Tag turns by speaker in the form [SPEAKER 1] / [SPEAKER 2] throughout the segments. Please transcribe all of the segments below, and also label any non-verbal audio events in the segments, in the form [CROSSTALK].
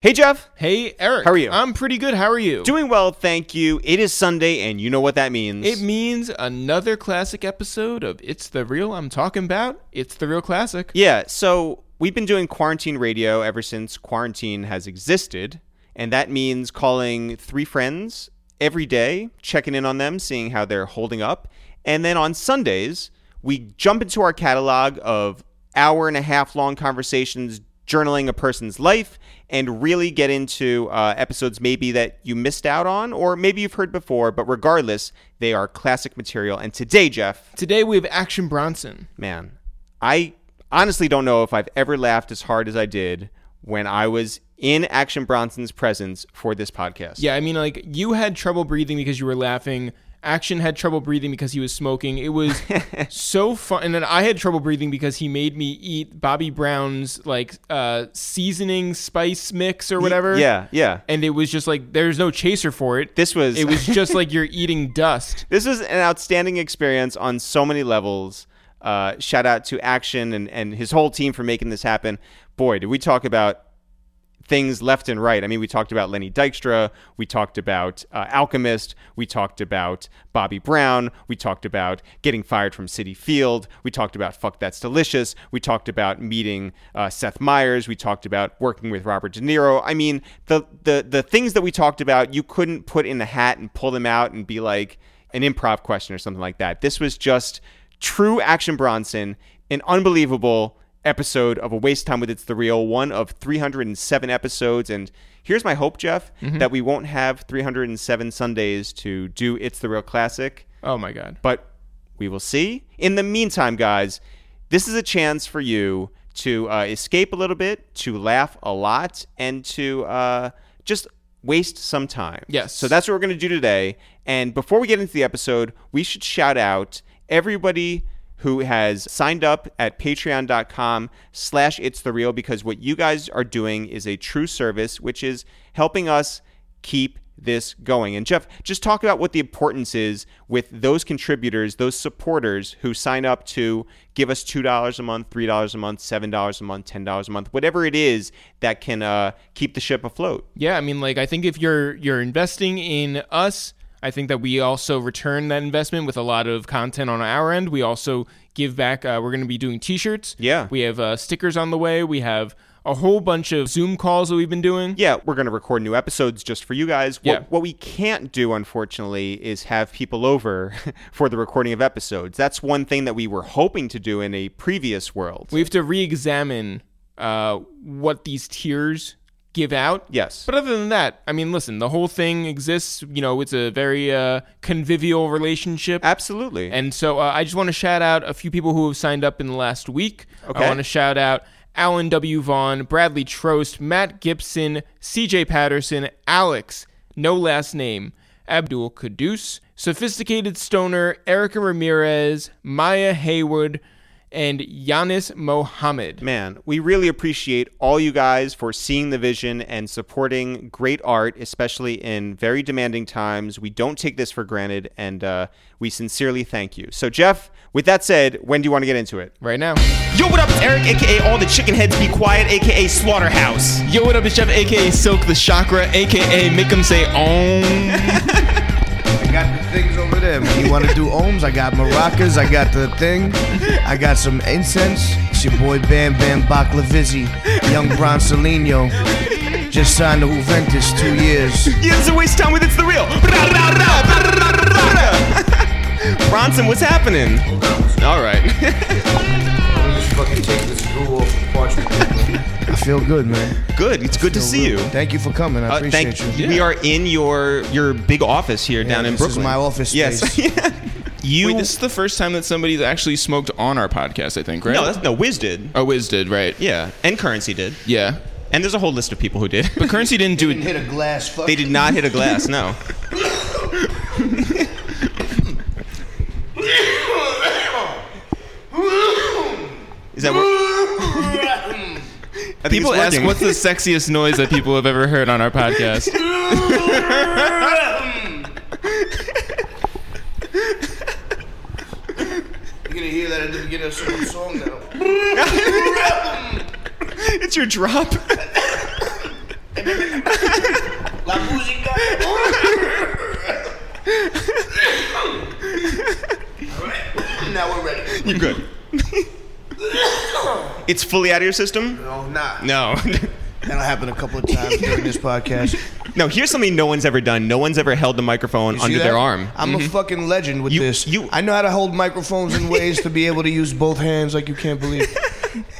[SPEAKER 1] Hey, Jeff.
[SPEAKER 2] Hey, Eric.
[SPEAKER 1] How are you?
[SPEAKER 2] I'm pretty good. How are you?
[SPEAKER 1] Doing well, thank you. It is Sunday, and you know what that means.
[SPEAKER 2] it means another classic episode of It's the Real I'm Talking About. It's the Real Classic.
[SPEAKER 1] yeah, so we've been doing quarantine radio ever since quarantine has existed, and that means calling three friends every day, checking in on them, seeing how they're holding up. And then on Sundays, we jump into our catalog of hour and a half long conversations journaling a person's life and really get into uh, episodes maybe that you missed out on or maybe you've heard before, but regardless, they are classic material. And today, Jeff,
[SPEAKER 2] Today we have Action Bronson.
[SPEAKER 1] man, I honestly don't know if I've ever laughed as hard as I did when I was in Action Bronson's presence for this podcast.
[SPEAKER 2] Yeah, I mean, like, you had trouble breathing because you were laughing. Action had trouble breathing because he was smoking.
[SPEAKER 1] [LAUGHS]
[SPEAKER 2] It was so fun. And then I had trouble breathing because he made me eat Bobby Brown's, like, uh, seasoning spice mix or whatever.
[SPEAKER 1] Yeah, yeah.
[SPEAKER 2] And it was just like, there's no chaser for it.
[SPEAKER 1] This was
[SPEAKER 2] it was just like you're eating dust.
[SPEAKER 1] [LAUGHS] this was an outstanding experience on so many levels. Uh, shout out to Action and, and his whole team for making this happen. Boy, did we talk about things left and right. I mean, we talked about Lenny Dykstra, we talked about uh, Alchemist, we talked about Bobby Brown, we talked about getting fired from City Field, we talked about Fuck That's Delicious, we talked about meeting uh, Seth Meyers, we talked about working with Robert De Niro. I mean, the, the, the things that we talked about, you couldn't put in a hat and pull them out and be like, an improv question or something like that. This was just true action Bronson, an unbelievable episode of a waste time with it's the real one of 307 episodes and here's my hope jeff that we won't have 307 sundays to do it's the real classic
[SPEAKER 2] Oh my God.
[SPEAKER 1] but we will see. In the meantime, guys, this is a chance for you to uh, escape a little bit, to laugh a lot, and to uh, just waste some time.
[SPEAKER 2] Yes.
[SPEAKER 1] So that's what we're going to do today. And before we get into the episode, we should shout out everybody who has signed up at patreon.com slash it's the real because what you guys are doing is a true service which is helping us keep this going. And Jeff, just talk about what the importance is with those contributors, those supporters who sign up to give us $2 a month, $3 a month, $7 a month, $10 a month, whatever it is that can uh, keep the ship afloat.
[SPEAKER 2] Yeah, I mean, like I think if you're you're investing in us, I think that we also return that investment with a lot of content on our end. We also give back. Uh, we're going to be doing T-shirts.
[SPEAKER 1] Yeah.
[SPEAKER 2] we have uh, stickers on the way. We have a whole bunch of Zoom calls that we've been doing.
[SPEAKER 1] Yeah, we're going to record new episodes just for you guys. What,
[SPEAKER 2] Yeah.
[SPEAKER 1] what we can't do, unfortunately, is have people over [LAUGHS] for the recording of episodes. That's one thing that we were hoping to do in a previous world.
[SPEAKER 2] We have to re-examine uh, what these tiers give out.
[SPEAKER 1] yes.
[SPEAKER 2] But other than that, I mean, listen, the whole thing exists. You know, it's a very uh, convivial relationship.
[SPEAKER 1] Absolutely.
[SPEAKER 2] And so uh, I just want to shout out a few people who have signed up in the last week.
[SPEAKER 1] Okay.
[SPEAKER 2] I want to shout out Alan W. Vaughn, Bradley Trost, Matt Gibson, CJ Patterson, Alex, no last name, Abdul Caduce, Sophisticated Stoner, Erica Ramirez, Maya Haywood, and Yanis Mohammed.
[SPEAKER 1] Man, we really appreciate all you guys for seeing the vision and supporting great art, especially in very demanding times. We don't take this for granted, and uh, we sincerely thank you. So, Jeff, with that said, when do you want to get into it?
[SPEAKER 2] Right now.
[SPEAKER 3] Yo, what up? It's Eric, aka All the Chicken Heads Be Quiet, aka Slaughterhouse.
[SPEAKER 2] Yo, what up? It's Chef, aka Silk the Chakra, aka Make 'em Say Om.
[SPEAKER 4] I got the things over there. You want to do ohms? I got maracas. I got the thing. I got some incense. It's your boy Bam Bam Baklavizzi, young Bronsolino. Just signed to Juventus, two years.
[SPEAKER 3] Yeah, it's a waste of time with It's the Real.
[SPEAKER 1] [LAUGHS] Bronson, what's happening? All
[SPEAKER 2] [LAUGHS]
[SPEAKER 1] right.
[SPEAKER 4] I feel good, man.
[SPEAKER 1] good. It's good to see you.
[SPEAKER 4] Thank you for coming. I
[SPEAKER 1] Uh,
[SPEAKER 4] appreciate you.
[SPEAKER 1] We are in your your big office here down in
[SPEAKER 4] this
[SPEAKER 1] Brooklyn.
[SPEAKER 4] is my office
[SPEAKER 1] Yes. [LAUGHS]
[SPEAKER 4] space.
[SPEAKER 1] you.
[SPEAKER 5] Wait, this is the first time that somebody's actually smoked on our podcast, I think, right?
[SPEAKER 1] no, that's no Wiz did.
[SPEAKER 5] Oh, Wiz did, right?
[SPEAKER 1] Yeah, and currency did,
[SPEAKER 5] Yeah.
[SPEAKER 1] and there's a whole list of people who did. [LAUGHS]
[SPEAKER 5] But Currency didn't do it.
[SPEAKER 4] Hit a glass. Fuck.
[SPEAKER 1] They did not hit a glass,
[SPEAKER 4] [LAUGHS]
[SPEAKER 1] no. Is
[SPEAKER 4] [LAUGHS]
[SPEAKER 1] that what? [LAUGHS] I think
[SPEAKER 5] People
[SPEAKER 1] it's
[SPEAKER 5] ask,
[SPEAKER 1] working.
[SPEAKER 5] what's the sexiest noise that people have ever heard on our podcast?
[SPEAKER 4] You're gonna hear that at the beginning of some song now.
[SPEAKER 1] [LAUGHS] it's your drop.
[SPEAKER 4] And then
[SPEAKER 2] You're
[SPEAKER 4] [LAUGHS]
[SPEAKER 2] good.
[SPEAKER 1] It's fully out of your system?
[SPEAKER 4] No, nah.
[SPEAKER 1] No. [LAUGHS]
[SPEAKER 4] That'll happen a couple of times during this podcast.
[SPEAKER 1] no, here's something no one's ever done. No one's ever held the microphone
[SPEAKER 4] You see
[SPEAKER 1] under
[SPEAKER 4] that?
[SPEAKER 1] their arm. Mm-hmm.
[SPEAKER 4] I'm a fucking legend with
[SPEAKER 1] You-
[SPEAKER 4] this.
[SPEAKER 1] you-
[SPEAKER 4] I know how to hold microphones in ways to be able to use both hands like you
[SPEAKER 1] [LAUGHS]
[SPEAKER 4] can't believe.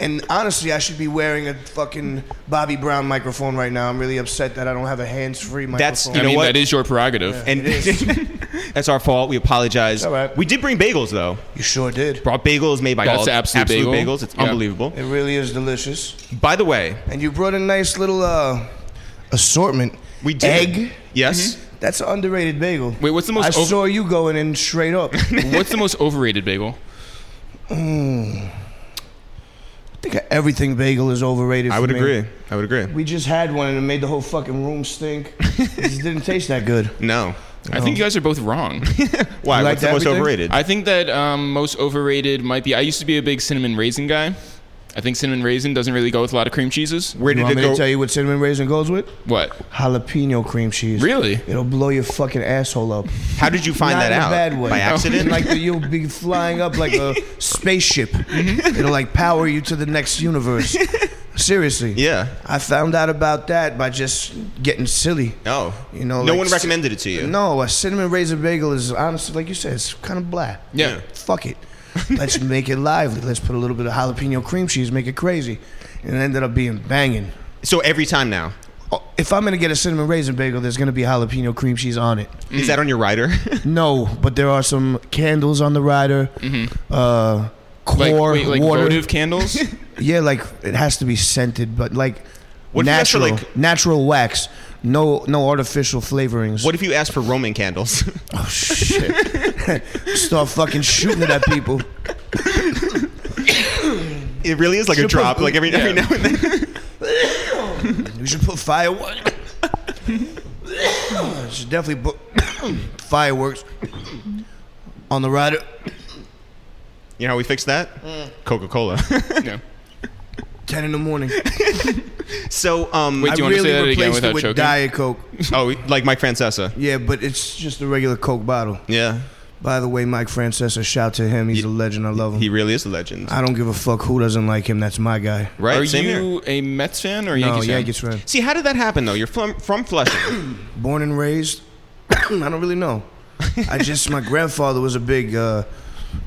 [SPEAKER 4] and honestly, I should be wearing a fucking Bobby Brown microphone right now. I'm really upset that I don't have a hands-free microphone.
[SPEAKER 1] That's- you
[SPEAKER 2] I
[SPEAKER 1] know
[SPEAKER 2] mean,
[SPEAKER 1] what?
[SPEAKER 2] that is your prerogative.
[SPEAKER 1] And [LAUGHS] that's our fault. We apologize.
[SPEAKER 4] all right.
[SPEAKER 1] We did bring bagels though.
[SPEAKER 4] you sure did.
[SPEAKER 1] Brought bagels made by
[SPEAKER 2] That's
[SPEAKER 1] Dog-
[SPEAKER 2] Absolute Bagel?
[SPEAKER 1] Bagels. It's
[SPEAKER 2] Yeah.
[SPEAKER 1] unbelievable.
[SPEAKER 4] It really is delicious.
[SPEAKER 1] By the way,
[SPEAKER 4] And you brought a nice little uh, assortment.
[SPEAKER 1] we did
[SPEAKER 4] egg. Mm-hmm.
[SPEAKER 1] Yes.
[SPEAKER 4] That's an underrated bagel.
[SPEAKER 2] Wait, what's the most
[SPEAKER 4] I
[SPEAKER 2] over-
[SPEAKER 4] saw you going in straight up. I
[SPEAKER 2] [LAUGHS] What's the most overrated bagel?
[SPEAKER 4] Hmm. think everything bagel is overrated.
[SPEAKER 1] I
[SPEAKER 4] for
[SPEAKER 1] would
[SPEAKER 4] me.
[SPEAKER 1] agree. I would agree.
[SPEAKER 4] We just had one and it made the whole fucking room
[SPEAKER 2] [LAUGHS]
[SPEAKER 4] stink. it just didn't taste that good.
[SPEAKER 1] No.
[SPEAKER 2] I think you guys are
[SPEAKER 1] [LAUGHS]
[SPEAKER 2] both wrong.
[SPEAKER 1] Why?
[SPEAKER 4] You
[SPEAKER 1] What's
[SPEAKER 4] liked
[SPEAKER 1] the most
[SPEAKER 4] everything?
[SPEAKER 1] overrated?
[SPEAKER 2] I think that um, most overrated might be. I used to be a big cinnamon raisin guy. I think cinnamon raisin doesn't really go with a lot of cream cheases.
[SPEAKER 1] Where
[SPEAKER 4] You
[SPEAKER 1] did
[SPEAKER 4] want
[SPEAKER 1] it
[SPEAKER 4] me
[SPEAKER 1] go?
[SPEAKER 4] to tell you what cinnamon raisin goes with?
[SPEAKER 2] What?
[SPEAKER 4] Jalapeno cream cheese.
[SPEAKER 2] Really?
[SPEAKER 4] It'll blow your fucking asshole up.
[SPEAKER 1] How did you find
[SPEAKER 4] Not
[SPEAKER 1] that
[SPEAKER 4] in
[SPEAKER 1] out?
[SPEAKER 4] A bad way.
[SPEAKER 1] By
[SPEAKER 2] Oh.
[SPEAKER 1] accident?
[SPEAKER 4] [LAUGHS] like you'll be flying up
[SPEAKER 2] [LAUGHS]
[SPEAKER 4] like a spaceship.
[SPEAKER 2] Mm-hmm.
[SPEAKER 4] It'll like power you to the next
[SPEAKER 2] [LAUGHS]
[SPEAKER 4] universe. Seriously.
[SPEAKER 1] yeah.
[SPEAKER 4] I found out about that by just getting silly.
[SPEAKER 1] No.
[SPEAKER 4] You know,
[SPEAKER 1] no
[SPEAKER 4] like
[SPEAKER 1] one
[SPEAKER 4] s-
[SPEAKER 1] recommended it to you.
[SPEAKER 4] No, a cinnamon raisin bagel is honestly, like you said, it's kind of blah.
[SPEAKER 2] Yeah. [LAUGHS]
[SPEAKER 4] Fuck it. Let's make it lively. Let's put a little bit of jalapeno cream cheese, make it crazy. And it ended up being banging.
[SPEAKER 1] So every time now.
[SPEAKER 4] Oh, If I'm gonna get a cinnamon raisin bagel, there's gonna be jalapeno cream cheese on it.
[SPEAKER 1] Is that on your rider?
[SPEAKER 4] No, but there are some candles on the rider. Uh,
[SPEAKER 2] Mm-hmm. Like,
[SPEAKER 4] core
[SPEAKER 2] wait, like
[SPEAKER 4] water.
[SPEAKER 2] votive candles?
[SPEAKER 1] [LAUGHS]
[SPEAKER 4] Yeah, like it has to be scented, but like
[SPEAKER 1] What if you ask for,
[SPEAKER 4] natural,
[SPEAKER 1] like-
[SPEAKER 4] natural wax. No, no artificial
[SPEAKER 1] [LAUGHS]
[SPEAKER 4] flavorings.
[SPEAKER 1] what if you asked for Roman candles?
[SPEAKER 4] Oh shit! [LAUGHS] Start fucking shooting it at people.
[SPEAKER 1] [LAUGHS] it really is like a drop, like every, every now and then.
[SPEAKER 4] We should put fireworks. [COUGHS] should definitely put [COUGHS] fireworks on the rider.
[SPEAKER 1] You know how we fixed that? Coca [LAUGHS] Cola.
[SPEAKER 2] no.
[SPEAKER 4] Ten in the morning.
[SPEAKER 1] so, um,
[SPEAKER 2] Wait,
[SPEAKER 4] I
[SPEAKER 2] do you want to
[SPEAKER 4] really
[SPEAKER 2] say that again
[SPEAKER 4] replaced
[SPEAKER 2] without
[SPEAKER 4] it with
[SPEAKER 2] choking?
[SPEAKER 4] Diet Coke.
[SPEAKER 1] [LAUGHS] oh, like Mike Francesa.
[SPEAKER 4] Yeah, but it's just a regular Coke bottle.
[SPEAKER 1] Yeah.
[SPEAKER 4] By the way, Mike Francesa, shout to him. He's a legend. I love him.
[SPEAKER 1] He really is a legend.
[SPEAKER 4] I don't give a fuck who doesn't like him. That's my guy.
[SPEAKER 1] Right?
[SPEAKER 2] are
[SPEAKER 1] Same here.
[SPEAKER 2] you a Mets fan or a
[SPEAKER 4] No,
[SPEAKER 2] Yankees fan?
[SPEAKER 4] Yankees fan.
[SPEAKER 1] See, how did that happen though? You're from from Flushing.
[SPEAKER 4] born and raised. [COUGHS] I don't really know. I just my grandfather was a big uh,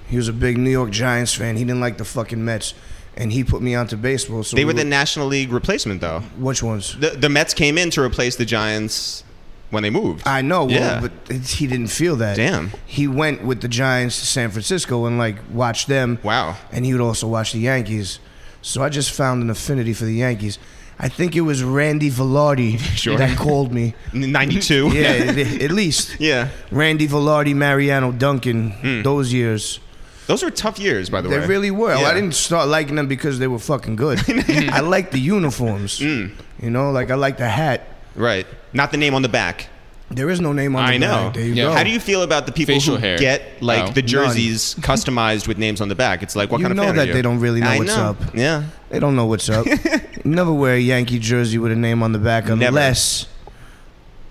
[SPEAKER 4] he was a big New York Giants fan. He didn't like the fucking Mets, and he put me onto baseball. So
[SPEAKER 1] they [COUGHS] were
[SPEAKER 4] we
[SPEAKER 1] the National League replacement though.
[SPEAKER 4] which ones?
[SPEAKER 1] The the Mets came in to replace the Giants when they moved.
[SPEAKER 4] I know, well,
[SPEAKER 1] Yeah.
[SPEAKER 4] but it's, he didn't feel that.
[SPEAKER 1] Damn.
[SPEAKER 4] He went with the Giants to San Francisco and like watched them.
[SPEAKER 1] [LAUGHS] Wow.
[SPEAKER 4] And he would also watch the Yankees. So I just found an affinity for the Yankees. I think it was
[SPEAKER 1] [LAUGHS]
[SPEAKER 4] Randy Velarde that called me.
[SPEAKER 1] Ninety [LAUGHS] two.
[SPEAKER 4] Yeah, at at least.
[SPEAKER 1] Yeah.
[SPEAKER 4] Randy Velarde, Mariano Duncan,
[SPEAKER 1] Hmm.
[SPEAKER 4] those years.
[SPEAKER 1] Those were tough years, by the
[SPEAKER 4] They
[SPEAKER 1] way.
[SPEAKER 4] really were.
[SPEAKER 1] Yeah.
[SPEAKER 4] I didn't start liking them because they were fucking good.
[SPEAKER 1] [LAUGHS]
[SPEAKER 4] I like the uniforms.
[SPEAKER 1] Hmm.
[SPEAKER 4] You know, like I like the hat.
[SPEAKER 1] Right. Not the name on the back.
[SPEAKER 4] There is no name on the
[SPEAKER 1] I know.
[SPEAKER 4] back. There you
[SPEAKER 2] Yeah.
[SPEAKER 4] go.
[SPEAKER 2] Oh.
[SPEAKER 1] How do you feel about the people
[SPEAKER 2] Facial
[SPEAKER 1] who
[SPEAKER 2] hair.
[SPEAKER 1] get like
[SPEAKER 2] Oh.
[SPEAKER 1] the
[SPEAKER 2] None.
[SPEAKER 4] [LAUGHS]
[SPEAKER 1] jerseys customized with names on the back? It's like what
[SPEAKER 4] You
[SPEAKER 1] kind of
[SPEAKER 4] know
[SPEAKER 1] fan are
[SPEAKER 4] that they don't really know
[SPEAKER 1] I
[SPEAKER 4] what's
[SPEAKER 1] know.
[SPEAKER 4] up.
[SPEAKER 1] Yeah.
[SPEAKER 4] They don't know
[SPEAKER 1] [LAUGHS]
[SPEAKER 4] what's up. Never wear a Yankee jersey with a name on the back
[SPEAKER 1] Never.
[SPEAKER 4] unless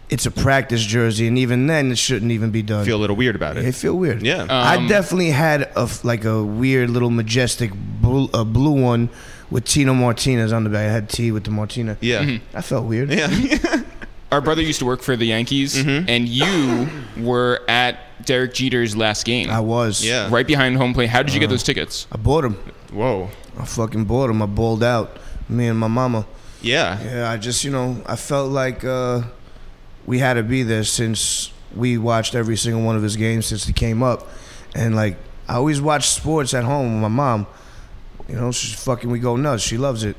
[SPEAKER 4] it's a practice jersey, and even then, it shouldn't even be done.
[SPEAKER 1] Feel a little weird about
[SPEAKER 4] they
[SPEAKER 1] it.
[SPEAKER 4] feel weird.
[SPEAKER 1] Yeah.
[SPEAKER 4] I
[SPEAKER 2] Um,
[SPEAKER 4] definitely had a f- like a weird little majestic blue, a blue one with Tino Martinez on the back. I had T with the Martina.
[SPEAKER 1] yeah.
[SPEAKER 2] Mm-hmm.
[SPEAKER 4] I felt
[SPEAKER 1] [LAUGHS]
[SPEAKER 4] weird.
[SPEAKER 1] Yeah.
[SPEAKER 4] [LAUGHS]
[SPEAKER 2] Our brother used to work for the Yankees,
[SPEAKER 1] Mm-hmm. [LAUGHS]
[SPEAKER 2] and you were at Derek Jeter's last game,
[SPEAKER 4] I was.
[SPEAKER 1] Yeah.
[SPEAKER 2] right behind home plate. How did you get those tickets?
[SPEAKER 4] I bought him.
[SPEAKER 1] Whoa.
[SPEAKER 4] I fucking bought him. I balled out. Me and my mama.
[SPEAKER 1] Yeah.
[SPEAKER 4] Yeah, I just you know I felt like uh, we had to be there since we watched every single one of his games since he came up, and like I always watch sports at home with my mom. You know, she's fucking we go nuts. She loves it,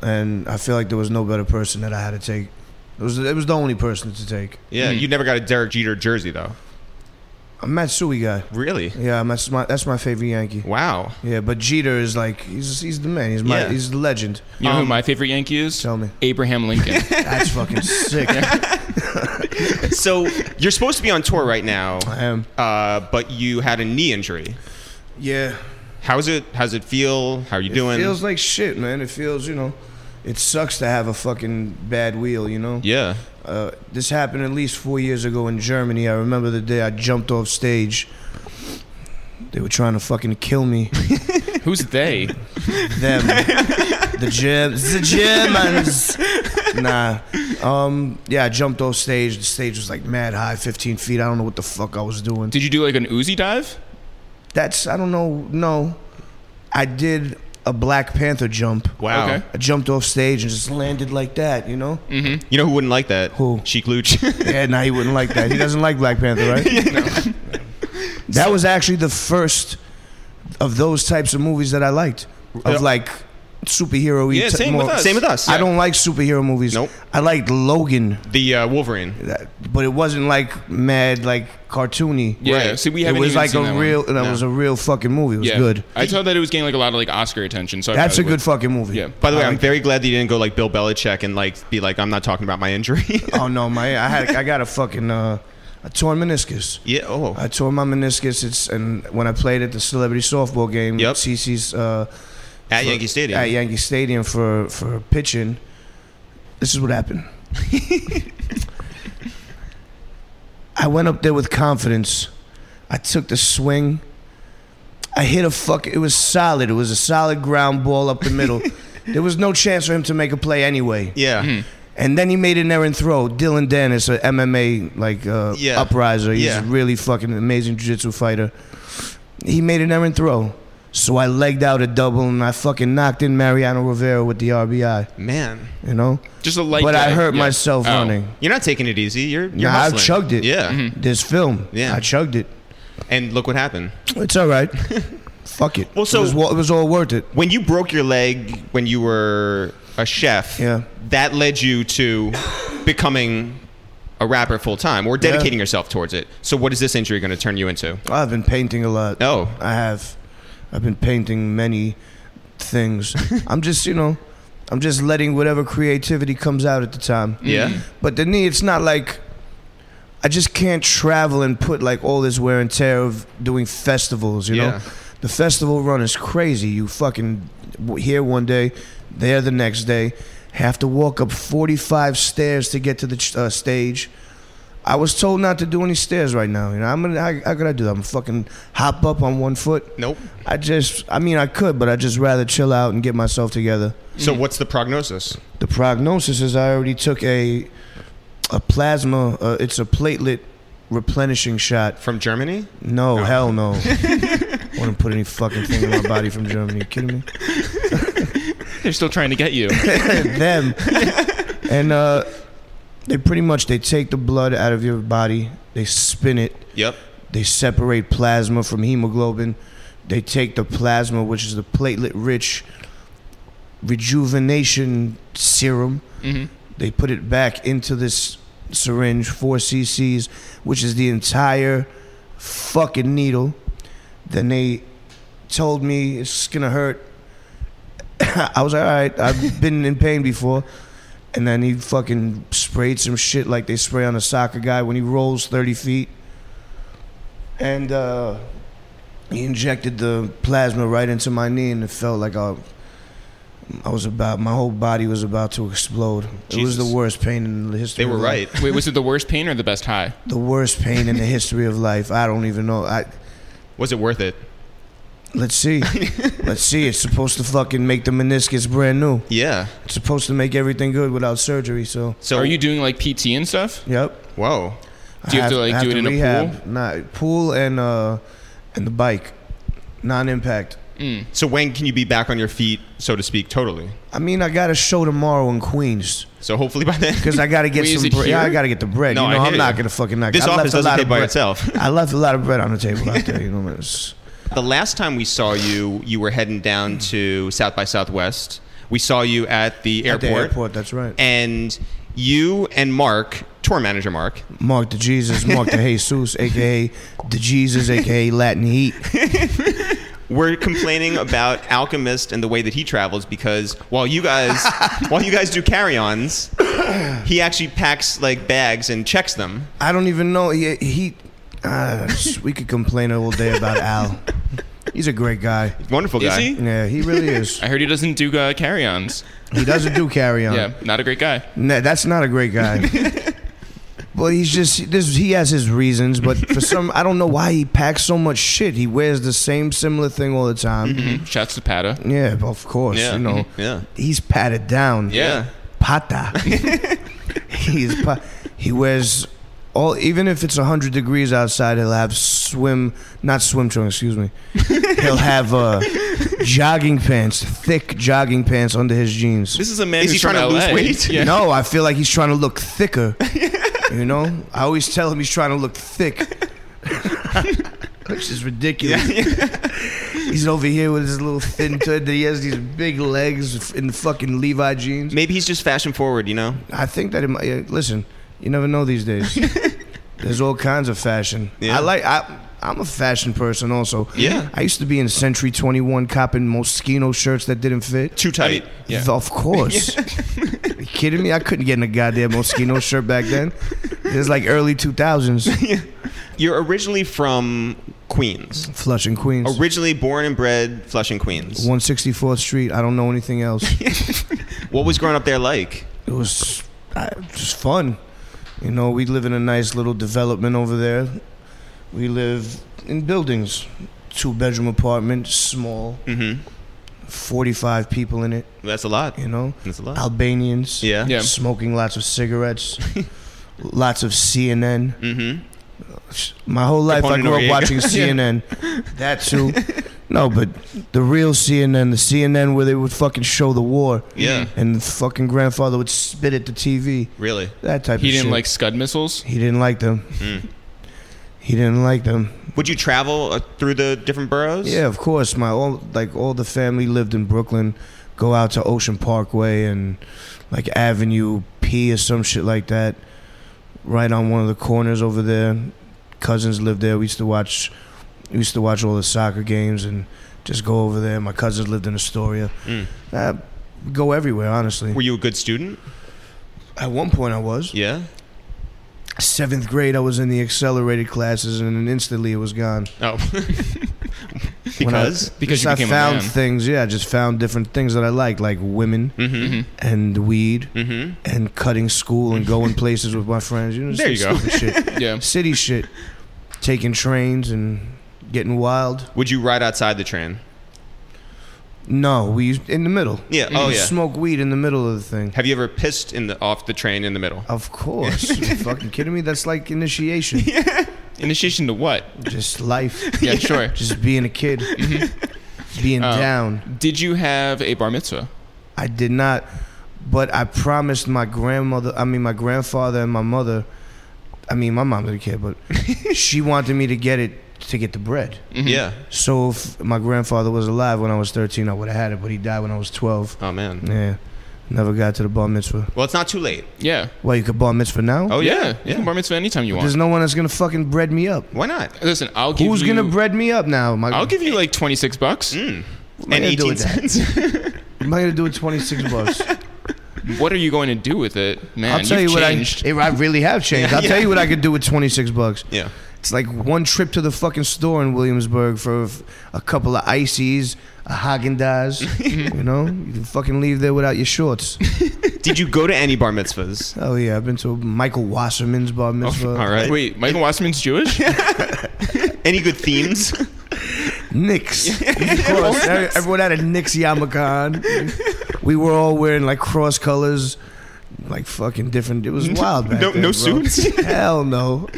[SPEAKER 4] and I feel like there was no better person that I had to take. It was it was the only person to take.
[SPEAKER 1] Yeah.
[SPEAKER 2] Mm-hmm.
[SPEAKER 1] You never got a Derek Jeter jersey though.
[SPEAKER 4] A Matsui guy.
[SPEAKER 1] Really?
[SPEAKER 4] Yeah, that's my that's my favorite Yankee.
[SPEAKER 1] Wow.
[SPEAKER 4] Yeah, but Jeter is like he's he's the man. He's my
[SPEAKER 1] Yeah.
[SPEAKER 4] he's the legend.
[SPEAKER 2] You know who
[SPEAKER 1] Um,
[SPEAKER 2] my favorite Yankee is?
[SPEAKER 4] Tell me,
[SPEAKER 2] Abraham
[SPEAKER 4] [LAUGHS]
[SPEAKER 2] Lincoln.
[SPEAKER 4] that's fucking
[SPEAKER 1] [LAUGHS]
[SPEAKER 4] sick.
[SPEAKER 1] So you're supposed to be on tour right now,
[SPEAKER 4] I am.
[SPEAKER 1] uh, but you had a knee injury.
[SPEAKER 4] Yeah.
[SPEAKER 1] How's it? How's it feel? How are you doing?
[SPEAKER 4] It feels like shit, man. It feels, you know, it sucks to have a fucking bad wheel, you know?
[SPEAKER 1] yeah.
[SPEAKER 4] Uh, this happened at least four years ago in Germany. I remember the day I jumped off stage. They were trying to fucking
[SPEAKER 1] [LAUGHS]
[SPEAKER 4] kill me.
[SPEAKER 2] Who's they?
[SPEAKER 4] Them. the Germ the Germans. Nah. Um, yeah, I jumped off stage. The stage was like mad high, 15 feet. I don't know what the fuck I was doing.
[SPEAKER 2] Did you do like an Uzi dive?
[SPEAKER 4] That's, I don't know. No. I did a Black Panther jump.
[SPEAKER 1] Wow.
[SPEAKER 2] Okay.
[SPEAKER 4] I jumped off stage and just landed like that, you know?
[SPEAKER 2] Mm.
[SPEAKER 1] You know who wouldn't like that?
[SPEAKER 4] Who?
[SPEAKER 1] Sheik Luch. [LAUGHS]
[SPEAKER 4] Yeah, nah, he wouldn't like that. He doesn't like Black Panther,
[SPEAKER 2] [LAUGHS]
[SPEAKER 4] right? That was actually the first of those types of movies that I liked. Of like superhero
[SPEAKER 2] Yeah, same with us.
[SPEAKER 1] Same with us.
[SPEAKER 4] I don't like superhero movies.
[SPEAKER 1] Nope.
[SPEAKER 4] I liked Logan,
[SPEAKER 1] the uh, Wolverine.
[SPEAKER 4] that- but it wasn't like mad, like cartoony.
[SPEAKER 2] Yeah, see, we
[SPEAKER 4] it
[SPEAKER 2] haven't
[SPEAKER 4] was
[SPEAKER 2] even
[SPEAKER 4] like
[SPEAKER 2] seen
[SPEAKER 4] a
[SPEAKER 2] that one.
[SPEAKER 4] real. That
[SPEAKER 1] No.
[SPEAKER 4] was a real fucking movie. It was
[SPEAKER 2] Yeah.
[SPEAKER 4] good.
[SPEAKER 2] I saw that it was getting like a lot of like Oscar attention. So I
[SPEAKER 4] That's a
[SPEAKER 2] probably
[SPEAKER 4] good fucking movie.
[SPEAKER 2] Yeah.
[SPEAKER 1] By the way,
[SPEAKER 4] I
[SPEAKER 1] I'm
[SPEAKER 4] like-
[SPEAKER 1] very glad that you didn't go like Bill Belichick and like be like, I'm not talking about my injury. [LAUGHS]
[SPEAKER 4] Oh no, my I had I got a fucking uh, a torn meniscus.
[SPEAKER 1] yeah. Oh.
[SPEAKER 4] I tore my meniscus. It's and when I played at the celebrity softball game,
[SPEAKER 1] Yep.
[SPEAKER 4] CC's uh,
[SPEAKER 1] At Yankee Stadium.
[SPEAKER 4] at Yankee Stadium for for pitching. This is
[SPEAKER 1] [LAUGHS]
[SPEAKER 4] what happened. I went up there with confidence. I took the swing. I hit a fuck. It was solid. It was a solid ground ball up
[SPEAKER 1] [LAUGHS]
[SPEAKER 4] the middle. there was no chance for him to make a play anyway.
[SPEAKER 1] Yeah.
[SPEAKER 4] And then he made an errant throw. Dylan Dennis, a MMA like uh,
[SPEAKER 1] Yeah.
[SPEAKER 4] upriser, he's
[SPEAKER 1] Yeah.
[SPEAKER 4] a really fucking amazing jiu-jitsu fighter. He made an errant throw, so I legged out a double and I fucking knocked in Mariano Rivera with the RBI.
[SPEAKER 1] Man,
[SPEAKER 4] You know,
[SPEAKER 2] just a light.
[SPEAKER 4] but I
[SPEAKER 2] dive.
[SPEAKER 4] hurt
[SPEAKER 2] Yeah.
[SPEAKER 4] myself
[SPEAKER 2] Oh.
[SPEAKER 4] running.
[SPEAKER 1] you're not taking it easy. You're. you're
[SPEAKER 4] Nah, I've
[SPEAKER 1] hustling.
[SPEAKER 4] chugged it.
[SPEAKER 1] Yeah.
[SPEAKER 4] This film,
[SPEAKER 1] Mm-hmm. Yeah.
[SPEAKER 4] I chugged it.
[SPEAKER 1] And look what happened.
[SPEAKER 4] It's
[SPEAKER 1] [LAUGHS]
[SPEAKER 4] all right. Fuck it.
[SPEAKER 1] Well, so-
[SPEAKER 4] it was, wa- it was all worth it.
[SPEAKER 1] When you broke your leg when you were a chef,
[SPEAKER 4] Yeah.
[SPEAKER 1] that led you to becoming a rapper full time or dedicating yourself towards it. So what is this injury going to turn you into?
[SPEAKER 4] I've been painting a lot.
[SPEAKER 1] Oh.
[SPEAKER 4] I have. I've been painting many things. I'm just, you know, I'm just letting whatever creativity comes out at the time.
[SPEAKER 1] Yeah.
[SPEAKER 4] But the knee, it's not like I just can't travel and put like all this wear and tear of doing festivals, you
[SPEAKER 1] Yeah.
[SPEAKER 4] know? The festival run is crazy. You fucking w- here one day, there the next day, have to walk up 45 stairs to get to the ch- uh, stage. I was told not to do any stairs right now. You know, I'm gonna. How, how could I do that? I'm fucking hop up on one foot.
[SPEAKER 1] Nope.
[SPEAKER 4] I just. I mean, I could, but I just rather chill out and get myself together.
[SPEAKER 1] So what's the prognosis?
[SPEAKER 4] The prognosis is I already took a, a plasma. Uh, it's a platelet replenishing shot.
[SPEAKER 1] From Germany?
[SPEAKER 4] No, hell no. I wouldn't put any fucking thing in my body from Germany. You kidding me?
[SPEAKER 2] They're still trying to get
[SPEAKER 4] [LAUGHS]
[SPEAKER 2] you.
[SPEAKER 4] them. And uh, they pretty much they take the blood out of your body. They spin it.
[SPEAKER 1] Yep.
[SPEAKER 4] They separate plasma from hemoglobin. They take the plasma, which is the platelet rich rejuvenation serum.
[SPEAKER 2] Mhm.
[SPEAKER 4] They put it back into this syringe, 4 cc's, which is the entire fucking needle. Then they told me it's gonna hurt. [COUGHS] I was like, all
[SPEAKER 1] [LAUGHS]
[SPEAKER 4] right, I've been in pain before. And then he fucking sprayed some shit like they spray on a soccer guy when he rolls 30 feet. And uh, he injected the plasma right into my knee, and it felt like I, I was about, my whole body was about to explode. It
[SPEAKER 1] Jesus.
[SPEAKER 4] was the worst pain in the history
[SPEAKER 1] They were
[SPEAKER 4] of life
[SPEAKER 1] right.
[SPEAKER 2] Wait, was it the worst pain or the best high?
[SPEAKER 4] the worst pain in the history of life. I don't even know. I
[SPEAKER 1] Was it worth it?
[SPEAKER 4] let's see, let's see. It's supposed to fucking make the meniscus brand new.
[SPEAKER 1] Yeah.
[SPEAKER 4] It's supposed to make everything good without surgery. So,
[SPEAKER 1] So
[SPEAKER 2] Are you doing like PT and stuff?
[SPEAKER 4] yep.
[SPEAKER 1] Whoa.
[SPEAKER 2] Do you have to, like, do it in a
[SPEAKER 4] pool? Nah, pool and uh, and the bike, non-impact.
[SPEAKER 1] So when can you be back on your feet, so to speak, totally?
[SPEAKER 4] I mean, I got a show tomorrow in Queens
[SPEAKER 1] So hopefully by then.
[SPEAKER 4] because I got to get
[SPEAKER 2] [LAUGHS] Wait, is
[SPEAKER 4] some.
[SPEAKER 2] it
[SPEAKER 4] Bre- yeah, I
[SPEAKER 2] here?
[SPEAKER 4] got to get the bread.
[SPEAKER 1] No,
[SPEAKER 4] you
[SPEAKER 1] I
[SPEAKER 4] know,
[SPEAKER 1] hear
[SPEAKER 4] I'm not
[SPEAKER 1] you.
[SPEAKER 4] gonna fucking knock.
[SPEAKER 1] This
[SPEAKER 4] I
[SPEAKER 1] office
[SPEAKER 4] left a
[SPEAKER 1] doesn't
[SPEAKER 4] lot
[SPEAKER 1] pay
[SPEAKER 4] of
[SPEAKER 1] by
[SPEAKER 4] bread-
[SPEAKER 1] itself.
[SPEAKER 4] I left a lot of bread on the table
[SPEAKER 2] [LAUGHS]
[SPEAKER 4] out there. You know, it's,
[SPEAKER 1] [LAUGHS] The last time we saw you, you were heading down
[SPEAKER 2] Mm.
[SPEAKER 1] to South by Southwest. We saw you at the
[SPEAKER 4] at
[SPEAKER 1] airport.
[SPEAKER 4] the airport. That's right.
[SPEAKER 1] And you and Mark, tour manager Mark,
[SPEAKER 4] Mark the Jesus,
[SPEAKER 2] [LAUGHS]
[SPEAKER 4] Mark the Jesus, aka the Jesus, aka Latin Heat.
[SPEAKER 1] were
[SPEAKER 2] [LAUGHS]
[SPEAKER 1] complaining about Alchemist and the way that he travels because while you guys while you guys do carry-ons, he actually packs like bags and checks them.
[SPEAKER 4] I don't even know. He, he uh, we could complain all day about Al. He's a great guy.
[SPEAKER 1] Wonderful
[SPEAKER 2] Is
[SPEAKER 1] guy.
[SPEAKER 2] he?
[SPEAKER 4] Yeah, he really is.
[SPEAKER 2] I heard he doesn't do uh, carry-ons.
[SPEAKER 4] He doesn't do carry on. Mm-hmm.
[SPEAKER 2] Yeah, not a great guy.
[SPEAKER 4] Nah, that's not a great guy. But he's just this. He has his reasons, but for some, I don't know why he packs so much shit. He wears the same similar thing all the time.
[SPEAKER 2] Shouts to Pata.
[SPEAKER 4] Yeah, of course.
[SPEAKER 2] Mm-hmm. Yeah. Mm-hmm.
[SPEAKER 4] You know,
[SPEAKER 1] Yeah.
[SPEAKER 4] he's patted down.
[SPEAKER 2] Yeah.
[SPEAKER 4] pata. he's pa- he wears all. Even if it's hundred degrees outside, he'll have swim, not swim trunks. Excuse me. He'll have uh, jogging pants, thick jogging pants under his jeans.
[SPEAKER 2] This is a man
[SPEAKER 1] Is he
[SPEAKER 2] who's
[SPEAKER 1] trying
[SPEAKER 2] from
[SPEAKER 1] to lose
[SPEAKER 2] LA.
[SPEAKER 1] weight?
[SPEAKER 2] Yeah.
[SPEAKER 4] No, I feel like he's trying to look thicker. you know, I always tell him he's trying to look thick, which is ridiculous. he's over here with his little thin tud. that He has these big legs in fucking Levi jeans.
[SPEAKER 1] Maybe he's just fashion forward, you know?
[SPEAKER 4] I think that it might. yeah, Listen, you never know
[SPEAKER 1] [LAUGHS]
[SPEAKER 4] these days. There's all kinds of fashion.
[SPEAKER 1] Yeah.
[SPEAKER 4] I like. I, I'm a fashion person also.
[SPEAKER 1] Yeah.
[SPEAKER 4] I used to be in Century 21 copping Moschino shirts that didn't fit.
[SPEAKER 1] Too tight.
[SPEAKER 2] Yeah.
[SPEAKER 4] Of
[SPEAKER 1] [LAUGHS]
[SPEAKER 4] course. you kidding me? I couldn't get in a goddamn Moschino shirt back then. It was like
[SPEAKER 1] [LAUGHS]
[SPEAKER 4] early 2000s.
[SPEAKER 1] You're originally from Queens.
[SPEAKER 4] Flushing, Queens.
[SPEAKER 1] Originally born and bred Flushing, Queens.
[SPEAKER 4] 164th Street. I don't know anything else.
[SPEAKER 1] What was growing up there like?
[SPEAKER 4] it was uh, just fun. You know, we live in a nice little development over there. We live in buildings, two bedroom apartment, small,
[SPEAKER 1] Mm-hmm.
[SPEAKER 4] 45 people in it,
[SPEAKER 1] That's a lot.
[SPEAKER 4] you know,
[SPEAKER 1] That's a lot.
[SPEAKER 4] Albanians,
[SPEAKER 1] yeah.
[SPEAKER 2] Yeah.
[SPEAKER 4] smoking lots
[SPEAKER 2] [LAUGHS]
[SPEAKER 4] of cigarettes, lots of CNN.
[SPEAKER 1] Mm-hmm.
[SPEAKER 4] My whole life I
[SPEAKER 1] Capone
[SPEAKER 4] grew
[SPEAKER 1] Noriega.
[SPEAKER 2] [LAUGHS]
[SPEAKER 4] up watching CNN. That too. No, but the real CNN, the CNN where they would fucking show the war
[SPEAKER 1] Yeah.
[SPEAKER 4] and the fucking grandfather would spit at the TV.
[SPEAKER 1] Really.
[SPEAKER 4] That type
[SPEAKER 2] He
[SPEAKER 4] of shit.
[SPEAKER 2] didn't like Scud missiles.
[SPEAKER 4] He didn't like them.
[SPEAKER 1] Mm.
[SPEAKER 4] He didn't like them.
[SPEAKER 1] Would you travel uh, through the different boroughs?
[SPEAKER 4] Yeah, of course. My all like all the family lived in Brooklyn. Go out to Ocean Parkway and like Avenue P or some shit like that. Right on one of the corners over there. Cousins lived there. We used to watch. We used to watch all the soccer games and just go over there. My cousins lived in Astoria.
[SPEAKER 1] Mm.
[SPEAKER 4] Uh, go everywhere, honestly.
[SPEAKER 1] Were you a good student?
[SPEAKER 4] At one point, I was
[SPEAKER 1] Yeah.
[SPEAKER 4] seventh grade. I was in the accelerated classes, and then instantly it was gone.
[SPEAKER 1] Oh.
[SPEAKER 4] When I-
[SPEAKER 1] because.
[SPEAKER 2] Because you
[SPEAKER 4] Just
[SPEAKER 2] became
[SPEAKER 4] I found
[SPEAKER 2] a man.
[SPEAKER 4] things. Yeah, I just found different things that I liked, like women
[SPEAKER 1] Mm-hmm.
[SPEAKER 4] and weed
[SPEAKER 1] Mm-hmm.
[SPEAKER 4] and cutting school
[SPEAKER 2] [LAUGHS]
[SPEAKER 4] and going places with my friends. You know,
[SPEAKER 1] There you go.
[SPEAKER 4] stupid shit. [LAUGHS]
[SPEAKER 2] yeah.
[SPEAKER 4] City shit, taking trains and getting wild.
[SPEAKER 1] Would you ride outside the train?
[SPEAKER 4] No, we used, in the middle.
[SPEAKER 1] Yeah. Oh
[SPEAKER 4] We
[SPEAKER 1] yeah.
[SPEAKER 4] Smoke weed in the middle of the thing.
[SPEAKER 1] Have you ever pissed in the off the train in the middle?
[SPEAKER 4] Of course.
[SPEAKER 2] [LAUGHS]
[SPEAKER 4] you fucking kidding me? That's like initiation.
[SPEAKER 2] Initiation to
[SPEAKER 4] [LAUGHS]
[SPEAKER 2] what?
[SPEAKER 4] Just life.
[SPEAKER 2] Yeah, sure.
[SPEAKER 4] Just being a kid. Being
[SPEAKER 2] Uh,
[SPEAKER 4] down.
[SPEAKER 2] Did you have a bar mitzvah?
[SPEAKER 4] I did not, but I promised my grandmother, I mean, my grandfather and my mother, I mean, my mom didn't care, but she wanted me to get it to get the bread.
[SPEAKER 1] Yeah.
[SPEAKER 4] So if my grandfather was alive when I was 13, I would have had it, but he died when I was 12.
[SPEAKER 1] Oh man.
[SPEAKER 4] Yeah. Never got to the bar mitzvah.
[SPEAKER 1] Well, it's not too late.
[SPEAKER 2] Yeah.
[SPEAKER 4] Well, you could bar mitzvah now?
[SPEAKER 1] Oh
[SPEAKER 2] yeah.
[SPEAKER 1] yeah.
[SPEAKER 2] You can bar mitzvah anytime you
[SPEAKER 4] There's
[SPEAKER 2] want.
[SPEAKER 4] no one that's going to fucking bread me up.
[SPEAKER 1] Why not?
[SPEAKER 2] Listen, I'll give
[SPEAKER 4] Who's
[SPEAKER 2] you.
[SPEAKER 4] going to bread me up now? My,
[SPEAKER 2] I'll give you like 26 bucks.
[SPEAKER 1] Mm.
[SPEAKER 4] what am I
[SPEAKER 1] And
[SPEAKER 4] gonna
[SPEAKER 1] 18
[SPEAKER 4] do with
[SPEAKER 1] [LAUGHS]
[SPEAKER 4] that?
[SPEAKER 1] cents.
[SPEAKER 2] [LAUGHS]
[SPEAKER 4] What am I going to do with 26 bucks?
[SPEAKER 2] What are you going to do with it, man?
[SPEAKER 4] I'll tell you
[SPEAKER 2] you've
[SPEAKER 4] what
[SPEAKER 2] changed.
[SPEAKER 4] I, I really have
[SPEAKER 2] [LAUGHS]
[SPEAKER 4] changed. I'll tell you what I could do with 26 bucks.
[SPEAKER 1] yeah.
[SPEAKER 4] It's like one trip to the fucking store in Williamsburg for f- a couple of ices, a Haagen Dazs.
[SPEAKER 1] [LAUGHS]
[SPEAKER 4] you know, you can fucking leave there without your shorts.
[SPEAKER 1] Did you go to any bar mitzvahs?
[SPEAKER 4] Oh yeah, I've been to Michael Wasserman's bar mitzvah.
[SPEAKER 1] Oh, All right.
[SPEAKER 2] Wait, Michael Wasserman's Jewish?
[SPEAKER 1] Any good themes? [LAUGHS]
[SPEAKER 4] Knicks. of course, Every- everyone had a Knicks yarmulke on. We were all wearing like cross colors. Like fucking different. It
[SPEAKER 1] [LAUGHS]
[SPEAKER 4] was wild back
[SPEAKER 1] No-
[SPEAKER 4] then,
[SPEAKER 1] no
[SPEAKER 4] bro.
[SPEAKER 1] suits?
[SPEAKER 4] Hell no.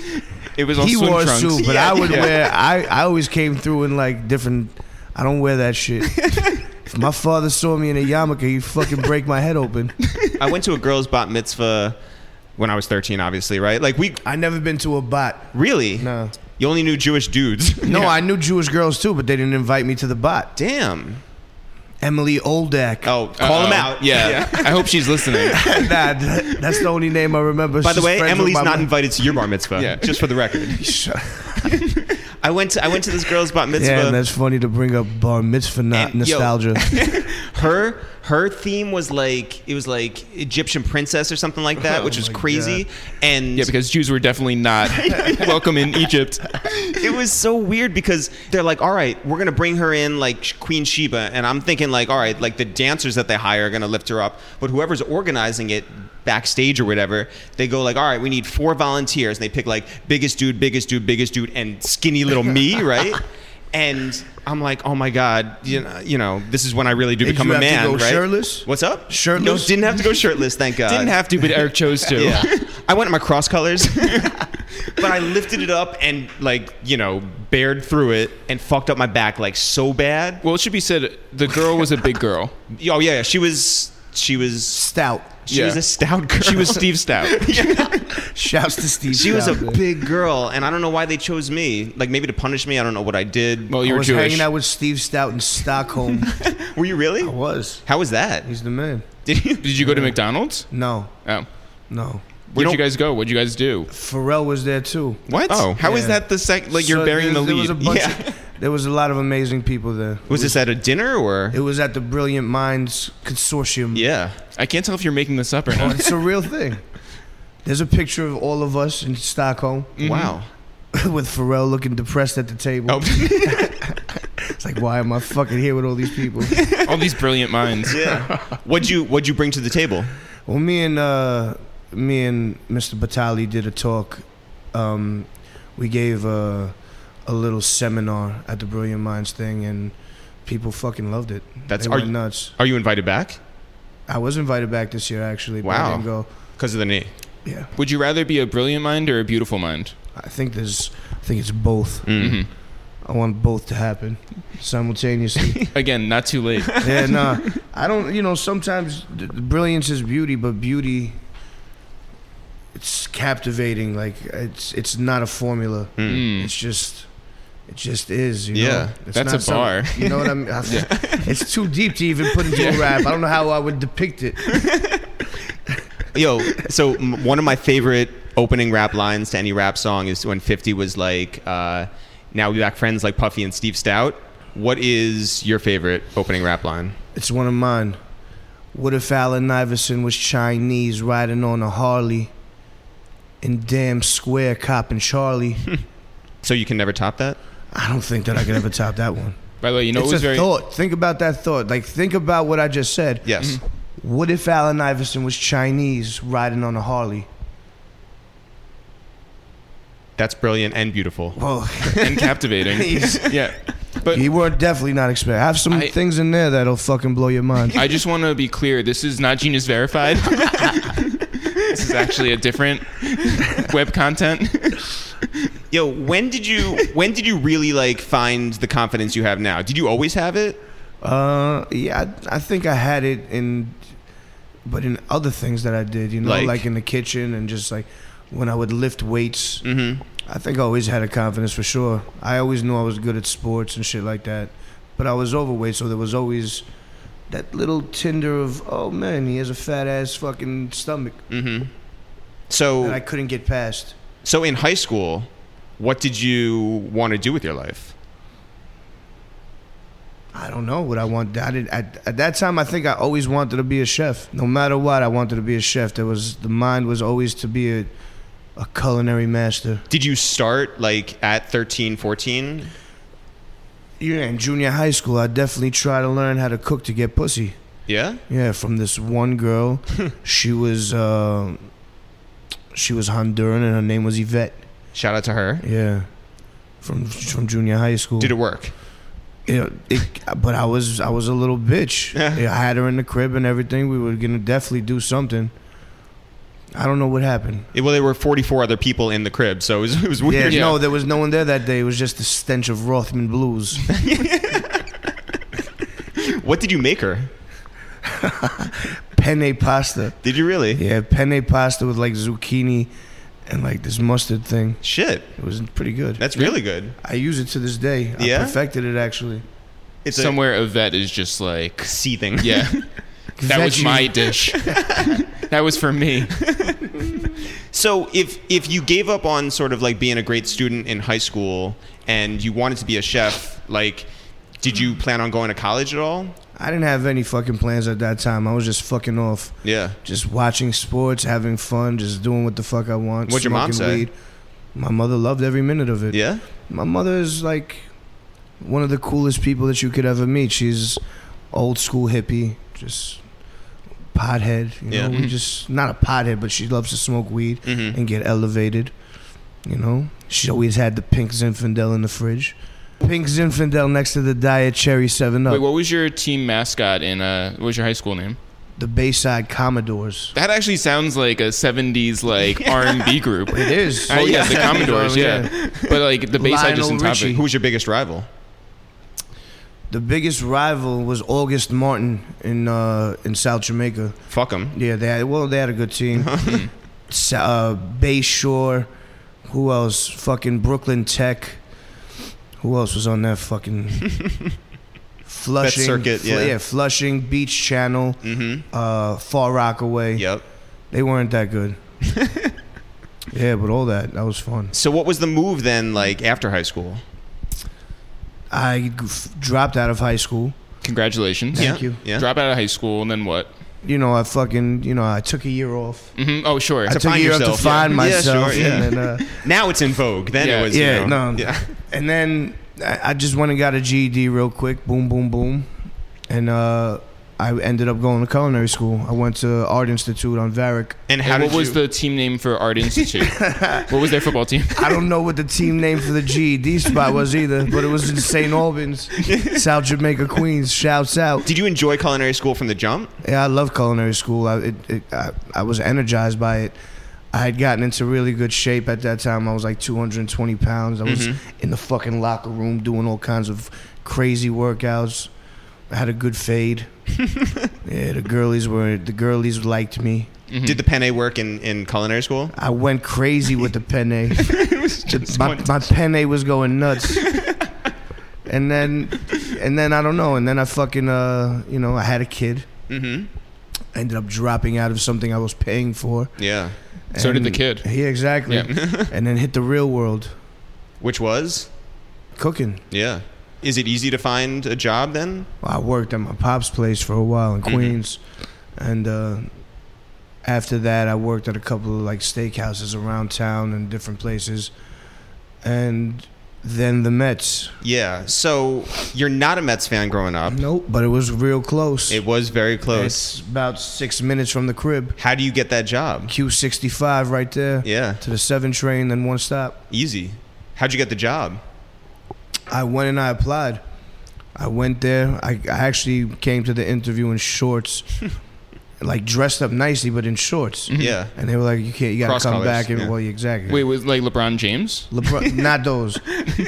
[SPEAKER 2] It was all
[SPEAKER 4] he
[SPEAKER 2] swim
[SPEAKER 4] wore
[SPEAKER 2] trunks.
[SPEAKER 4] a suit, but
[SPEAKER 1] Yeah,
[SPEAKER 4] I would
[SPEAKER 1] yeah.
[SPEAKER 4] wear. I I always came through in like different. I don't wear
[SPEAKER 1] [LAUGHS]
[SPEAKER 4] that shit. if my father saw me in a yarmulke, he'd fucking break my head open.
[SPEAKER 1] I went to a girls' bat mitzvah when I was 13, obviously, right? Like we
[SPEAKER 4] I never been to a bot.
[SPEAKER 1] really.
[SPEAKER 4] No,
[SPEAKER 1] You only knew Jewish dudes.
[SPEAKER 4] no, I knew Jewish girls too, but they didn't invite me to the bot.
[SPEAKER 1] Damn.
[SPEAKER 4] Emily Oldak.
[SPEAKER 1] Oh, call him
[SPEAKER 2] Uh-oh.
[SPEAKER 1] out. [LAUGHS]
[SPEAKER 2] Yeah. I hope she's listening.
[SPEAKER 4] [LAUGHS] nah, th- that's the only name I remember.
[SPEAKER 1] By the way, Emily's not
[SPEAKER 4] [LAUGHS] invited.
[SPEAKER 1] invited to your bar mitzvah.
[SPEAKER 2] Yeah.
[SPEAKER 1] Just for the record. I went to I went to this girl's bat mitzvah. [LAUGHS]
[SPEAKER 4] Yeah, and that's funny to bring up bar mitzvah not
[SPEAKER 1] And- yo.
[SPEAKER 4] nostalgia.
[SPEAKER 1] her Her theme was like it was like Egyptian princess or something like
[SPEAKER 4] [LAUGHS]
[SPEAKER 1] that, which was
[SPEAKER 4] Oh my
[SPEAKER 1] crazy.
[SPEAKER 4] God.
[SPEAKER 1] And
[SPEAKER 2] Yeah, because Jews were definitely not welcome in Egypt.
[SPEAKER 1] it was so weird because they're like, all right, we're gonna bring her in like Queen Sheba, and I'm thinking like, all right, like the dancers that they hire are gonna lift her up, but whoever's organizing it backstage or whatever, they go like, all right, we need four volunteers, and they pick like biggest dude, biggest dude, biggest dude, and skinny little
[SPEAKER 4] [LAUGHS]
[SPEAKER 1] me, right? And I'm like, oh my god, you know, you know this is when I really do
[SPEAKER 4] Did
[SPEAKER 1] become
[SPEAKER 4] you
[SPEAKER 1] a
[SPEAKER 4] have to
[SPEAKER 1] man,
[SPEAKER 4] go
[SPEAKER 1] right?
[SPEAKER 4] shirtless?
[SPEAKER 1] What's up?
[SPEAKER 4] Shirtless?
[SPEAKER 1] No, didn't have to go shirtless,
[SPEAKER 4] [LAUGHS]
[SPEAKER 1] thank God.
[SPEAKER 2] Didn't have to, but Eric chose to.
[SPEAKER 1] Yeah. [LAUGHS] I went in my cross colors, [LAUGHS] but I lifted it up and like you know bared through it and fucked up my back like so bad.
[SPEAKER 2] Well, it should be said the girl was a big girl.
[SPEAKER 1] Oh yeah, yeah, she was she was
[SPEAKER 4] Stout.
[SPEAKER 1] she
[SPEAKER 2] Yeah.
[SPEAKER 1] was a stout [LAUGHS] girl.
[SPEAKER 2] She was Steve Stout.
[SPEAKER 4] Shouts to Steve.
[SPEAKER 1] She was a
[SPEAKER 4] Stout, man.
[SPEAKER 1] big girl, and I don't know why they chose me. Like maybe to punish me. I don't know what I did.
[SPEAKER 2] Well,
[SPEAKER 4] I
[SPEAKER 2] you're
[SPEAKER 4] was
[SPEAKER 2] Jewish.
[SPEAKER 4] hanging out with Steve Stout in Stockholm.
[SPEAKER 1] [LAUGHS] were you really?
[SPEAKER 4] I was.
[SPEAKER 1] How was that?
[SPEAKER 4] He's the man.
[SPEAKER 1] Did you?
[SPEAKER 2] Did you go to McDonald's?
[SPEAKER 4] No,
[SPEAKER 2] Oh.
[SPEAKER 4] no.
[SPEAKER 2] Where'd
[SPEAKER 1] don't-
[SPEAKER 2] you guys go? What'd you guys do?
[SPEAKER 4] Pharrell was there too.
[SPEAKER 2] What? How
[SPEAKER 1] Oh.
[SPEAKER 2] is
[SPEAKER 4] Yeah.
[SPEAKER 2] that the second? Like you're
[SPEAKER 4] So
[SPEAKER 2] burying the
[SPEAKER 4] there- there
[SPEAKER 2] lead.
[SPEAKER 4] was a bunch
[SPEAKER 2] [LAUGHS]
[SPEAKER 1] Yeah.
[SPEAKER 4] of- there was a lot of amazing people there.
[SPEAKER 1] Was this at a dinner or?
[SPEAKER 4] It was at the Brilliant Minds Consortium.
[SPEAKER 1] Yeah.
[SPEAKER 2] I can't tell if you're making this up or
[SPEAKER 4] Oh, [LAUGHS]
[SPEAKER 2] not.
[SPEAKER 4] it's a real thing. There's a picture of all of us in Stockholm
[SPEAKER 1] Wow.
[SPEAKER 4] with Pharrell looking depressed at the table.
[SPEAKER 2] Mm. Oh.
[SPEAKER 4] [LAUGHS] It's like, why am I fucking here with all
[SPEAKER 2] [LAUGHS]
[SPEAKER 4] these people?
[SPEAKER 2] All these brilliant minds.
[SPEAKER 1] [LAUGHS] Yeah. what'd you What'd you bring to the table?
[SPEAKER 4] Well, me and uh, me and Mr. Batali did a talk. Um, we gave a, a little seminar at the Brilliant Minds thing, and people fucking loved it.
[SPEAKER 1] That's-
[SPEAKER 4] they
[SPEAKER 1] are
[SPEAKER 4] went
[SPEAKER 1] you-
[SPEAKER 4] nuts.
[SPEAKER 1] Are you invited back?
[SPEAKER 4] I was invited back this year actually. But I
[SPEAKER 1] Wow.
[SPEAKER 4] didn't go.
[SPEAKER 1] Because of the knee.
[SPEAKER 4] Yeah,
[SPEAKER 2] Would you rather be a brilliant mind or a beautiful mind?
[SPEAKER 4] I think there's. I think it's both.
[SPEAKER 1] Mm.
[SPEAKER 2] hmm
[SPEAKER 4] I want both to happen simultaneously.
[SPEAKER 2] Again, not too late.
[SPEAKER 4] yeah, nah. uh, I don't. You know, sometimes th- brilliance is beauty, but beauty. It's captivating. Like it's it's not a formula.
[SPEAKER 2] Mm.
[SPEAKER 4] It's just, it just is. You
[SPEAKER 1] Yeah,
[SPEAKER 4] know? It's
[SPEAKER 2] that's
[SPEAKER 4] not
[SPEAKER 2] a bar.
[SPEAKER 4] something- You know what
[SPEAKER 2] [LAUGHS]
[SPEAKER 4] I mean? I- [LAUGHS] It's too deep to even put into a rap. I don't know how I would depict it.
[SPEAKER 1] Yo, so m- one of my favorite opening rap lines to any rap song is when 50 was like, uh, now we back friends like Puffy and Steve Stout. What is your favorite opening rap line?
[SPEAKER 4] It's one of mine. What if Allen Iverson was Chinese riding on a Harley in damn square copping
[SPEAKER 2] [LAUGHS]
[SPEAKER 4] Charlie?
[SPEAKER 1] So you can never top that?
[SPEAKER 4] I don't think that I could ever top that one.
[SPEAKER 2] By the way, you know it
[SPEAKER 4] it's a
[SPEAKER 2] was very.
[SPEAKER 4] thought. Think about that thought. Like think about what I just said.
[SPEAKER 1] Yes.
[SPEAKER 4] What if Allen Iverson was Chinese riding on a Harley?
[SPEAKER 1] That's brilliant and beautiful.
[SPEAKER 2] [LAUGHS]
[SPEAKER 4] Well,
[SPEAKER 2] and
[SPEAKER 4] [LAUGHS]
[SPEAKER 2] captivating. yeah. But
[SPEAKER 4] You were definitely not expecting. I have some
[SPEAKER 2] I-
[SPEAKER 4] things in there that'll fucking blow
[SPEAKER 2] [LAUGHS]
[SPEAKER 4] your mind.
[SPEAKER 2] I just want to be clear this is not Genius Verified. [LAUGHS] this is actually a different web content.
[SPEAKER 1] Yo, when did you when did you really like find the confidence you have now? Did you always have it?
[SPEAKER 4] Uh, yeah, I, I think I had it in, but in other things that I did, you know,
[SPEAKER 1] Like?
[SPEAKER 4] like, in the kitchen and just like when I would lift weights.
[SPEAKER 1] Mm-hmm.
[SPEAKER 4] I think I always had a confidence for sure. I always knew I was good at sports and shit like that, but I was overweight, so there was always that little tinder of oh man, he has a fat ass fucking stomach
[SPEAKER 1] Mm-hmm.
[SPEAKER 4] that I
[SPEAKER 1] So
[SPEAKER 4] couldn't get past.
[SPEAKER 1] so in high school, what did you want to do with your life?
[SPEAKER 4] I don't know what I want. I did at, at that time. I think I always wanted to be a chef. No matter what, I wanted to be a chef. There was the mind was always to be a, a culinary master.
[SPEAKER 1] Did you start like at 13, 14?
[SPEAKER 4] Yeah, in junior high school, I definitely tried to learn how to cook to get pussy.
[SPEAKER 1] Yeah?
[SPEAKER 4] Yeah, from this one girl. she was uh, she was Honduran and her name was Yvette.
[SPEAKER 1] Shout out to her.
[SPEAKER 4] Yeah, from from junior high school.
[SPEAKER 1] Did it work?
[SPEAKER 4] Yeah, it, but I was I was a little bitch. Yeah, I had her in the crib and everything. We were gonna definitely do something. I don't know what happened.
[SPEAKER 1] It- well, there were 44 other people in the crib, so it was, [LAUGHS] it was
[SPEAKER 4] Yeah,
[SPEAKER 1] weird.
[SPEAKER 4] no, there was no one there that day. It was just the stench of Rothman blues. [LAUGHS]
[SPEAKER 1] What did you make her?
[SPEAKER 4] penne pasta.
[SPEAKER 1] Did you really?
[SPEAKER 4] Yeah, penne pasta with like zucchini and like this mustard thing.
[SPEAKER 1] Shit,
[SPEAKER 4] It was pretty good.
[SPEAKER 1] that's really good.
[SPEAKER 4] I use it to this day. I
[SPEAKER 1] Yeah?
[SPEAKER 4] perfected it actually.
[SPEAKER 1] It's somewhere
[SPEAKER 2] Somewhere a vet is just like,
[SPEAKER 1] a seething.
[SPEAKER 4] [LAUGHS]
[SPEAKER 2] yeah, that was
[SPEAKER 4] Veggie.
[SPEAKER 2] my dish. that was for me.
[SPEAKER 1] [LAUGHS] So if if you gave up on sort of like being a great student in high school and you wanted to be a chef, like, did you plan on going to college at all?
[SPEAKER 4] I didn't have any fucking plans at that time. I was just fucking off.
[SPEAKER 1] Yeah.
[SPEAKER 4] Just watching sports, having fun, just doing what the fuck I want.
[SPEAKER 1] What'd your mom
[SPEAKER 4] smoking
[SPEAKER 1] say?
[SPEAKER 4] Weed. My mother loved every minute of it.
[SPEAKER 1] Yeah.
[SPEAKER 4] My mother is like one of the coolest people that you could ever meet. She's old school hippie, just pothead. You
[SPEAKER 1] Yeah.
[SPEAKER 4] know,
[SPEAKER 2] Mm-hmm.
[SPEAKER 4] we just not a pothead, but she loves to smoke weed
[SPEAKER 1] Mm-hmm.
[SPEAKER 4] and get elevated. You know, she always had the pink Zinfandel in the fridge. Pink Zinfandel next to the Diet Cherry Seven Up.
[SPEAKER 2] Wait, what was your team mascot in uh what was your high school name?
[SPEAKER 4] the Bayside Commodores.
[SPEAKER 2] That actually sounds like a 70s like R&B
[SPEAKER 4] [LAUGHS]
[SPEAKER 2] group.
[SPEAKER 4] It is.
[SPEAKER 2] Oh yeah, the Commodores,
[SPEAKER 4] Yeah.
[SPEAKER 2] yeah. But like the Bayside just on
[SPEAKER 4] Lionel
[SPEAKER 2] top
[SPEAKER 4] Richie.
[SPEAKER 2] of
[SPEAKER 1] Who was your biggest rival?
[SPEAKER 4] The biggest rival was August Martin in uh, in South Jamaica.
[SPEAKER 1] Fuck him.
[SPEAKER 4] Yeah, they had, well they had a
[SPEAKER 1] [LAUGHS]
[SPEAKER 4] good team.
[SPEAKER 1] Mm-hmm.
[SPEAKER 4] S- uh, Bayshore, who else? Fucking Brooklyn Tech. Who else was on
[SPEAKER 1] [LAUGHS]
[SPEAKER 4] that fucking Flushing
[SPEAKER 1] circuit, yeah.
[SPEAKER 4] yeah, Flushing Beach Channel,
[SPEAKER 1] Mm-hmm.
[SPEAKER 4] uh, Far Rockaway.
[SPEAKER 1] Yep.
[SPEAKER 4] They weren't
[SPEAKER 1] [LAUGHS]
[SPEAKER 4] that good. yeah, but all that that was fun.
[SPEAKER 1] So what was the move then? Like after high school?
[SPEAKER 4] I g- dropped out of high school.
[SPEAKER 2] it. Congratulations.
[SPEAKER 1] yeah.
[SPEAKER 4] Thank you.
[SPEAKER 1] Yeah.
[SPEAKER 2] Drop out of high school and then what?
[SPEAKER 4] You know, I fucking you know I took a year off.
[SPEAKER 2] hmm Oh, sure.
[SPEAKER 4] I took
[SPEAKER 1] find
[SPEAKER 4] a year off
[SPEAKER 1] yourself,
[SPEAKER 4] to
[SPEAKER 1] yeah.
[SPEAKER 4] find
[SPEAKER 1] Yeah,
[SPEAKER 4] myself,
[SPEAKER 1] sure, yeah.
[SPEAKER 4] and then. Uh,
[SPEAKER 1] Now it's in vogue. Then
[SPEAKER 2] Yeah.
[SPEAKER 1] it was.
[SPEAKER 4] Yeah,
[SPEAKER 1] you know,
[SPEAKER 4] no.
[SPEAKER 1] Yeah. [LAUGHS]
[SPEAKER 4] And then I I just went and got a GED real quick. Boom, boom, boom. And uh, I ended up going to culinary school. I went to Art Institute on Varick.
[SPEAKER 1] And how
[SPEAKER 2] And what
[SPEAKER 1] did
[SPEAKER 2] was
[SPEAKER 1] you?
[SPEAKER 2] the team name for Art Institute? what was their football team?
[SPEAKER 4] I don't know what the team name for the GED spot was either, but it was in St.
[SPEAKER 1] [LAUGHS]
[SPEAKER 4] Albans, South Jamaica, Queens. Shouts out.
[SPEAKER 1] did you enjoy culinary school from the jump?
[SPEAKER 4] Yeah, I love culinary school. I, it, it, I, I was energized by it. I had gotten into really good shape at that time. I was like 220 pounds. I was in the fucking locker room doing all kinds of crazy workouts. I had a good fade. yeah, the girlies were the girlies liked me.
[SPEAKER 1] Did the penne work in, in culinary school?
[SPEAKER 4] I went crazy with the penne. my, my penne was going nuts. and then, and then I don't know. And then I fucking uh, you know, I had a kid.
[SPEAKER 1] Mm-hmm.
[SPEAKER 4] I ended up dropping out of something I was paying for.
[SPEAKER 1] Yeah.
[SPEAKER 2] So did the
[SPEAKER 4] And-
[SPEAKER 2] kid.
[SPEAKER 4] Yeah, exactly.
[SPEAKER 1] [LAUGHS]
[SPEAKER 4] and then hit the real world
[SPEAKER 1] Which was?
[SPEAKER 4] cooking.
[SPEAKER 1] Yeah. Is it easy to find a job then?
[SPEAKER 4] I worked at my pop's place for a while
[SPEAKER 2] Mm-hmm.
[SPEAKER 4] in Queens, and uh, after that, I worked at a couple of like steakhouses around town and different places, and then the Mets.
[SPEAKER 1] Yeah. So you're not a Mets fan growing up.
[SPEAKER 4] Nope, but it was real close.
[SPEAKER 1] It was very close.
[SPEAKER 4] It's about six minutes from the crib.
[SPEAKER 1] How do you get that job?
[SPEAKER 4] Q65 right there
[SPEAKER 1] Yeah.
[SPEAKER 4] to the seven train, then one stop.
[SPEAKER 1] Easy. How'd you get the job?
[SPEAKER 4] I went and I applied. I went there. I, I actually came to the interview
[SPEAKER 2] [LAUGHS]
[SPEAKER 4] in shorts, like dressed up nicely, but in shorts.
[SPEAKER 2] Mm-hmm.
[SPEAKER 1] Yeah.
[SPEAKER 4] And they were like, "You can't. You gotta
[SPEAKER 1] Cross
[SPEAKER 4] come
[SPEAKER 1] colours,
[SPEAKER 4] back." And
[SPEAKER 1] yeah.
[SPEAKER 4] well, yeah, exactly.
[SPEAKER 2] Wait, was like LeBron James? [LAUGHS]
[SPEAKER 4] LeBron, not those.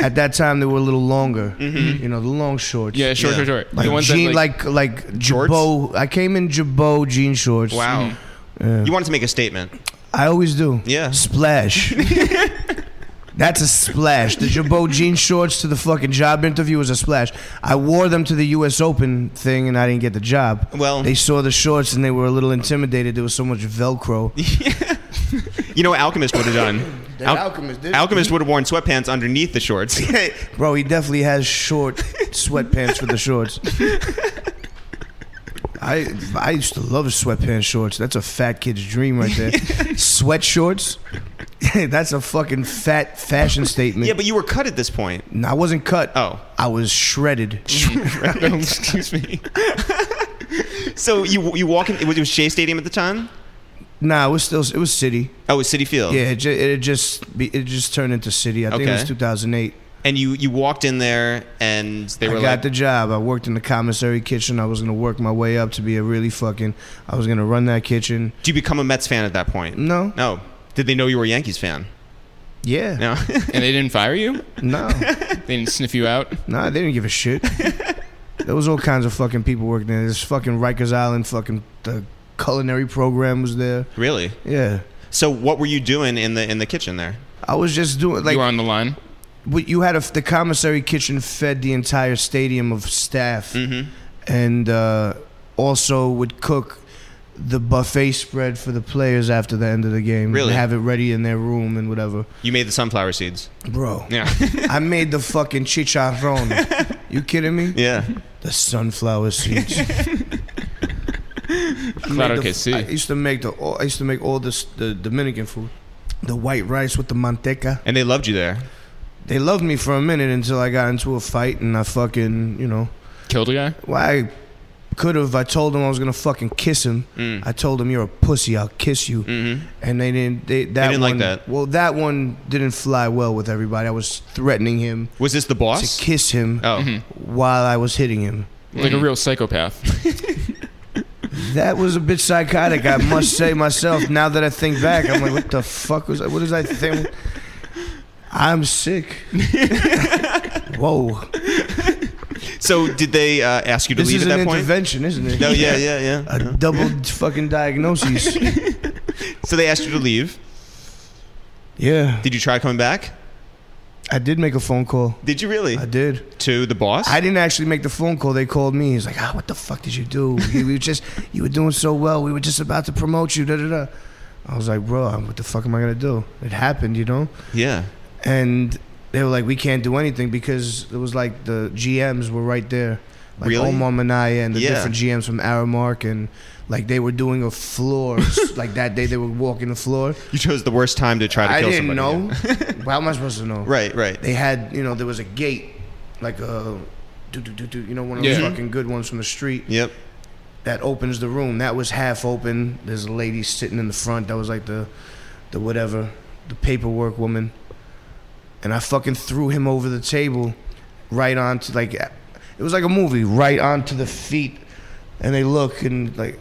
[SPEAKER 4] At that time, they were a little longer. You know, the long shorts.
[SPEAKER 2] Mm-hmm. Yeah, sure,
[SPEAKER 1] Yeah.
[SPEAKER 2] sure, sure.
[SPEAKER 4] Like
[SPEAKER 2] the ones
[SPEAKER 4] jean,
[SPEAKER 2] that like,
[SPEAKER 4] like like,
[SPEAKER 1] Shorts?
[SPEAKER 4] Jabot. I came in Jabot jean shorts.
[SPEAKER 1] Wow.
[SPEAKER 4] Yeah.
[SPEAKER 1] You wanted to make a statement.
[SPEAKER 4] I always do.
[SPEAKER 1] Yeah. [LAUGHS]
[SPEAKER 4] Splash. That's a splash. The Jabot jean shorts to the fucking job interview was a splash. I wore them to the U.S. Open thing and I didn't get the job.
[SPEAKER 1] Well,
[SPEAKER 4] They saw the shorts and they were a little intimidated. There was so
[SPEAKER 1] [LAUGHS]
[SPEAKER 4] much Velcro.
[SPEAKER 1] you know what Alchemist would have done? Al-
[SPEAKER 4] Alchemist did. [LAUGHS]
[SPEAKER 1] Alchemist would have worn sweatpants underneath the shorts.
[SPEAKER 4] Bro, he definitely has short sweatpants for
[SPEAKER 1] [LAUGHS]
[SPEAKER 4] the shorts. I I used to love sweatpants shorts. That's a fat kid's dream right
[SPEAKER 1] [LAUGHS]
[SPEAKER 4] there. Sweat shorts? [LAUGHS] That's a fucking fat fashion statement.
[SPEAKER 1] yeah, but you were cut at this point.
[SPEAKER 4] No, I wasn't cut.
[SPEAKER 1] Oh. Mm-hmm.
[SPEAKER 4] I was shredded. [LAUGHS]
[SPEAKER 2] excuse me.
[SPEAKER 1] [LAUGHS] So you you walk in, it was, it was Shea Stadium at the time?
[SPEAKER 4] Nah, it was still it was city.
[SPEAKER 1] Oh, it was City Field.
[SPEAKER 4] Yeah, it, ju- it just be, it just turned into city. I think it was
[SPEAKER 1] Okay.
[SPEAKER 4] 2008.
[SPEAKER 1] And you, you walked in there and they
[SPEAKER 4] I
[SPEAKER 1] were
[SPEAKER 4] got
[SPEAKER 1] like,
[SPEAKER 4] the job. I worked in the commissary kitchen. I was gonna work my way up to be a really fucking. I was gonna run that kitchen.
[SPEAKER 1] do you become a Mets fan at that point?
[SPEAKER 4] No,
[SPEAKER 1] No. Did they know you were a Yankees fan?
[SPEAKER 4] yeah, [LAUGHS]
[SPEAKER 1] No. [LAUGHS]
[SPEAKER 2] And they didn't fire you?
[SPEAKER 4] no.
[SPEAKER 2] They didn't sniff you out?
[SPEAKER 4] Nah, they didn't give a shit. there was all kinds of fucking people working there. There's fucking Rikers Island fucking the culinary program was there.
[SPEAKER 1] really?
[SPEAKER 4] Yeah.
[SPEAKER 1] So what were you doing in the in the kitchen there?
[SPEAKER 4] I was just doing like
[SPEAKER 2] you were on the line?
[SPEAKER 4] what you had a, the commissary kitchen fed the entire stadium of staff
[SPEAKER 1] Mm-hmm.
[SPEAKER 4] and uh, also would cook the buffet spread for the players after the end of the game.
[SPEAKER 1] Really?
[SPEAKER 4] And have it ready in their room and whatever. [LAUGHS]
[SPEAKER 1] You made the sunflower seeds.
[SPEAKER 4] Bro,
[SPEAKER 1] Yeah.
[SPEAKER 4] I made the fucking chicharron. You kidding me?
[SPEAKER 1] Yeah.
[SPEAKER 4] The sunflower seeds. I made
[SPEAKER 2] Claro
[SPEAKER 4] the-
[SPEAKER 2] que sí.
[SPEAKER 4] I used to make the all- I used to make all this the Dominican food, the white rice with the manteca.
[SPEAKER 1] [LAUGHS] And they loved you there.
[SPEAKER 4] They loved me for a minute until I got into a fight and I fucking you know
[SPEAKER 2] Killed a guy?
[SPEAKER 4] well I could have I told them I was gonna fucking kiss him. I told them you're a pussy. I'll kiss you.
[SPEAKER 1] Mm. Mm-hmm.
[SPEAKER 4] And they didn't. They that
[SPEAKER 1] didn't like
[SPEAKER 4] one-
[SPEAKER 1] that.
[SPEAKER 4] Well, that one didn't fly well with everybody. I was threatening him
[SPEAKER 1] Was this the boss?
[SPEAKER 4] to kiss him
[SPEAKER 1] oh.
[SPEAKER 4] while I was hitting him.
[SPEAKER 2] Mm-hmm. Like a real psychopath.
[SPEAKER 4] That was a bit psychotic, I must say myself. Now that I think back, I'm like, what the fuck was I? What is I think? I'm sick.
[SPEAKER 1] [LAUGHS]
[SPEAKER 4] Whoa.
[SPEAKER 1] So did they uh, ask you to
[SPEAKER 4] This
[SPEAKER 1] leave
[SPEAKER 4] is
[SPEAKER 1] at
[SPEAKER 4] an
[SPEAKER 1] that point?
[SPEAKER 4] intervention, isn't it?
[SPEAKER 1] No, yeah, yeah, yeah.
[SPEAKER 4] A double
[SPEAKER 1] [LAUGHS]
[SPEAKER 4] fucking diagnosis.
[SPEAKER 1] So they asked you to leave.
[SPEAKER 4] Yeah.
[SPEAKER 1] Did you try coming back?
[SPEAKER 4] I did make a phone call.
[SPEAKER 1] Did you really?
[SPEAKER 4] I did.
[SPEAKER 1] to the boss?
[SPEAKER 4] I didn't actually make the phone call. They called me. He's like, "Ah, what the fuck did you do? You were just, you were doing so well. We were just about to promote you." Da da da. I was like, "Bro, what the fuck am I gonna do? It happened, you know."
[SPEAKER 1] yeah.
[SPEAKER 4] And they were like, "We can't do anything because it was like the GMs were right there, like
[SPEAKER 1] Really?
[SPEAKER 4] Omar Minaya and the
[SPEAKER 1] Yeah.
[SPEAKER 4] different GMs from Aramark, and like they were doing
[SPEAKER 1] [LAUGHS]
[SPEAKER 4] a floor. like that day, they were walking the floor.
[SPEAKER 1] You chose the worst time to try to
[SPEAKER 4] I
[SPEAKER 1] kill
[SPEAKER 4] didn't
[SPEAKER 1] somebody.
[SPEAKER 4] know.
[SPEAKER 1] yeah. [LAUGHS]
[SPEAKER 4] How am I supposed to know?
[SPEAKER 1] Right, right.
[SPEAKER 4] they had you know there was a gate like a do do do do you know one of those
[SPEAKER 2] Yeah.
[SPEAKER 4] fucking good ones from the street
[SPEAKER 1] Yep.
[SPEAKER 4] that opens the room that was half open there's a lady sitting in the front that was like the the whatever the paperwork woman and I fucking threw him over the table right onto like it was like a movie right onto the feet and they look and like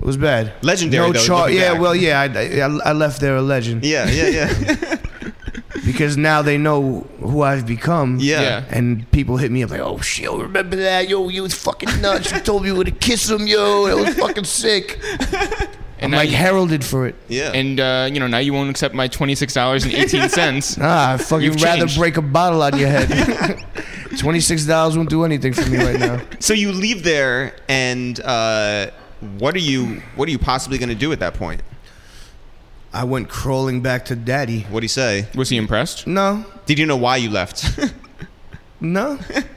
[SPEAKER 4] it was bad
[SPEAKER 1] Legendary,
[SPEAKER 4] no
[SPEAKER 1] though,
[SPEAKER 4] char-
[SPEAKER 1] looking
[SPEAKER 4] yeah
[SPEAKER 1] back.
[SPEAKER 4] well yeah I, I, I left there a legend
[SPEAKER 1] Yeah, yeah, yeah.
[SPEAKER 4] [LAUGHS] because now they know who I've become
[SPEAKER 1] Yeah.
[SPEAKER 2] Yeah.
[SPEAKER 4] and people hit me up like, "Oh shit, yo, remember that? Yo, you was fucking nuts. You told me you would have kissed him, yo. That was fucking sick." I'm
[SPEAKER 2] And now
[SPEAKER 4] like
[SPEAKER 2] you-
[SPEAKER 4] heralded for it.
[SPEAKER 1] Yeah.
[SPEAKER 2] And, uh, you know, now you won't accept my $26.18.
[SPEAKER 4] Ah, I fucking
[SPEAKER 2] You've
[SPEAKER 4] rather
[SPEAKER 2] changed.
[SPEAKER 4] break a bottle on
[SPEAKER 2] [LAUGHS]
[SPEAKER 4] your head. Twenty six dollars won't do anything for me right now.
[SPEAKER 1] so you leave there and uh, what are you what are you possibly going to do at that point?
[SPEAKER 4] [LAUGHS] I went crawling back to daddy.
[SPEAKER 1] What do you say?
[SPEAKER 2] Was he impressed?
[SPEAKER 4] No,
[SPEAKER 1] Did you know why you left? [LAUGHS]
[SPEAKER 4] no. [LAUGHS]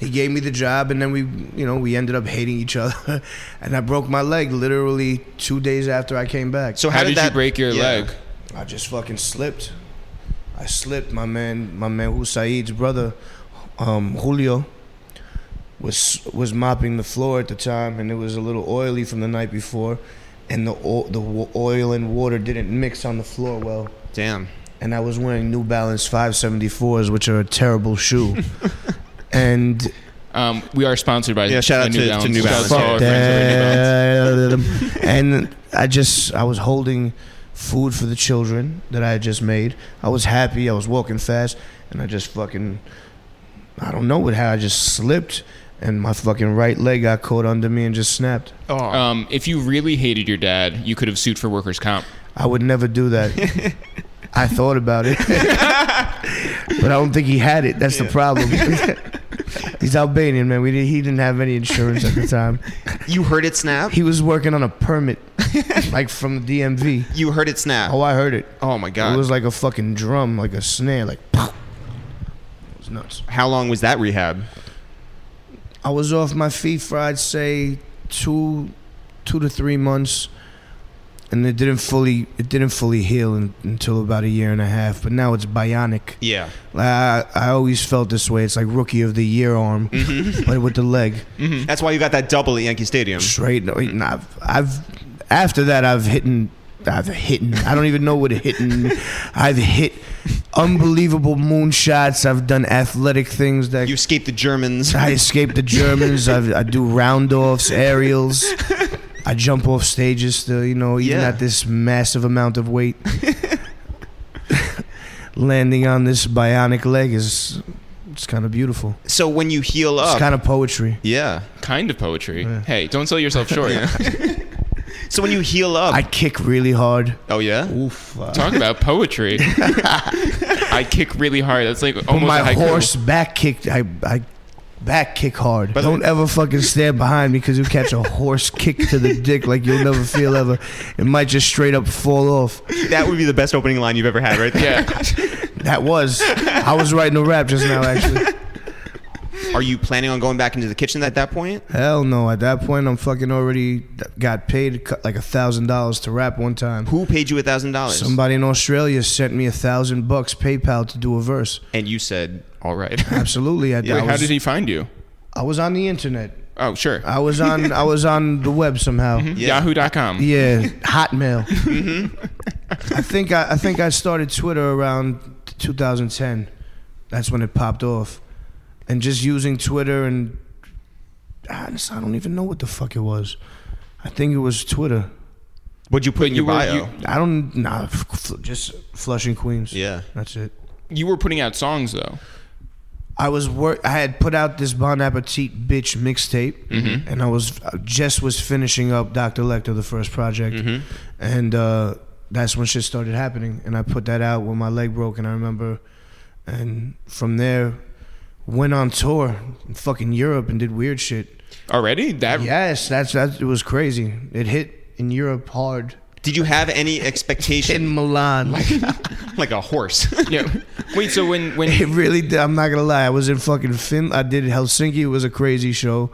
[SPEAKER 4] He gave me the job, and then we, you know, we ended up hating each other, [LAUGHS] and I broke my leg literally two days after I came back.
[SPEAKER 1] so how,
[SPEAKER 2] How, did,
[SPEAKER 1] that
[SPEAKER 2] you break your
[SPEAKER 1] yeah.
[SPEAKER 2] leg?
[SPEAKER 4] I just fucking slipped. I slipped. My man, my man, Husaid's brother, um, Julio, was was mopping the floor at the time, and it was a little oily from the night before, and the o- the wa- oil and water didn't mix on the floor well,
[SPEAKER 1] Damn.
[SPEAKER 4] and I was wearing New Balance 574s, which are a terrible shoe, and
[SPEAKER 2] Um, we are sponsored by
[SPEAKER 1] Yeah, shout
[SPEAKER 2] by
[SPEAKER 1] out to- to New
[SPEAKER 2] Shout
[SPEAKER 1] Balance.
[SPEAKER 2] out to all
[SPEAKER 1] Fuck
[SPEAKER 2] our friends over at New Balance.
[SPEAKER 4] Damn. and I just I was holding food for the children that I had just made. I was happy. I was walking fast, and I just fucking I don't know what how I just slipped, and my fucking right leg got caught under me and just snapped.
[SPEAKER 1] Uh,
[SPEAKER 2] Um, if you really hated your dad, you could have sued for workers' comp.
[SPEAKER 4] I would never do that. I thought about it, but I don't think he had it. That's the problem. He's Albanian, man. We did, he didn't have any insurance at the time.
[SPEAKER 1] You heard it snap?
[SPEAKER 4] He was working on a permit, like from the DMV.
[SPEAKER 1] You heard it snap.
[SPEAKER 4] Oh, I heard it.
[SPEAKER 1] Oh my god.
[SPEAKER 4] It was like a fucking drum, like a snare, like. Pow. It was nuts.
[SPEAKER 1] how long was that rehab?
[SPEAKER 4] I was off my feet for I'd say two, two to three months, and it didn't fully it didn't fully heal un until about a year and a half. But now it's bionic.
[SPEAKER 1] Yeah.
[SPEAKER 4] Like, I I always felt this way. It's like rookie of the year arm, but with the leg
[SPEAKER 1] Mm-hmm. That's why you got that double at Yankee Stadium.
[SPEAKER 4] straight. No, I've, I've after that I've hitten. I've hitten. I don't even know
[SPEAKER 1] [LAUGHS]
[SPEAKER 4] what hitting. I've hit unbelievable moonshots. I've done athletic things that
[SPEAKER 1] You escaped the Germans.
[SPEAKER 4] [LAUGHS] I escape the Germans. I've, I do
[SPEAKER 1] [LAUGHS]
[SPEAKER 4] roundoffs, aerials. I jump off stages still, you know, even
[SPEAKER 1] Yeah.
[SPEAKER 4] at this massive amount of
[SPEAKER 1] [LAUGHS]
[SPEAKER 4] weight. Landing on this bionic leg is it's kind of beautiful.
[SPEAKER 1] So when you heal
[SPEAKER 4] It's
[SPEAKER 1] up,
[SPEAKER 4] kind of poetry.
[SPEAKER 1] yeah.
[SPEAKER 2] Kind of poetry. Hey, don't sell yourself short.
[SPEAKER 1] So when you heal up,
[SPEAKER 4] I kick really hard.
[SPEAKER 1] oh yeah,
[SPEAKER 4] Oof.
[SPEAKER 2] [LAUGHS]
[SPEAKER 4] uh,
[SPEAKER 2] Talk
[SPEAKER 1] [LAUGHS]
[SPEAKER 2] about poetry. I kick really hard. That's like
[SPEAKER 4] But
[SPEAKER 2] almost a
[SPEAKER 4] my
[SPEAKER 2] haiku.
[SPEAKER 4] horse back kicked. I, I back kick hard. Don't ever fucking stand behind me because you'll catch a
[SPEAKER 2] [LAUGHS]
[SPEAKER 4] horse kick to the dick like you'll never feel ever. It might just straight up fall off.
[SPEAKER 1] that would be the best opening line you've ever had, right there.
[SPEAKER 2] Yeah. [LAUGHS]
[SPEAKER 4] That was. I was writing a rap just now, actually.
[SPEAKER 1] Are Are you planning on going back into the kitchen at that point?
[SPEAKER 4] Hell no. At that point, I'm fucking already got paid cu- like a thousand dollars to rap one time.
[SPEAKER 1] Who paid you a thousand dollars?
[SPEAKER 4] Somebody in Australia sent me a thousand bucks PayPal to do a verse.
[SPEAKER 1] And you said, "All
[SPEAKER 4] [LAUGHS]
[SPEAKER 1] right."
[SPEAKER 4] Absolutely, I, I,
[SPEAKER 2] How
[SPEAKER 4] was,
[SPEAKER 2] did he find you?
[SPEAKER 4] I was on the internet.
[SPEAKER 2] Oh, sure.
[SPEAKER 1] Uh,
[SPEAKER 4] I was on I was on the web
[SPEAKER 2] Mm-hmm.
[SPEAKER 4] somehow.
[SPEAKER 2] Yahoo.com.
[SPEAKER 4] Yeah, Hotmail. I think I, I think I started Twitter around 2010. That's when it popped off, and just using Twitter and honestly, I don't even know what the fuck it was. I think it was Twitter.
[SPEAKER 1] What'd you put in your
[SPEAKER 2] were-
[SPEAKER 1] bio?
[SPEAKER 2] you-
[SPEAKER 4] I don't nah, f- f- just Flushing Queens.
[SPEAKER 1] yeah.
[SPEAKER 4] that's it.
[SPEAKER 2] You were putting out songs though.
[SPEAKER 4] I was work. I had put out this Bon Appetit bitch mixtape,
[SPEAKER 1] Mm-hmm.
[SPEAKER 4] and I was I just was finishing up Doctor Lecter, the first project, and uh, that's when shit started happening. And I put that out when my leg broke, and I remember, and from there, went on tour in fucking Europe and did weird shit.
[SPEAKER 2] Already? That
[SPEAKER 4] Yes, that's that. It was crazy. It hit in Europe hard.
[SPEAKER 1] Did you have any expectation? [LAUGHS]
[SPEAKER 2] [LAUGHS]
[SPEAKER 4] In Milan,
[SPEAKER 1] like a horse.
[SPEAKER 2] yeah. Wait, so when when
[SPEAKER 4] [LAUGHS] It really did. I'm not gonna lie. I was in fucking Fin. I did Helsinki. It was a crazy show.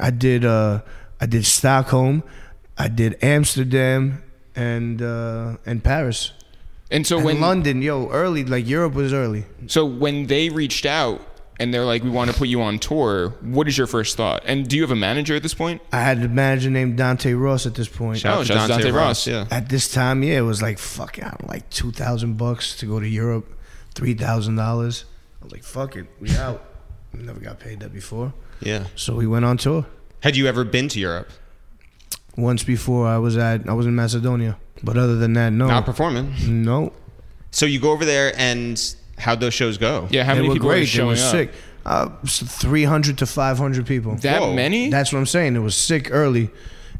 [SPEAKER 4] I did. uh I did Stockholm. I did Amsterdam and uh and Paris.
[SPEAKER 2] and so
[SPEAKER 4] And
[SPEAKER 2] when
[SPEAKER 4] London, yo, early. Like Europe was early.
[SPEAKER 2] so when they reached out and they're like, We want to put you on tour, what is your first thought? And do you have a manager at this point?
[SPEAKER 4] I had a manager named Dante Ross at this point.
[SPEAKER 2] Shout- Oh, shout out to Dante Ross.
[SPEAKER 1] Yeah.
[SPEAKER 4] At this time, yeah, it was like fuck. I don't like two thousand bucks to go to Europe, three thousand dollars. I was like, fuck it, we out. Never got paid that before.
[SPEAKER 1] [LAUGHS] Yeah.
[SPEAKER 4] So we went on tour.
[SPEAKER 1] Had you ever been to Europe?
[SPEAKER 4] Once before, I was at I was in Macedonia, but other than that, no,
[SPEAKER 2] Oh.
[SPEAKER 1] Not performing.
[SPEAKER 4] no.
[SPEAKER 1] So you go over there, and how'd those shows go?
[SPEAKER 2] Yeah, how
[SPEAKER 4] they
[SPEAKER 2] many
[SPEAKER 4] were
[SPEAKER 2] people
[SPEAKER 4] great.
[SPEAKER 2] are
[SPEAKER 4] they
[SPEAKER 2] showing
[SPEAKER 4] were
[SPEAKER 2] up?
[SPEAKER 4] sick. Uh, three hundred to five hundred people.
[SPEAKER 2] That
[SPEAKER 1] Whoa.
[SPEAKER 2] many?
[SPEAKER 4] That's what I'm saying. It was sick early.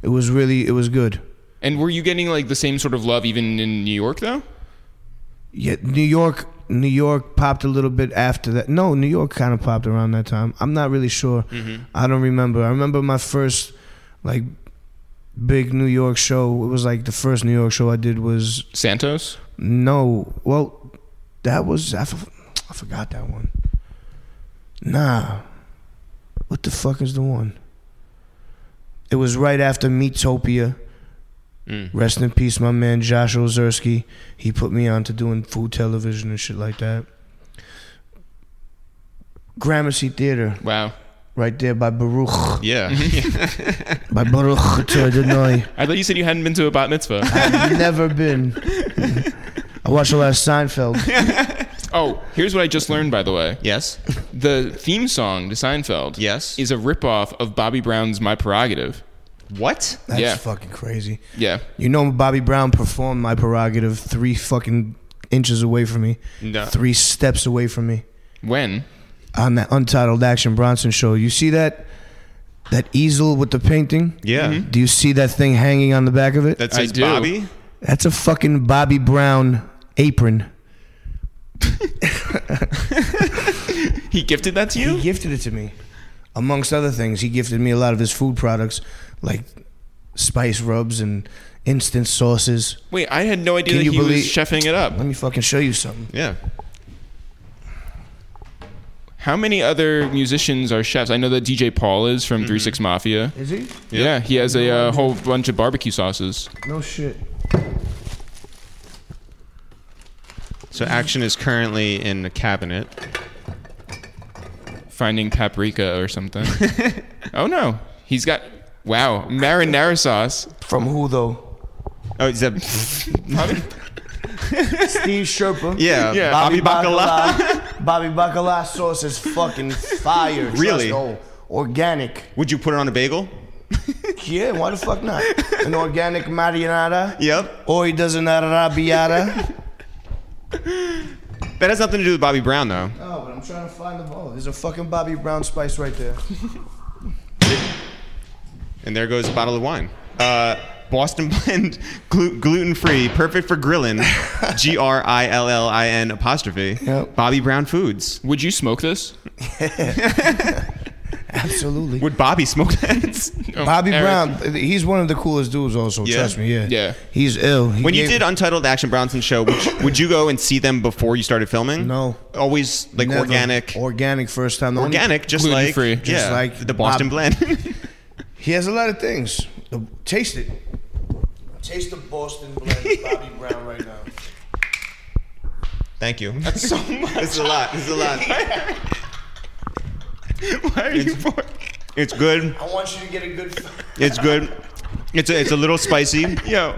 [SPEAKER 4] It was really it was good.
[SPEAKER 2] and were you getting like the same sort of love even in New York though?
[SPEAKER 4] Yeah, New York, New York popped a little bit after that. No, New York kind of popped around that time. I'm not really sure.
[SPEAKER 2] Mm-hmm.
[SPEAKER 4] I don't remember. I remember my first like big New York show. It was like the first New York show I did was
[SPEAKER 2] Santos?
[SPEAKER 4] No. Well, that was I, f- I forgot that one. Nah. What the fuck is the one? It was right after Meatopia.
[SPEAKER 1] Mm.
[SPEAKER 4] Rest in peace, my man Josh Ozersky. He put me on to doing food television and shit like that. Gramercy Theater,
[SPEAKER 2] Wow.
[SPEAKER 4] right there by Baruch,
[SPEAKER 2] [LAUGHS]
[SPEAKER 1] Yeah.
[SPEAKER 4] by Baruch Tordanoy.
[SPEAKER 2] I thought you said you hadn't been to a bat [LAUGHS] mitzvah.
[SPEAKER 4] I've never [LAUGHS] been. I watched a lot of Seinfeld.
[SPEAKER 2] oh, here's what I just learned by the way.
[SPEAKER 1] [LAUGHS] yes.
[SPEAKER 2] The theme song to Seinfeld
[SPEAKER 1] Yes.
[SPEAKER 2] is a ripoff of Bobby Brown's My Prerogative.
[SPEAKER 1] what?
[SPEAKER 4] That's
[SPEAKER 2] Yeah.
[SPEAKER 4] fucking crazy.
[SPEAKER 2] Yeah.
[SPEAKER 4] You know, Bobby Brown performed my prerogative three fucking inches away from me,
[SPEAKER 1] No.
[SPEAKER 4] three steps away from me
[SPEAKER 2] When?
[SPEAKER 4] on that Untitled Action Bronson show. You see that that easel with the painting?
[SPEAKER 1] Yeah.
[SPEAKER 4] Do you see that thing hanging on the back of it?
[SPEAKER 1] That
[SPEAKER 2] I
[SPEAKER 1] says
[SPEAKER 2] do.
[SPEAKER 1] Bobby.
[SPEAKER 4] That's a fucking Bobby Brown apron.
[SPEAKER 2] He gifted that to you?
[SPEAKER 4] He gifted it to me. Amongst other things, he gifted me a lot of his food products, like spice rubs and instant sauces.
[SPEAKER 2] Wait, I had no idea
[SPEAKER 4] Can
[SPEAKER 2] that
[SPEAKER 4] you
[SPEAKER 2] he
[SPEAKER 4] believe-
[SPEAKER 2] was chefing it up.
[SPEAKER 4] Let me fucking show you something.
[SPEAKER 1] Yeah.
[SPEAKER 2] How many other musicians are chefs? I know that DJ Paul is from Three Six Mafia.
[SPEAKER 4] Is he?
[SPEAKER 2] Mm-hmm. Yeah, he has a uh, whole bunch of barbecue sauces.
[SPEAKER 4] No shit.
[SPEAKER 1] So action is currently in the cabinet.
[SPEAKER 2] Finding paprika or something. [LAUGHS] oh no, he's got wow marinara sauce.
[SPEAKER 4] From who though?
[SPEAKER 1] Oh, is that? [LAUGHS]
[SPEAKER 4] Steve Sherpa.
[SPEAKER 1] Yeah, Yeah. Bobby
[SPEAKER 4] Bacala. [LAUGHS] Bobby Bacala sauce is fucking fire. Trust
[SPEAKER 1] Really?
[SPEAKER 4] no. Organic.
[SPEAKER 1] [LAUGHS] Would you put it on a bagel?
[SPEAKER 4] Yeah, why the fuck not? An organic marinara.
[SPEAKER 1] Yep.
[SPEAKER 4] Hoy does an arrabbiata.
[SPEAKER 1] [LAUGHS] That has nothing to do with Bobby Brown, though.
[SPEAKER 4] Oh, but I'm trying to find the ball. There's a fucking Bobby Brown spice right there.
[SPEAKER 1] And there goes a bottle of wine. Uh, Boston [LAUGHS] Blend, glu- gluten free, perfect for
[SPEAKER 4] [LAUGHS]
[SPEAKER 1] grilling. G R I L L I N apostrophe.
[SPEAKER 4] Yep.
[SPEAKER 1] Bobby Brown Foods.
[SPEAKER 2] Would you smoke this?
[SPEAKER 4] Absolutely.
[SPEAKER 1] Would Bobby smoke that?
[SPEAKER 4] [LAUGHS] Oh, Bobby
[SPEAKER 2] Eric. [LAUGHS]
[SPEAKER 4] Brown, he's one of the coolest dudes. Also,
[SPEAKER 1] Yeah.
[SPEAKER 4] trust me. Yeah.
[SPEAKER 2] Yeah.
[SPEAKER 4] He's ill. He
[SPEAKER 1] when you
[SPEAKER 4] gave-
[SPEAKER 1] did uh, Untitled Action Bronson show, would, would you go and see them before you started filming?
[SPEAKER 4] No.
[SPEAKER 1] Always like
[SPEAKER 4] never-
[SPEAKER 1] organic.
[SPEAKER 4] organic first time. The only-
[SPEAKER 1] organic, just like
[SPEAKER 2] Gluten-free.
[SPEAKER 4] Just
[SPEAKER 1] yeah,
[SPEAKER 4] like
[SPEAKER 1] the Boston
[SPEAKER 4] Bob-
[SPEAKER 1] blend.
[SPEAKER 4] [LAUGHS] He has a lot of things. The- Taste it. Taste the Boston blend, Bobby Brown, right now.
[SPEAKER 1] Thank you. That's [LAUGHS] so much. This is a lot. This is a lot. Why are you for?
[SPEAKER 2] [LAUGHS]
[SPEAKER 1] It's good.
[SPEAKER 4] I want you to get a good.
[SPEAKER 1] It's good. It's a, it's a little
[SPEAKER 4] [LAUGHS]
[SPEAKER 1] spicy.
[SPEAKER 6] Yo,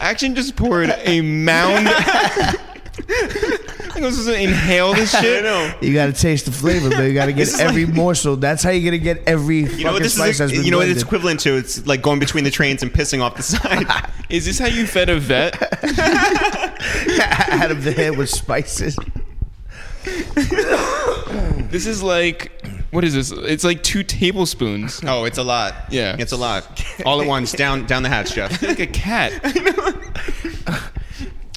[SPEAKER 6] Action just poured
[SPEAKER 2] [LAUGHS]
[SPEAKER 6] a mound. I think I was supposed to inhale this shit.
[SPEAKER 4] You gotta taste the flavor, but you gotta get every morsel. That's how you're gonna get every
[SPEAKER 1] You know
[SPEAKER 4] fucking
[SPEAKER 1] what this
[SPEAKER 4] spice
[SPEAKER 1] is?
[SPEAKER 4] that's been
[SPEAKER 1] you know what it's
[SPEAKER 4] blended.
[SPEAKER 1] equivalent to? It's like going between the trains and pissing off the [LAUGHS] side.
[SPEAKER 2] Is this how you fed a vet?
[SPEAKER 4] [LAUGHS] out of the head with spices.
[SPEAKER 2] This is like, what is this? It's like two [LAUGHS] tablespoons.
[SPEAKER 1] oh, it's a lot.
[SPEAKER 2] Yeah.
[SPEAKER 1] it's a lot. [LAUGHS] All at once, down down the hatch, Jeff.
[SPEAKER 2] Like a cat.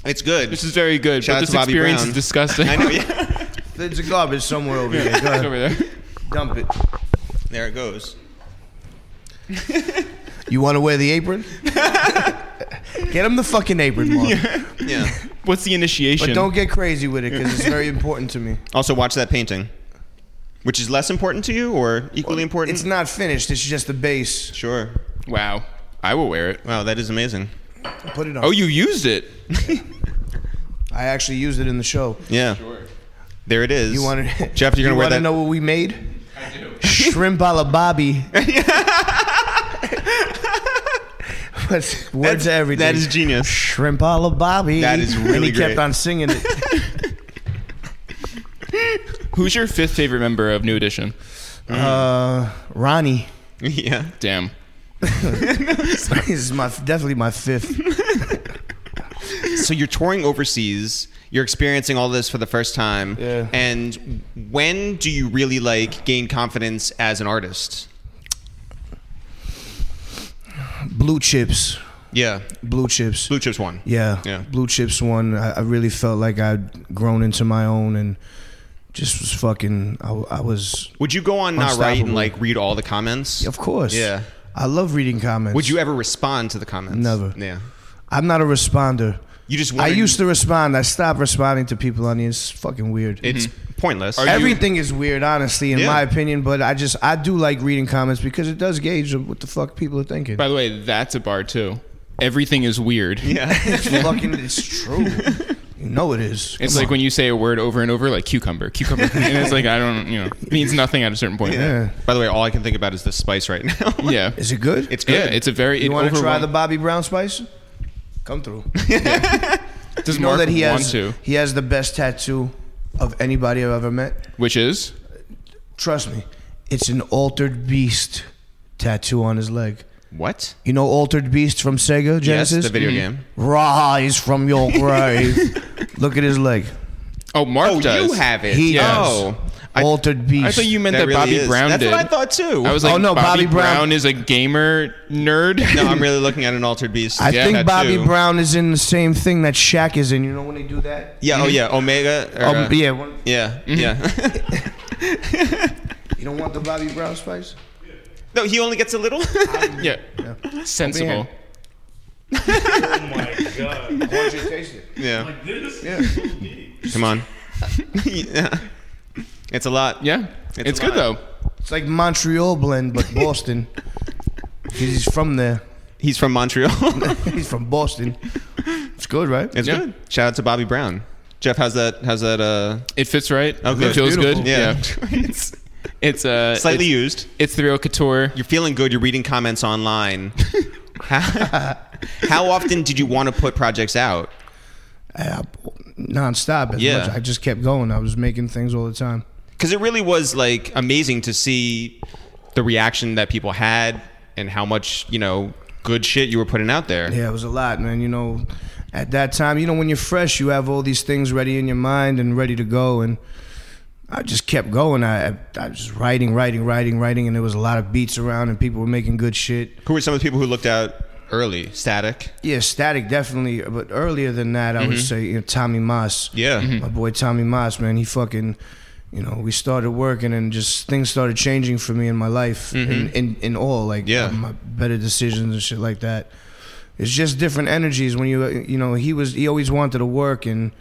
[SPEAKER 1] It's good.
[SPEAKER 2] This is very good,
[SPEAKER 1] Shout out
[SPEAKER 2] but this
[SPEAKER 1] to Bobby
[SPEAKER 2] experience
[SPEAKER 1] Brown.
[SPEAKER 2] is disgusting.
[SPEAKER 1] I [LAUGHS] know. Yeah.
[SPEAKER 4] There's a garbage somewhere over here. Go
[SPEAKER 2] It's [LAUGHS]
[SPEAKER 4] ahead,
[SPEAKER 2] over there.
[SPEAKER 4] Dump it.
[SPEAKER 1] There it goes.
[SPEAKER 4] You want to wear the [LAUGHS] apron? get him the fucking apron, Mark.
[SPEAKER 1] Yeah.
[SPEAKER 2] What's the initiation?
[SPEAKER 4] But don't get crazy with it because it's very important [LAUGHS] to me.
[SPEAKER 1] [LAUGHS] Also, watch that painting, which is less important to you or equally important.
[SPEAKER 4] It's not finished. It's just the base.
[SPEAKER 1] Sure.
[SPEAKER 2] wow. I will wear it.
[SPEAKER 1] Wow, that is amazing.
[SPEAKER 4] Put it on.
[SPEAKER 2] Oh, you used it.
[SPEAKER 4] I actually used it in the show.
[SPEAKER 1] Yeah. There it is.
[SPEAKER 4] You want to?
[SPEAKER 1] Jeff, you're gonna
[SPEAKER 4] [LAUGHS] you
[SPEAKER 1] wear
[SPEAKER 4] wanna
[SPEAKER 1] that-
[SPEAKER 4] know what we made? I do. Shrimp a la
[SPEAKER 1] [LAUGHS]
[SPEAKER 4] Bobby. What's words to everything?
[SPEAKER 1] That is genius.
[SPEAKER 4] shrimp a la Bobby.
[SPEAKER 1] That is
[SPEAKER 4] And
[SPEAKER 1] really
[SPEAKER 4] he
[SPEAKER 1] great.
[SPEAKER 4] kept on singing
[SPEAKER 1] [LAUGHS]
[SPEAKER 4] it.
[SPEAKER 2] Who's your fifth favorite member of New Edition?
[SPEAKER 1] Mm-hmm.
[SPEAKER 4] uh, Ronnie.
[SPEAKER 1] [LAUGHS]
[SPEAKER 4] [LAUGHS]
[SPEAKER 1] yeah.
[SPEAKER 2] Damn.
[SPEAKER 4] this is my definitely my fifth.
[SPEAKER 1] So you're touring overseas. You're experiencing all this for the first time.
[SPEAKER 4] Yeah.
[SPEAKER 1] And when do you really like gain confidence as an artist?
[SPEAKER 4] Blue chips.
[SPEAKER 1] Yeah.
[SPEAKER 4] Blue chips.
[SPEAKER 1] Blue Chips one.
[SPEAKER 4] Yeah.
[SPEAKER 1] Yeah.
[SPEAKER 4] Blue Chips one. I, I really felt like I'd grown into my own and just was fucking. I, I was.
[SPEAKER 1] Would you go on Not Right and
[SPEAKER 4] Unstoppable.
[SPEAKER 1] like read all the comments?
[SPEAKER 4] Of course.
[SPEAKER 1] Yeah.
[SPEAKER 4] I love reading comments.
[SPEAKER 1] Would you ever respond to the comments?
[SPEAKER 4] Never.
[SPEAKER 1] Yeah.
[SPEAKER 4] I'm not a responder.
[SPEAKER 1] You just.
[SPEAKER 4] I
[SPEAKER 1] wanted-
[SPEAKER 4] used to respond. I stopped responding to people on the. It's fucking weird.
[SPEAKER 1] It's pointless.
[SPEAKER 4] [LAUGHS] Everything is weird, honestly, in
[SPEAKER 1] Yeah.
[SPEAKER 4] my opinion. But I just I do like reading comments because it does gauge what the fuck people are thinking.
[SPEAKER 2] By the way, that's a bar too. Everything is weird.
[SPEAKER 1] Yeah.
[SPEAKER 4] It's fucking, it's true. You know it is.
[SPEAKER 2] It's like when you say a word over and over, like cucumber, cucumber,
[SPEAKER 1] [LAUGHS]
[SPEAKER 2] and it's like I don't, you know, it means nothing at a certain point. Yeah,
[SPEAKER 4] yeah.
[SPEAKER 1] [LAUGHS] By the way, all I can think about is the spice right now. [LAUGHS]
[SPEAKER 2] yeah,
[SPEAKER 4] Is it good?
[SPEAKER 1] It's good.
[SPEAKER 2] it's a very.
[SPEAKER 4] You
[SPEAKER 2] it
[SPEAKER 4] want to try
[SPEAKER 2] overwhelm-
[SPEAKER 4] the Bobby Brown spice? Come through.
[SPEAKER 2] Does
[SPEAKER 4] You know
[SPEAKER 2] Mark
[SPEAKER 4] that he
[SPEAKER 2] want
[SPEAKER 4] has
[SPEAKER 2] to?
[SPEAKER 4] he has the best tattoo of anybody I've ever met.
[SPEAKER 2] Which is
[SPEAKER 4] Trust me, it's an altered beast tattoo on his leg.
[SPEAKER 1] what?
[SPEAKER 4] You know altered beast from Sega Genesis. Mm-hmm.
[SPEAKER 1] Yes, the video game.
[SPEAKER 4] Rise
[SPEAKER 1] [LAUGHS]
[SPEAKER 4] from your grave. Look at his leg.
[SPEAKER 2] oh, Mark does.
[SPEAKER 1] have it.
[SPEAKER 4] He
[SPEAKER 2] Yes.
[SPEAKER 4] does.
[SPEAKER 1] Oh, I-
[SPEAKER 4] altered beast.
[SPEAKER 2] I thought you meant
[SPEAKER 1] that
[SPEAKER 2] that,
[SPEAKER 1] really
[SPEAKER 2] Bobby
[SPEAKER 1] is.
[SPEAKER 2] Brown
[SPEAKER 1] That's
[SPEAKER 2] did.
[SPEAKER 1] what I thought too.
[SPEAKER 2] I was like,
[SPEAKER 4] Oh, no,
[SPEAKER 2] Bobby,
[SPEAKER 4] Bobby Brown-
[SPEAKER 2] Brown is a gamer nerd.
[SPEAKER 1] [LAUGHS] no, I'm
[SPEAKER 4] [LAUGHS]
[SPEAKER 1] really looking at an altered beast.
[SPEAKER 4] I think Bobby
[SPEAKER 1] tattoo.
[SPEAKER 4] Brown is in the same thing that Shaq is in. You know when they do that?
[SPEAKER 1] Yeah. Oh yeah. Omega. or, uh,
[SPEAKER 4] Um, yeah. When,
[SPEAKER 1] Yeah. Yeah. [LAUGHS]
[SPEAKER 4] you don't want the Bobby Brown spice?
[SPEAKER 1] no, he only gets a little.
[SPEAKER 2] [LAUGHS] yeah. sensible.
[SPEAKER 4] Over
[SPEAKER 7] Oh my god.
[SPEAKER 4] I want you to taste it.
[SPEAKER 1] yeah.
[SPEAKER 7] Like this?
[SPEAKER 4] [LAUGHS] Yeah.
[SPEAKER 7] Is so deep.
[SPEAKER 1] Come on. [LAUGHS] yeah. It's a lot.
[SPEAKER 2] Yeah,
[SPEAKER 1] It's
[SPEAKER 2] it's,
[SPEAKER 1] a
[SPEAKER 2] good though.
[SPEAKER 1] lot.
[SPEAKER 4] It's like Montreal
[SPEAKER 1] [LAUGHS]
[SPEAKER 4] blend, but Boston. Because he's from there. [LAUGHS]
[SPEAKER 1] He's from Montreal.
[SPEAKER 4] He's from Boston. It's good, right?
[SPEAKER 1] [LAUGHS] it's
[SPEAKER 2] Yeah.
[SPEAKER 1] good. Shout out to Bobby Brown. Jeff, how's that? How's that? Uh,
[SPEAKER 2] It fits right.
[SPEAKER 1] Oh, good.
[SPEAKER 2] It feels
[SPEAKER 4] Beautiful.
[SPEAKER 2] good.
[SPEAKER 1] yeah.
[SPEAKER 2] Yeah.
[SPEAKER 1] [LAUGHS] it's
[SPEAKER 2] It's uh,
[SPEAKER 1] slightly
[SPEAKER 2] It's,
[SPEAKER 1] used.
[SPEAKER 2] it's the real couture.
[SPEAKER 1] You're feeling good. You're reading comments online. how, how often did you want to put projects out?
[SPEAKER 4] Uh, nonstop. As
[SPEAKER 1] Yeah.
[SPEAKER 4] much. I just kept going. I was making things all the time.
[SPEAKER 1] because it really was like amazing to see the reaction that people had and how much you know good shit you were putting out there.
[SPEAKER 4] Yeah, it was a lot, man. You know, at that time, you know, when you're fresh, you have all these things ready in your mind and ready to go. And I just kept going. I, I was writing, writing, writing, writing. And there was a lot of beats around, and people were making good shit.
[SPEAKER 1] Who were some of the people who looked out early? Static.
[SPEAKER 4] Yeah, Static definitely, but
[SPEAKER 2] Mm-hmm.
[SPEAKER 4] earlier than that, I would say you know, Tommy Moss.
[SPEAKER 1] Yeah.
[SPEAKER 4] my boy Tommy Moss, man, he fucking you know, we started working and just things started changing for me in my life in, in, in all like
[SPEAKER 1] Yeah.
[SPEAKER 4] my better decisions and shit like that. It's just different energies when you you know he was he always wanted to work and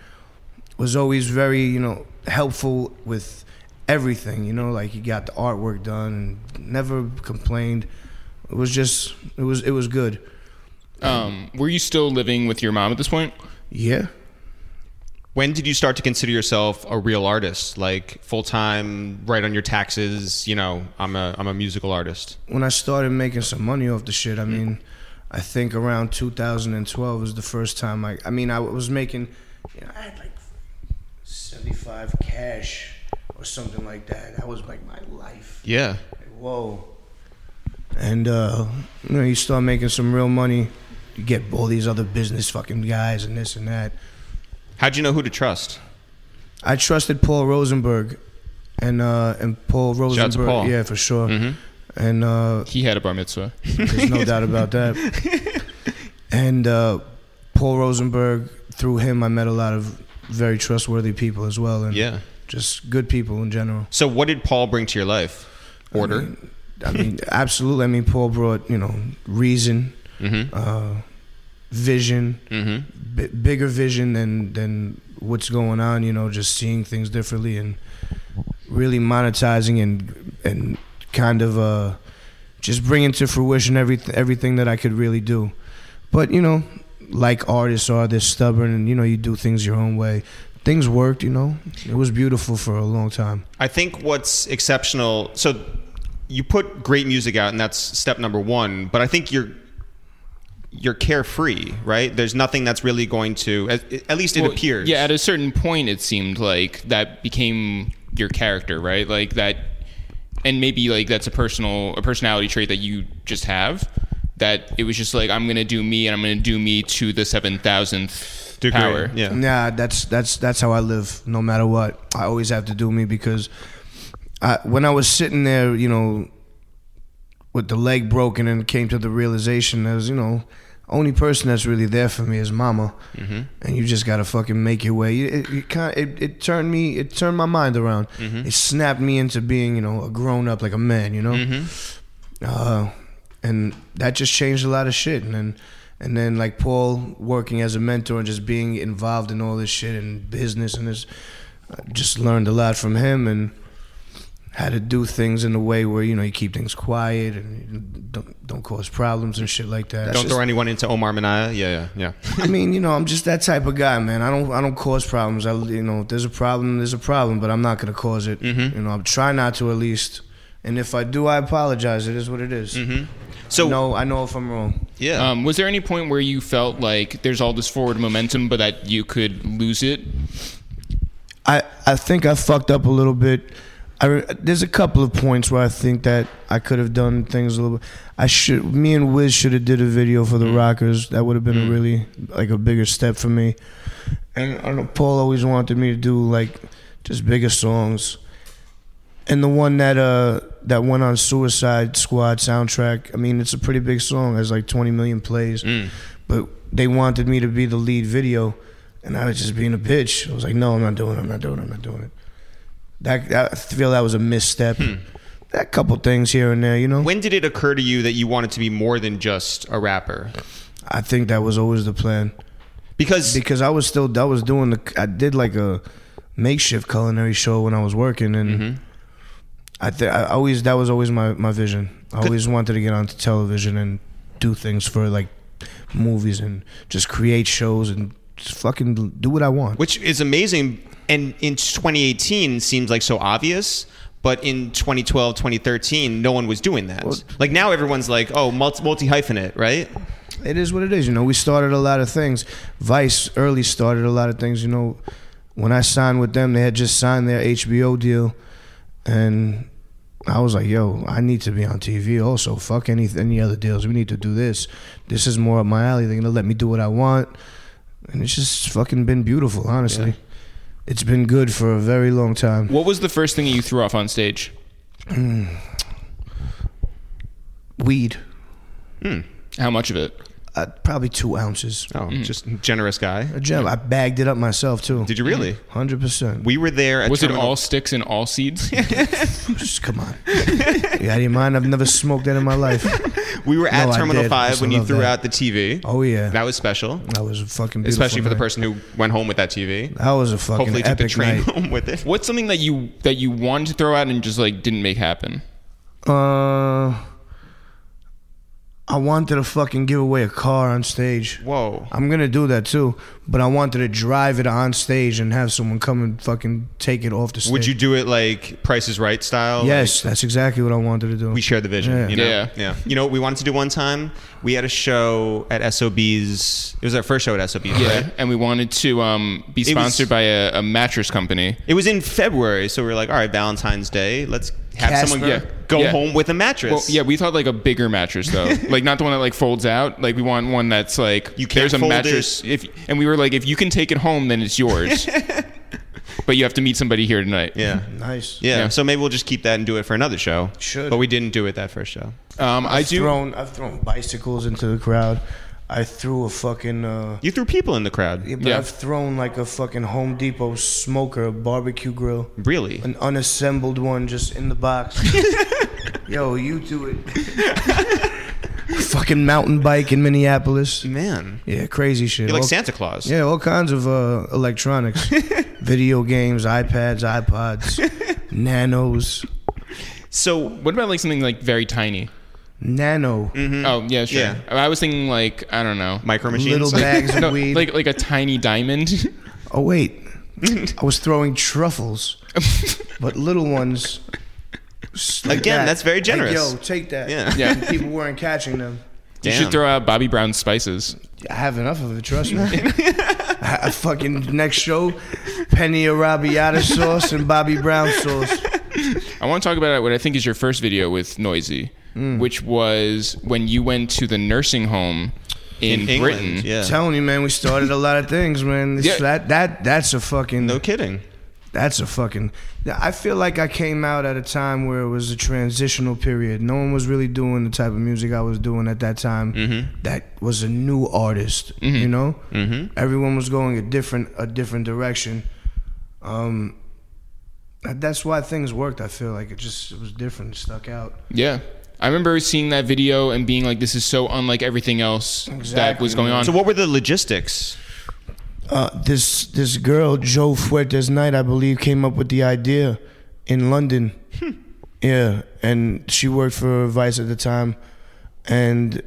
[SPEAKER 4] was always very you know helpful with everything you know like he got the artwork done and never complained. It was just it was it was good.
[SPEAKER 2] Um, were you still living with your mom at this point?
[SPEAKER 4] Yeah.
[SPEAKER 1] When did you start to consider yourself a real artist, like full time, right on your taxes? You know, I'm a I'm a musical artist.
[SPEAKER 4] when I started making some money off the shit, I mean, I think around 2012 was the first time I. I mean, I was making, you know, I had like 75 cash or something like that. That was like my life.
[SPEAKER 1] Yeah.
[SPEAKER 4] Like, whoa. And uh, you know, you start making some real money. You get all these other business fucking guys and this and that.
[SPEAKER 1] How'd you know who to trust?
[SPEAKER 4] I trusted Paul Rosenberg, and uh, and Paul Rosenberg,
[SPEAKER 1] out to Paul. Mm.
[SPEAKER 4] yeah, for sure.
[SPEAKER 1] Mm-hmm.
[SPEAKER 4] And uh,
[SPEAKER 2] He had a bar mitzvah.
[SPEAKER 4] There's no doubt about that. And uh, Paul Rosenberg, through him, I met a lot of very trustworthy people as well, and
[SPEAKER 1] Yeah.
[SPEAKER 4] just good people in general.
[SPEAKER 1] So what did Paul bring to your life? Order.
[SPEAKER 4] I mean, absolutely. I mean, Paul brought you know reason,
[SPEAKER 1] Mm-hmm.
[SPEAKER 4] uh, vision, bi- bigger vision than than what's going on. You know, just seeing things differently and really monetizing and and kind of uh, just bringing to fruition every everything that I could really do. But you know, like artists are, they're stubborn, and you know, you do things your own way. Things worked, you know. It was beautiful for a long time.
[SPEAKER 1] I think what's exceptional. So you put great music out, and that's step number one. But I think you're you're carefree, right? There's nothing that's really going to, at, at least it
[SPEAKER 2] Well,
[SPEAKER 1] appears.
[SPEAKER 2] Yeah, at a certain point, it seemed like that became your character, right? Like that, and maybe like that's a personal, a personality trait that you just have. That it was just like I'm gonna do me, and I'm gonna do me to the seven thousandth
[SPEAKER 1] Degree,
[SPEAKER 2] power.
[SPEAKER 1] Yeah.
[SPEAKER 4] Nah, that's that's that's how I live. No matter what, I always have to do me because I, when I was sitting there, you know, with the leg broken, and came to the realization that was, you know, only person that's really there for me is Mama, and you just gotta fucking make your way. It, it, kind it, it turned me, it turned my mind around. It snapped me into being, you know, a grown up like a man, you know. Uh, and that just changed a lot of shit. And then, and then like Paul working as a mentor and just being involved in all this shit and business and this, I just learned a lot from him and how to do things in a way where you know you keep things quiet and you don't don't cause problems and shit like that.
[SPEAKER 1] Don't throw anyone into Omar Minaya. Yeah, yeah, yeah.
[SPEAKER 4] I mean, you know, I'm just that type of guy, man. I don't I don't cause problems. I you know, if there's a problem, there's a problem, but I'm not gonna cause it.
[SPEAKER 1] Mm-hmm.
[SPEAKER 4] You know, I'm trying not to at least. And if I do, I apologize. It is what it is.
[SPEAKER 1] Mm-hmm. So
[SPEAKER 4] no, I know if I'm wrong.
[SPEAKER 1] yeah.
[SPEAKER 2] Um, was there any point where you felt like there's all this forward momentum, but that you could lose it?
[SPEAKER 4] I, I think I fucked up a little bit. I, re- there's a couple of points where I think that I could have done things a little. bit. I should. Me and Wiz should have did a video for the Rockers. That would have been a really like a bigger step for me. And I don't know. Paul always wanted me to do like just bigger songs. And the one that uh that went on Suicide Squad soundtrack. I mean, it's a pretty big song. It has like 20 million plays.
[SPEAKER 1] Mm.
[SPEAKER 4] But they wanted me to be the lead video, and I was just being a bitch. I was like, no, I'm not doing it. I'm not doing it. I'm not doing it. That I feel that was a misstep. That couple things here and there, you know.
[SPEAKER 1] when did it occur to you that you wanted to be more than just a rapper?
[SPEAKER 4] I think that was always the plan
[SPEAKER 1] Because
[SPEAKER 4] because I was still I was doing the I did like a makeshift culinary show when I was working and. I, th- I always that was always my, my vision. I always wanted to get onto television and do things for like movies and just create shows and just fucking do what I want.
[SPEAKER 1] which is amazing and in 2018 seems like so obvious but in 2012 2013 no one was doing that like now everyone's like oh multi hyphenate right
[SPEAKER 4] it is what it is. You know, we started a lot of things. Vice early started a lot of things. You know, when I signed with them, they had just signed their HBO deal, and I was like, "Yo, I need to be on TV. Also, fuck any any other deals. We need to do this. This is more up my alley. They're gonna let me do what I want, and it's just fucking been beautiful. Honestly, it's been good for a very long time.
[SPEAKER 2] What was the first thing you threw off on stage?
[SPEAKER 4] Weed.
[SPEAKER 2] How much of it?
[SPEAKER 4] uh, probably two ounces.
[SPEAKER 1] Oh,
[SPEAKER 2] Mm.
[SPEAKER 1] just generous guy.
[SPEAKER 4] A gem. I bagged it up myself too.
[SPEAKER 1] Did you really?
[SPEAKER 4] Hundred percent.
[SPEAKER 1] We were there. At
[SPEAKER 2] Was it
[SPEAKER 1] Terminal-
[SPEAKER 2] all sticks and all
[SPEAKER 1] [LAUGHS]
[SPEAKER 2] seeds?
[SPEAKER 4] Just come on. you out of your mind? I've never smoked that in my life.
[SPEAKER 1] We were at
[SPEAKER 4] No, I
[SPEAKER 1] Terminal
[SPEAKER 4] did.
[SPEAKER 1] Five
[SPEAKER 4] Used
[SPEAKER 1] when
[SPEAKER 4] to
[SPEAKER 1] you
[SPEAKER 4] love
[SPEAKER 1] threw
[SPEAKER 4] that.
[SPEAKER 1] out the TV.
[SPEAKER 4] Oh yeah.
[SPEAKER 1] That was special,
[SPEAKER 4] That was a fucking beautiful
[SPEAKER 1] especially for the
[SPEAKER 4] night.
[SPEAKER 1] person who went home with that TV.
[SPEAKER 4] That was a fucking
[SPEAKER 1] Hopefully, took
[SPEAKER 4] epic
[SPEAKER 1] the train
[SPEAKER 4] night.
[SPEAKER 1] home with it.
[SPEAKER 2] What's something that you that you wanted to throw out and just like didn't make happen?
[SPEAKER 4] Uh, I wanted to fucking give away a car on stage.
[SPEAKER 1] Whoa.
[SPEAKER 4] I'm gonna do that too, but I wanted to drive it on stage and have someone come and fucking take it off the stage.
[SPEAKER 1] Would you do it like Price is Right style?
[SPEAKER 4] Yes, that's exactly what I wanted to do.
[SPEAKER 1] we shared the vision.
[SPEAKER 4] Yeah.
[SPEAKER 1] You know?
[SPEAKER 2] Yeah.
[SPEAKER 1] You know what we wanted to do one time? We had a show at SOB's. It was our first show at SOB's, right?
[SPEAKER 2] and we wanted to um, be
[SPEAKER 1] was-
[SPEAKER 2] sponsored by a, a mattress company.
[SPEAKER 1] It was in February, so we were like, all right, Valentine's Day. Let's have
[SPEAKER 4] Casper.
[SPEAKER 1] someone
[SPEAKER 2] Yeah.
[SPEAKER 1] go
[SPEAKER 2] Yeah.
[SPEAKER 1] home with a mattress.
[SPEAKER 2] Well, yeah, we thought like a bigger mattress
[SPEAKER 1] [LAUGHS]
[SPEAKER 2] though, like not the one that like folds out. Like we want one that's like
[SPEAKER 1] You can't fold
[SPEAKER 2] If and we were like, if you can take it home, then
[SPEAKER 1] [LAUGHS]
[SPEAKER 2] it's yours. but you have to meet somebody here tonight.
[SPEAKER 1] Yeah.
[SPEAKER 4] nice.
[SPEAKER 1] Yeah.
[SPEAKER 2] [LAUGHS] Yeah.
[SPEAKER 1] So maybe we'll just keep that and do it for another show.
[SPEAKER 4] Should.
[SPEAKER 1] But we didn't do it that first show.
[SPEAKER 2] Um, I do.
[SPEAKER 4] Thrown. I've thrown bicycles into the crowd. I threw a fucking. Uh,
[SPEAKER 1] You threw people in the crowd.
[SPEAKER 4] yeah, but
[SPEAKER 2] Yeah.
[SPEAKER 4] I've thrown like a fucking Home Depot smoker, a barbecue grill,
[SPEAKER 1] Really?
[SPEAKER 4] an unassembled one just in the box. Yo, you do it. fucking mountain bike in Minneapolis.
[SPEAKER 1] Man.
[SPEAKER 4] Yeah, crazy shit.
[SPEAKER 1] You're like
[SPEAKER 4] All-
[SPEAKER 1] Santa Claus.
[SPEAKER 4] Yeah, all kinds of uh, electronics, video games, iPads, iPods, nanos,
[SPEAKER 1] So
[SPEAKER 2] What about like something like very tiny?
[SPEAKER 4] nano,
[SPEAKER 1] Mm,
[SPEAKER 2] Oh yeah, sure.
[SPEAKER 1] Yeah.
[SPEAKER 2] I was thinking like I don't know,
[SPEAKER 1] mm-hmm. micro machines.
[SPEAKER 4] little bags
[SPEAKER 2] [LAUGHS]
[SPEAKER 4] of
[SPEAKER 2] no,
[SPEAKER 4] weed.
[SPEAKER 2] like like a tiny diamond. [LAUGHS]
[SPEAKER 4] oh wait, I was throwing truffles, but little ones. s- like
[SPEAKER 1] Again,
[SPEAKER 4] that.
[SPEAKER 1] that's very
[SPEAKER 4] Like,
[SPEAKER 1] generous.
[SPEAKER 4] yo, take that.
[SPEAKER 1] Yeah.
[SPEAKER 2] Yeah.
[SPEAKER 4] And people weren't catching them.
[SPEAKER 2] you
[SPEAKER 1] Damn.
[SPEAKER 2] should throw out Bobby Brown spices.
[SPEAKER 4] I have enough of it.
[SPEAKER 1] [LAUGHS]
[SPEAKER 4] Trust me. I, I fucking next show, penny arrabbiata sauce and Bobby Brown sauce.
[SPEAKER 2] I want to talk about what I think is your first video with Noisy, which was when you went to the nursing home in,
[SPEAKER 1] in England.
[SPEAKER 2] Britain.
[SPEAKER 1] Yeah.
[SPEAKER 4] Telling you, man, we started a lot of things, man. This-
[SPEAKER 2] Yeah.
[SPEAKER 4] That that that's a fucking
[SPEAKER 1] no kidding.
[SPEAKER 4] That's a fucking. I feel like I came out at a time where it was a transitional period. No one was really doing the type of music I was doing at that time. That was a new artist, you know. Mm-hmm. Everyone was going a different a different direction. Um, that- that's why things worked. I feel like it just it was different, it stuck out.
[SPEAKER 2] Yeah. I remember seeing that video and being like, this is so unlike everything else that
[SPEAKER 4] Exactly.
[SPEAKER 2] was going on.
[SPEAKER 1] So what were the logistics?
[SPEAKER 4] uh, this this girl Joe Fuertes Knight, I believe, came up with the idea in London.
[SPEAKER 2] Hmm.
[SPEAKER 4] yeah, and she worked for Vice at the time, and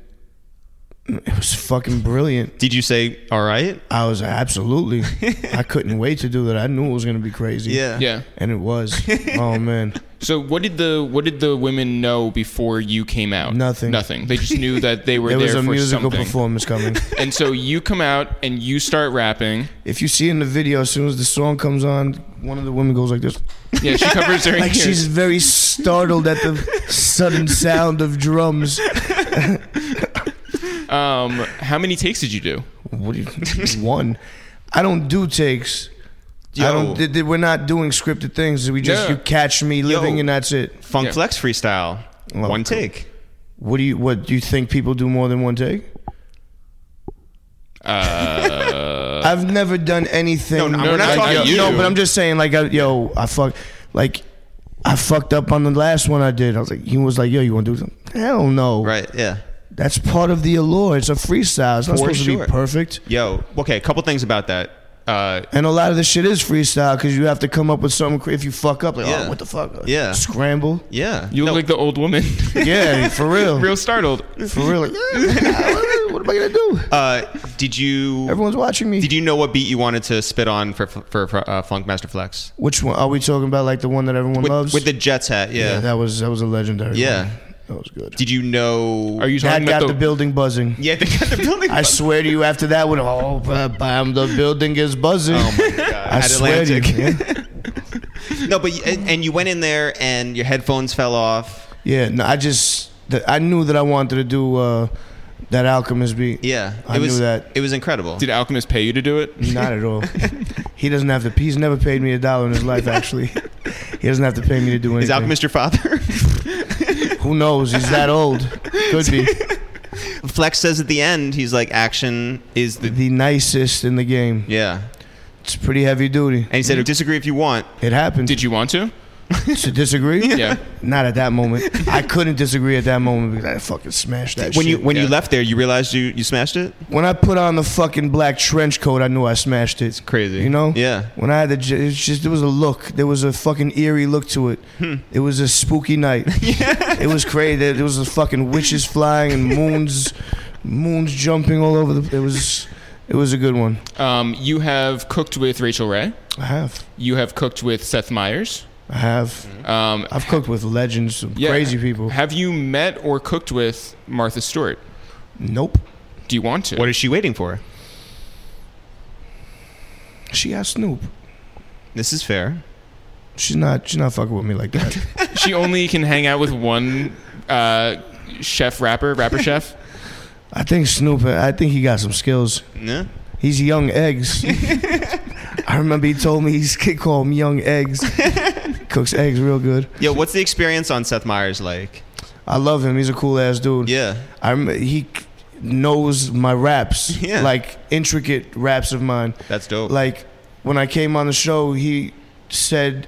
[SPEAKER 4] it was fucking brilliant.
[SPEAKER 1] Did you say all right?
[SPEAKER 4] I was like, absolutely,
[SPEAKER 2] [LAUGHS]
[SPEAKER 4] I couldn't wait to do that. I knew it was gonna be crazy.
[SPEAKER 2] yeah.
[SPEAKER 4] and it was.
[SPEAKER 2] [LAUGHS]
[SPEAKER 4] oh man,
[SPEAKER 2] So what did the what did the women know before you came out?
[SPEAKER 4] Nothing.
[SPEAKER 2] Nothing. They just knew that they were
[SPEAKER 4] there
[SPEAKER 2] there
[SPEAKER 4] was a
[SPEAKER 2] for
[SPEAKER 4] musical
[SPEAKER 2] something.
[SPEAKER 4] performance
[SPEAKER 2] [LAUGHS]
[SPEAKER 4] coming.
[SPEAKER 2] And so you come out and you start rapping.
[SPEAKER 4] if you see in the video, as soon as the song comes on, one of the women goes like this.
[SPEAKER 2] Yeah, she covers her
[SPEAKER 4] [LAUGHS] Like
[SPEAKER 2] ears.
[SPEAKER 4] she's very startled at
[SPEAKER 2] [LAUGHS]
[SPEAKER 4] the sudden sound of drums.
[SPEAKER 2] Um, how many takes did you do?
[SPEAKER 4] What do you one? I don't do takes. I
[SPEAKER 1] Yo.
[SPEAKER 4] don't. Th- th- we're not doing scripted things. We just
[SPEAKER 2] Yeah.
[SPEAKER 4] you catch me living
[SPEAKER 1] Yo.
[SPEAKER 4] and that's it.
[SPEAKER 1] Funk
[SPEAKER 2] Yeah.
[SPEAKER 1] Flex freestyle.
[SPEAKER 4] Well,
[SPEAKER 1] One
[SPEAKER 4] cool.
[SPEAKER 1] take.
[SPEAKER 4] What do you? What do you think people do more than one take?
[SPEAKER 2] Uh,
[SPEAKER 4] [LAUGHS] I've never done anything.
[SPEAKER 1] No, no, No, we're not
[SPEAKER 4] like,
[SPEAKER 1] talking
[SPEAKER 4] yo-
[SPEAKER 2] you.
[SPEAKER 4] No, but I'm just saying, like, I, yo, I fuck, like, I fucked up on the last one I did. I was like, he was like, yo, you want to do something? Hell no.
[SPEAKER 1] Right. Yeah.
[SPEAKER 4] That's part of the allure. It's a freestyle. It's not
[SPEAKER 1] For
[SPEAKER 4] supposed to
[SPEAKER 1] sure.
[SPEAKER 4] be perfect.
[SPEAKER 1] Yo. Okay. A couple things about that. Uh,
[SPEAKER 4] And a lot of the shit is freestyle because you have to come up with something. cra- If you fuck up, like,
[SPEAKER 1] Yeah.
[SPEAKER 4] oh, what the fuck?
[SPEAKER 1] Yeah. [LAUGHS]
[SPEAKER 4] Scramble.
[SPEAKER 1] yeah.
[SPEAKER 2] you look like the old woman. [LAUGHS]
[SPEAKER 4] Yeah, for real.
[SPEAKER 2] Real startled.
[SPEAKER 1] [LAUGHS]
[SPEAKER 4] For real. Like, what am I gonna do?
[SPEAKER 1] Uh, did you?
[SPEAKER 4] Everyone's watching me.
[SPEAKER 1] Did you know what beat you wanted to spit on for for, for uh, Funk Master Flex?
[SPEAKER 4] Which one are we talking about? Like the one that everyone
[SPEAKER 1] With,
[SPEAKER 4] loves?
[SPEAKER 1] with the Jets hat, yeah.
[SPEAKER 4] that was that was a legendary.
[SPEAKER 1] Yeah.
[SPEAKER 4] one. that was good.
[SPEAKER 1] Did you know?
[SPEAKER 2] Are you
[SPEAKER 4] That
[SPEAKER 2] talking
[SPEAKER 4] got
[SPEAKER 2] about
[SPEAKER 4] the building buzzing.
[SPEAKER 1] [LAUGHS] Yeah, they got the
[SPEAKER 4] [LAUGHS]
[SPEAKER 1] building.
[SPEAKER 4] I swear to you, after that one, oh, bam, the building is buzzing. I
[SPEAKER 1] Oh At
[SPEAKER 4] swear to you.
[SPEAKER 1] Atlantic.
[SPEAKER 4] Yeah,
[SPEAKER 1] no, but you, and, and you went in there and your headphones fell off.
[SPEAKER 4] Yeah, no, I just the, I knew that I wanted to do uh, that Alchemist beat.
[SPEAKER 1] Yeah,
[SPEAKER 4] I
[SPEAKER 1] it was
[SPEAKER 4] knew that.
[SPEAKER 1] It was incredible.
[SPEAKER 2] Did Alchemist pay you to do it?
[SPEAKER 4] Not
[SPEAKER 1] [LAUGHS]
[SPEAKER 4] at all. he doesn't have to. He's never paid me a dollar in his life. Actually, he doesn't have to pay me to do
[SPEAKER 1] [LAUGHS]
[SPEAKER 4] anything.
[SPEAKER 1] Is Alchemist your father? [LAUGHS]
[SPEAKER 4] Who knows? He's that old. Could be.
[SPEAKER 1] Flex says at the end, he's like, action is the.
[SPEAKER 4] The nicest in the game.
[SPEAKER 1] Yeah.
[SPEAKER 4] It's pretty heavy duty.
[SPEAKER 1] And he said, disagree if you want.
[SPEAKER 4] It happened.
[SPEAKER 2] Did you want to?
[SPEAKER 1] [LAUGHS]
[SPEAKER 4] to disagree?
[SPEAKER 2] Yeah.
[SPEAKER 4] Not at that moment. I couldn't disagree at that moment because I fucking smashed that
[SPEAKER 1] When you
[SPEAKER 4] shit.
[SPEAKER 1] when you
[SPEAKER 2] Yeah.
[SPEAKER 1] left there, you realized you, you smashed it?
[SPEAKER 4] When I put on the fucking black trench coat, I knew I smashed it. It's
[SPEAKER 1] crazy.
[SPEAKER 4] You know?
[SPEAKER 1] Yeah.
[SPEAKER 4] When I had the, j- it's just there was a look. There was a fucking eerie look to it. It was a spooky night. It was crazy. There, there was a fucking witches flying and moons, moons jumping all over the. It was, it was a good one.
[SPEAKER 2] Um, you have cooked with Rachel Ray.
[SPEAKER 4] I have,
[SPEAKER 2] You have cooked with Seth Meyers.
[SPEAKER 4] I have.
[SPEAKER 2] Um,
[SPEAKER 4] I've cooked with legends, some
[SPEAKER 2] yeah.
[SPEAKER 4] crazy people.
[SPEAKER 2] Have you met or cooked with Martha Stewart?
[SPEAKER 4] Nope.
[SPEAKER 2] Do you want to?
[SPEAKER 1] What is she waiting for?
[SPEAKER 4] She got Snoop.
[SPEAKER 1] This is fair.
[SPEAKER 4] She's not. She's not fucking with me like that.
[SPEAKER 2] she only can hang out with one uh, chef rapper, rapper
[SPEAKER 4] [LAUGHS]
[SPEAKER 2] chef.
[SPEAKER 4] I think Snoop. I think he got some skills.
[SPEAKER 1] Yeah.
[SPEAKER 4] He's young eggs. I remember he told me he's he called him young eggs. Cooks eggs real good.
[SPEAKER 1] Yo, what's the experience on Seth Meyers like?
[SPEAKER 4] I love him. He's a cool ass dude.
[SPEAKER 1] Yeah.
[SPEAKER 4] I'm he knows my raps.
[SPEAKER 1] [LAUGHS] Yeah.
[SPEAKER 4] Like intricate raps of mine.
[SPEAKER 1] That's dope.
[SPEAKER 4] Like when I came on the show, he said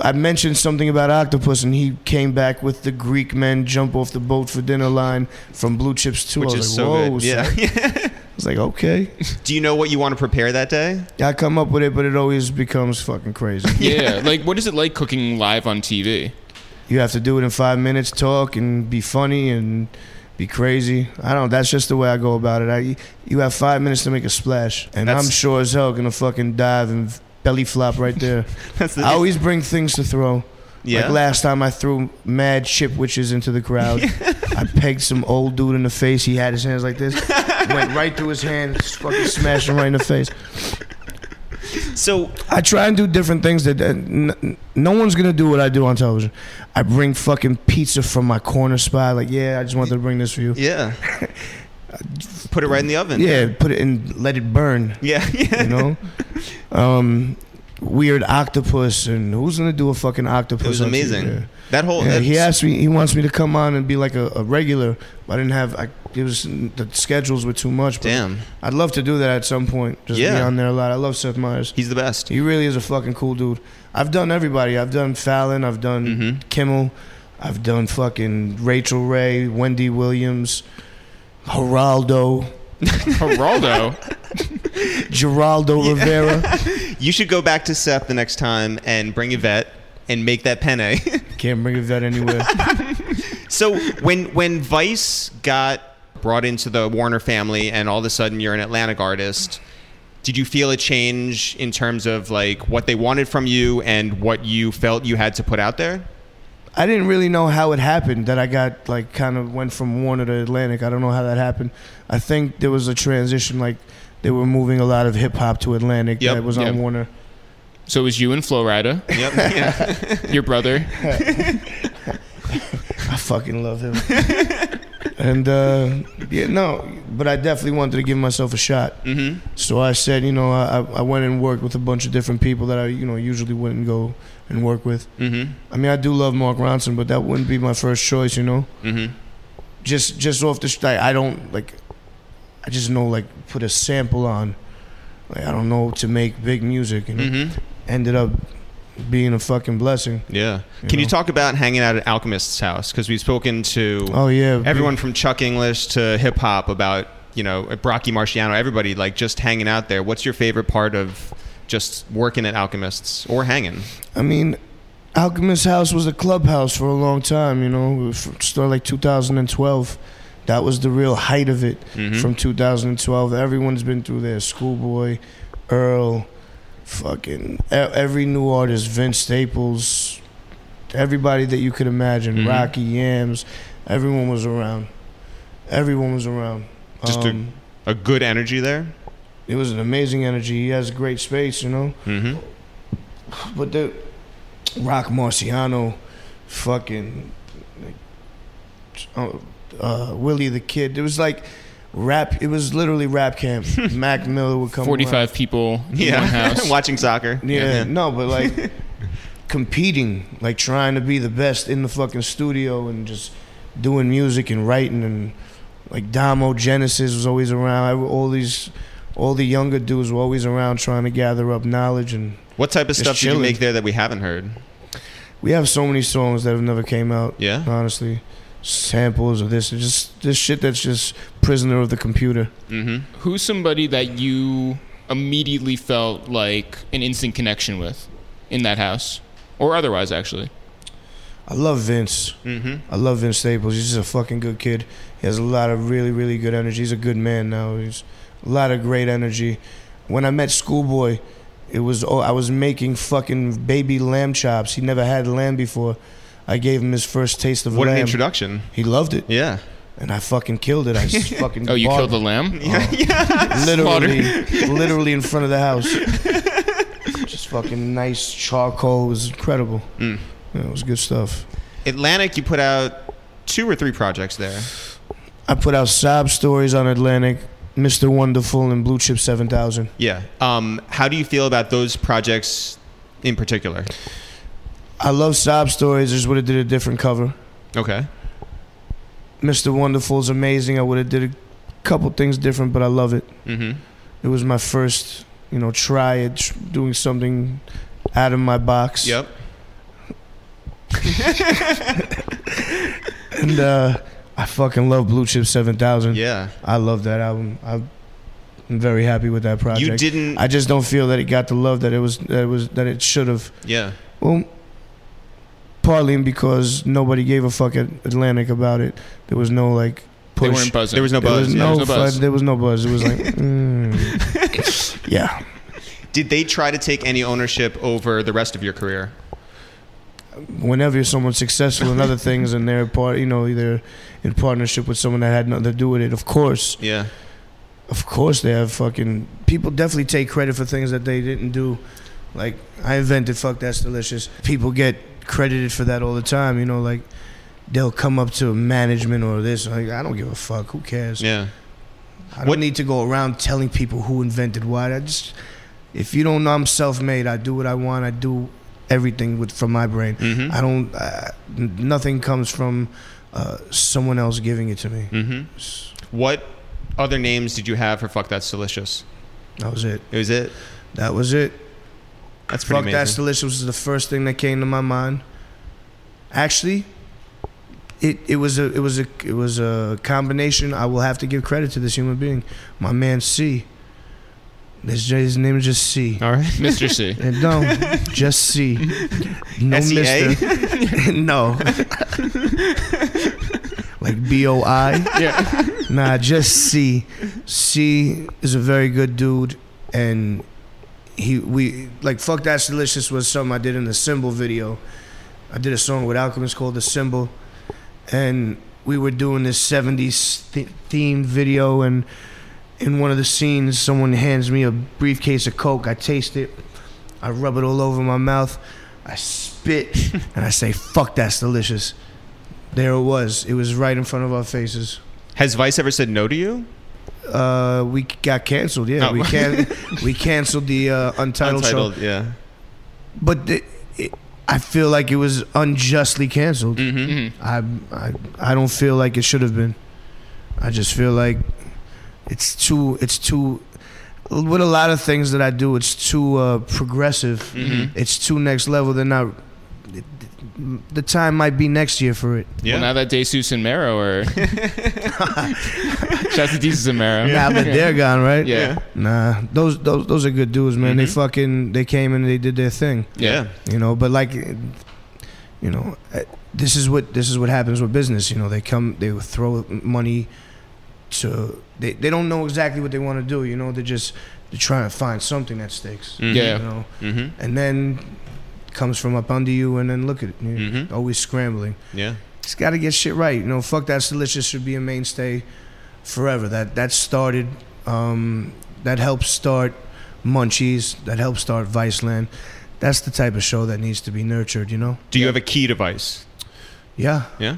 [SPEAKER 4] I mentioned something about octopus, and he came back with the Greek men jump off the boat for dinner line from Blue Chips Two.
[SPEAKER 1] which
[SPEAKER 4] I was
[SPEAKER 1] is
[SPEAKER 4] like,
[SPEAKER 1] so
[SPEAKER 4] Whoa,
[SPEAKER 1] good. Yeah.
[SPEAKER 4] son." I was like, okay.
[SPEAKER 1] [LAUGHS]
[SPEAKER 4] [LAUGHS]
[SPEAKER 1] Do you know what you want to prepare that day? [LAUGHS]
[SPEAKER 4] I come up with it, but it always becomes fucking crazy.
[SPEAKER 2] Yeah. Like, what is it like cooking live on TV?
[SPEAKER 4] You have to do it in five minutes, talk and be funny and be crazy. I don't. That's just the way I go about it. I you have five minutes to make a splash, and
[SPEAKER 1] That's-
[SPEAKER 4] I'm sure as hell gonna fucking dive and belly flop right there.
[SPEAKER 1] That's [LAUGHS] the
[SPEAKER 4] I always bring things to throw.
[SPEAKER 1] yeah.
[SPEAKER 4] Like last time, I threw mad ship witches into
[SPEAKER 1] [LAUGHS]
[SPEAKER 4] the crowd. I pegged some old dude in the face. He had his hands like this. Went right through his hand, fucking smashed him right in the face.
[SPEAKER 1] so
[SPEAKER 4] I try and do different things that that n- n- no one's gonna do what I do on television. I bring fucking pizza from my corner spot. Like, yeah, I just wanted to bring this for you.
[SPEAKER 1] yeah. Put it right in the oven.
[SPEAKER 4] Yeah, put it in, let it burn.
[SPEAKER 1] Yeah. [LAUGHS] Yeah.
[SPEAKER 4] You know, um, weird octopus, and who's gonna do a fucking octopus?
[SPEAKER 1] It was
[SPEAKER 4] on TV?
[SPEAKER 1] amazing.
[SPEAKER 4] Yeah.
[SPEAKER 1] That whole
[SPEAKER 4] Yeah, he
[SPEAKER 1] that's-
[SPEAKER 4] asked me. He wants me to come on and be like a, a regular. But I didn't have. I, it was the schedules were too much. But
[SPEAKER 1] Damn.
[SPEAKER 4] I'd love to do that at some point. Just be
[SPEAKER 1] Yeah.
[SPEAKER 4] on there a lot. I love Seth Meyers.
[SPEAKER 1] He's the best.
[SPEAKER 4] He really is a fucking cool dude. I've done everybody. I've done Fallon. I've done
[SPEAKER 1] Mhm.
[SPEAKER 4] Kimmel. I've done fucking Rachel Ray, Wendy Williams, Geraldo,
[SPEAKER 2] Geraldo.
[SPEAKER 4] Geraldo Rivera.
[SPEAKER 1] You should go back to Seth the next time and bring Yvette and make that penne. [LAUGHS]
[SPEAKER 4] Can't bring that anywhere.
[SPEAKER 1] so when when Vice got brought into the Warner family and all of a sudden you're an Atlantic artist, did you feel a change in terms of like what they wanted from you and what you felt you had to put out there?
[SPEAKER 4] I didn't really know how it happened that I got like kind of went from Warner to Atlantic. I don't know how that happened. I think there was a transition like they were moving a lot of hip hop to Atlantic
[SPEAKER 1] Yep,
[SPEAKER 4] that was on
[SPEAKER 2] yep.
[SPEAKER 4] Warner.
[SPEAKER 2] So it was you and Flo Rida,
[SPEAKER 1] Yep. [LAUGHS] Yeah.
[SPEAKER 2] your brother.
[SPEAKER 4] I fucking love him. [LAUGHS] and uh, yeah, no, but I definitely wanted to give myself a shot.
[SPEAKER 1] Mhm.
[SPEAKER 4] So I said, you know, I, I went and worked with a bunch of different people that I, you know, usually wouldn't go and work with.
[SPEAKER 1] Mhm.
[SPEAKER 4] I mean, I do love Mark Ronson, but that wouldn't be my first choice, you know.
[SPEAKER 1] Mhm.
[SPEAKER 4] Just just off the, sh- like, I don't like, I just know like put a sample on. Like I don't know to make big music, and it
[SPEAKER 1] Mhm.
[SPEAKER 4] ended up being a fucking blessing.
[SPEAKER 1] Yeah. Can you
[SPEAKER 4] know?
[SPEAKER 1] talk about hanging out at Alchemist's house? Because we've spoken to
[SPEAKER 4] Oh yeah,
[SPEAKER 1] everyone from Chuck English to hip hop about you know Brocky Marciano, everybody like just hanging out there. What's your favorite part of just working at Alchemists or hanging?
[SPEAKER 4] I mean, Alchemist House was a clubhouse for a long time, you know, f- started like 2012. That was the real height of it
[SPEAKER 1] Mhm.
[SPEAKER 4] from 2012. Everyone's been through there Schoolboy, Earl, fucking e- every new artist, Vince Staples, everybody that you could imagine,
[SPEAKER 1] Mhm.
[SPEAKER 4] Rocky Yams, everyone was around. Everyone was around.
[SPEAKER 1] Just a-
[SPEAKER 4] Um,
[SPEAKER 1] A good energy there.
[SPEAKER 4] it was an amazing energy. He has great space, you know?
[SPEAKER 1] [LAUGHS] Mm-hmm.
[SPEAKER 4] But the Rock Marciano, fucking uh, uh, Willie the Kid. It was like rap. It was literally rap [LAUGHS] camp. Mac Miller would come.
[SPEAKER 2] Forty-five people
[SPEAKER 1] [LAUGHS]
[SPEAKER 2] in
[SPEAKER 1] Yeah,
[SPEAKER 2] one house.
[SPEAKER 1] watching soccer.
[SPEAKER 4] around. Yeah, no, but [LAUGHS] like competing, like trying to be the best in the fucking studio and just doing music and writing and like Damo Genesis was always around. I, all these, all the younger dudes were always around trying to gather up knowledge, and
[SPEAKER 1] What type of
[SPEAKER 4] Just
[SPEAKER 1] stuff did you
[SPEAKER 4] chilling.
[SPEAKER 1] make there that we haven't heard?
[SPEAKER 4] we have so many songs that have never came out.
[SPEAKER 1] Yeah?
[SPEAKER 4] honestly, samples of this, just this shit that's just prisoner of the computer.
[SPEAKER 1] Mm-hmm.
[SPEAKER 2] Who's somebody that you immediately felt like an instant connection with in that house or otherwise, actually?
[SPEAKER 4] I love Vince.
[SPEAKER 1] Mm-hmm.
[SPEAKER 4] I love Vince Staples. He's just a fucking good kid. He has a lot of really, really good energy. He's a good man now. He's a lot of great energy. When I met Schoolboy, it was oh I was making fucking baby lamb chops. He never had lamb before. I gave him his first taste of
[SPEAKER 1] What
[SPEAKER 4] lamb.
[SPEAKER 1] an introduction.
[SPEAKER 4] He loved it,
[SPEAKER 1] Yeah.
[SPEAKER 4] and I fucking killed it.
[SPEAKER 1] [LAUGHS]
[SPEAKER 4] I just fucking
[SPEAKER 2] Oh, you
[SPEAKER 4] bought
[SPEAKER 2] killed the lamb?
[SPEAKER 4] literally, literally in front of the house. just fucking nice charcoal. It was incredible.
[SPEAKER 1] Mm.
[SPEAKER 4] Yeah, it was good stuff.
[SPEAKER 1] Atlantic, you put out two or three projects there.
[SPEAKER 4] I put out sob stories on Atlantic, Mr. Wonderful, and Blue Chip 7000.
[SPEAKER 1] Yeah. Um, how do you feel about those projects in particular?
[SPEAKER 4] I love sob stories. I just would have did a different cover.
[SPEAKER 1] Okay.
[SPEAKER 4] Mr. Wonderful is amazing. I would have did a couple things different, but I love it.
[SPEAKER 1] Mm-hmm.
[SPEAKER 4] It was my first, you know, try at tr- doing something out of my box.
[SPEAKER 1] Yep.
[SPEAKER 4] And uh, I fucking love Blue Chip 7000.
[SPEAKER 1] Yeah.
[SPEAKER 4] I love that album. I- I'm very happy with that project.
[SPEAKER 1] You didn't.
[SPEAKER 4] I just don't feel that it got the love that it was that it was that it should have.
[SPEAKER 1] yeah.
[SPEAKER 4] Well, partly because nobody gave a fuck at Atlantic about it. There was no like
[SPEAKER 2] They
[SPEAKER 4] push.
[SPEAKER 2] weren't buzzing.
[SPEAKER 1] There was no
[SPEAKER 4] There
[SPEAKER 1] buzz.
[SPEAKER 4] was
[SPEAKER 1] yeah.
[SPEAKER 4] no,
[SPEAKER 2] no
[SPEAKER 4] fun-
[SPEAKER 2] buzz.
[SPEAKER 4] There was no buzz. It was like, mm. yeah,
[SPEAKER 1] Did they try to take any ownership over the rest of your career?
[SPEAKER 4] whenever someone's successful in other things and they're part, you know, they're in partnership with someone that had nothing to do with it. Of course,
[SPEAKER 1] Yeah.
[SPEAKER 4] of course, they have fucking people. Definitely take credit for things that they didn't do. Like I invented fuck that's delicious. People get credited for that all the time. You know, like they'll come up to management or this. Like I don't give a fuck. Who cares?
[SPEAKER 1] Yeah.
[SPEAKER 4] I don't
[SPEAKER 1] What-
[SPEAKER 4] need to go around telling people who invented what. I just, if you don't know, I'm self-made. I do what I want. I do everything with from my brain.
[SPEAKER 1] Mm-hmm.
[SPEAKER 4] I don't. Uh, n- nothing comes from uh, someone else giving it to me.
[SPEAKER 1] Mm-hmm. What other names did you have for "Fuck That's Delicious"?
[SPEAKER 4] That was it.
[SPEAKER 1] It was it.
[SPEAKER 4] That was it.
[SPEAKER 1] That's pretty
[SPEAKER 4] Fuck
[SPEAKER 1] amazing.
[SPEAKER 4] that's delicious was the first thing that came to my mind. Actually, it it was a it was a it was a combination. I will have to give credit to this human being, my man C. His, his name is just C.
[SPEAKER 1] All right.
[SPEAKER 2] Mr.
[SPEAKER 4] [LAUGHS]
[SPEAKER 2] C.
[SPEAKER 1] [LAUGHS]
[SPEAKER 4] And no, just C. No
[SPEAKER 1] SEA? [LAUGHS]
[SPEAKER 4] mister. [LAUGHS] no. like B O I.
[SPEAKER 2] Yeah.
[SPEAKER 4] Nah, just C. C is a very good dude and he we like fuck that's delicious was something I did in the symbol video. I did a song with Alchemist called The Symbol and we were doing this 70s th- themed video and in one of the scenes someone hands me a briefcase of coke i taste it i rub it all over my mouth i spit and i say fuck that's delicious there it was it was right in front of our faces
[SPEAKER 1] Has Vice ever said no to you?
[SPEAKER 4] uh, we got canceled yeah
[SPEAKER 1] Oh.
[SPEAKER 4] we can we canceled the uh, untitled, show
[SPEAKER 1] Yeah.
[SPEAKER 4] but the, it, i feel like it was unjustly canceled
[SPEAKER 1] Mm-hmm.
[SPEAKER 2] Mhm.
[SPEAKER 4] I, I I don't feel like it should have been. I just feel like it's too it's too with a lot of things that I do. It's too uh, progressive.
[SPEAKER 1] Mhm.
[SPEAKER 4] It's too next level. They're not. The time might be next year for it.
[SPEAKER 1] Yeah.
[SPEAKER 2] Well, now that Jesus and Mero
[SPEAKER 1] [LAUGHS]
[SPEAKER 2] are. Shout out to Jesus and Mero.
[SPEAKER 4] Now
[SPEAKER 2] [LAUGHS]
[SPEAKER 4] that they're gone, right?
[SPEAKER 2] Yeah.
[SPEAKER 4] Nah, those those those are good dudes, man. They
[SPEAKER 1] Mhm.
[SPEAKER 4] fucking they came and they did their thing.
[SPEAKER 1] yeah.
[SPEAKER 4] you know but like you know uh, this is what this is what happens with business you know they come they will throw money to they, they don't know exactly what they want to do you know they're just they're trying to find something that sticks
[SPEAKER 1] Mhm.
[SPEAKER 2] Yeah.
[SPEAKER 4] you know
[SPEAKER 1] Mm-hmm.
[SPEAKER 4] and then comes from up under you and then look at it you know,
[SPEAKER 1] Mhm.
[SPEAKER 4] always scrambling
[SPEAKER 1] Yeah.
[SPEAKER 4] just got to get shit right. You know, fuck that's delicious should be a mainstay forever. That that started. Um, that helped start Munchies. That helped start Viceland. That's the type of show that needs to be nurtured. You know.
[SPEAKER 1] Do you have a key to Vice?
[SPEAKER 4] Yeah.
[SPEAKER 1] Yeah?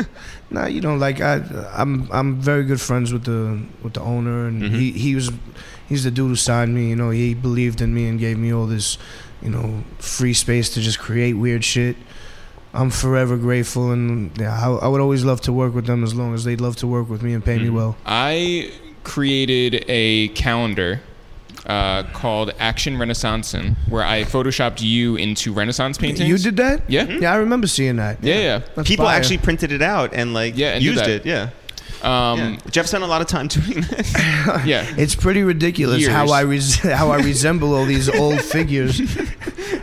[SPEAKER 4] [LAUGHS] nah, you know, like I, I'm, I'm very good friends with the with the owner, and
[SPEAKER 1] Mhm.
[SPEAKER 4] he he was, he's the dude who signed me. You know, he believed in me and gave me all this, you know, free space to just create weird shit. I'm forever grateful, and yeah, I, I would always love to work with them as long as they'd love to work with me and pay
[SPEAKER 1] Mm-hmm.
[SPEAKER 4] me well.
[SPEAKER 2] I created a calendar uh, called Action Renaissance, where I photoshopped you into Renaissance paintings.
[SPEAKER 4] You did that?
[SPEAKER 2] Yeah.
[SPEAKER 4] Yeah, I remember seeing that.
[SPEAKER 2] Yeah, yeah.
[SPEAKER 4] That's
[SPEAKER 1] People
[SPEAKER 4] fire.
[SPEAKER 1] actually printed it out and like
[SPEAKER 2] Yeah, and did
[SPEAKER 1] used
[SPEAKER 2] that.
[SPEAKER 1] it. Yeah.
[SPEAKER 2] Um,
[SPEAKER 1] yeah. Jeff spent a lot of time [LAUGHS] doing this.
[SPEAKER 2] yeah.
[SPEAKER 4] It's pretty ridiculous how
[SPEAKER 2] Years.
[SPEAKER 4] I res- [LAUGHS] how I resemble all these old figures.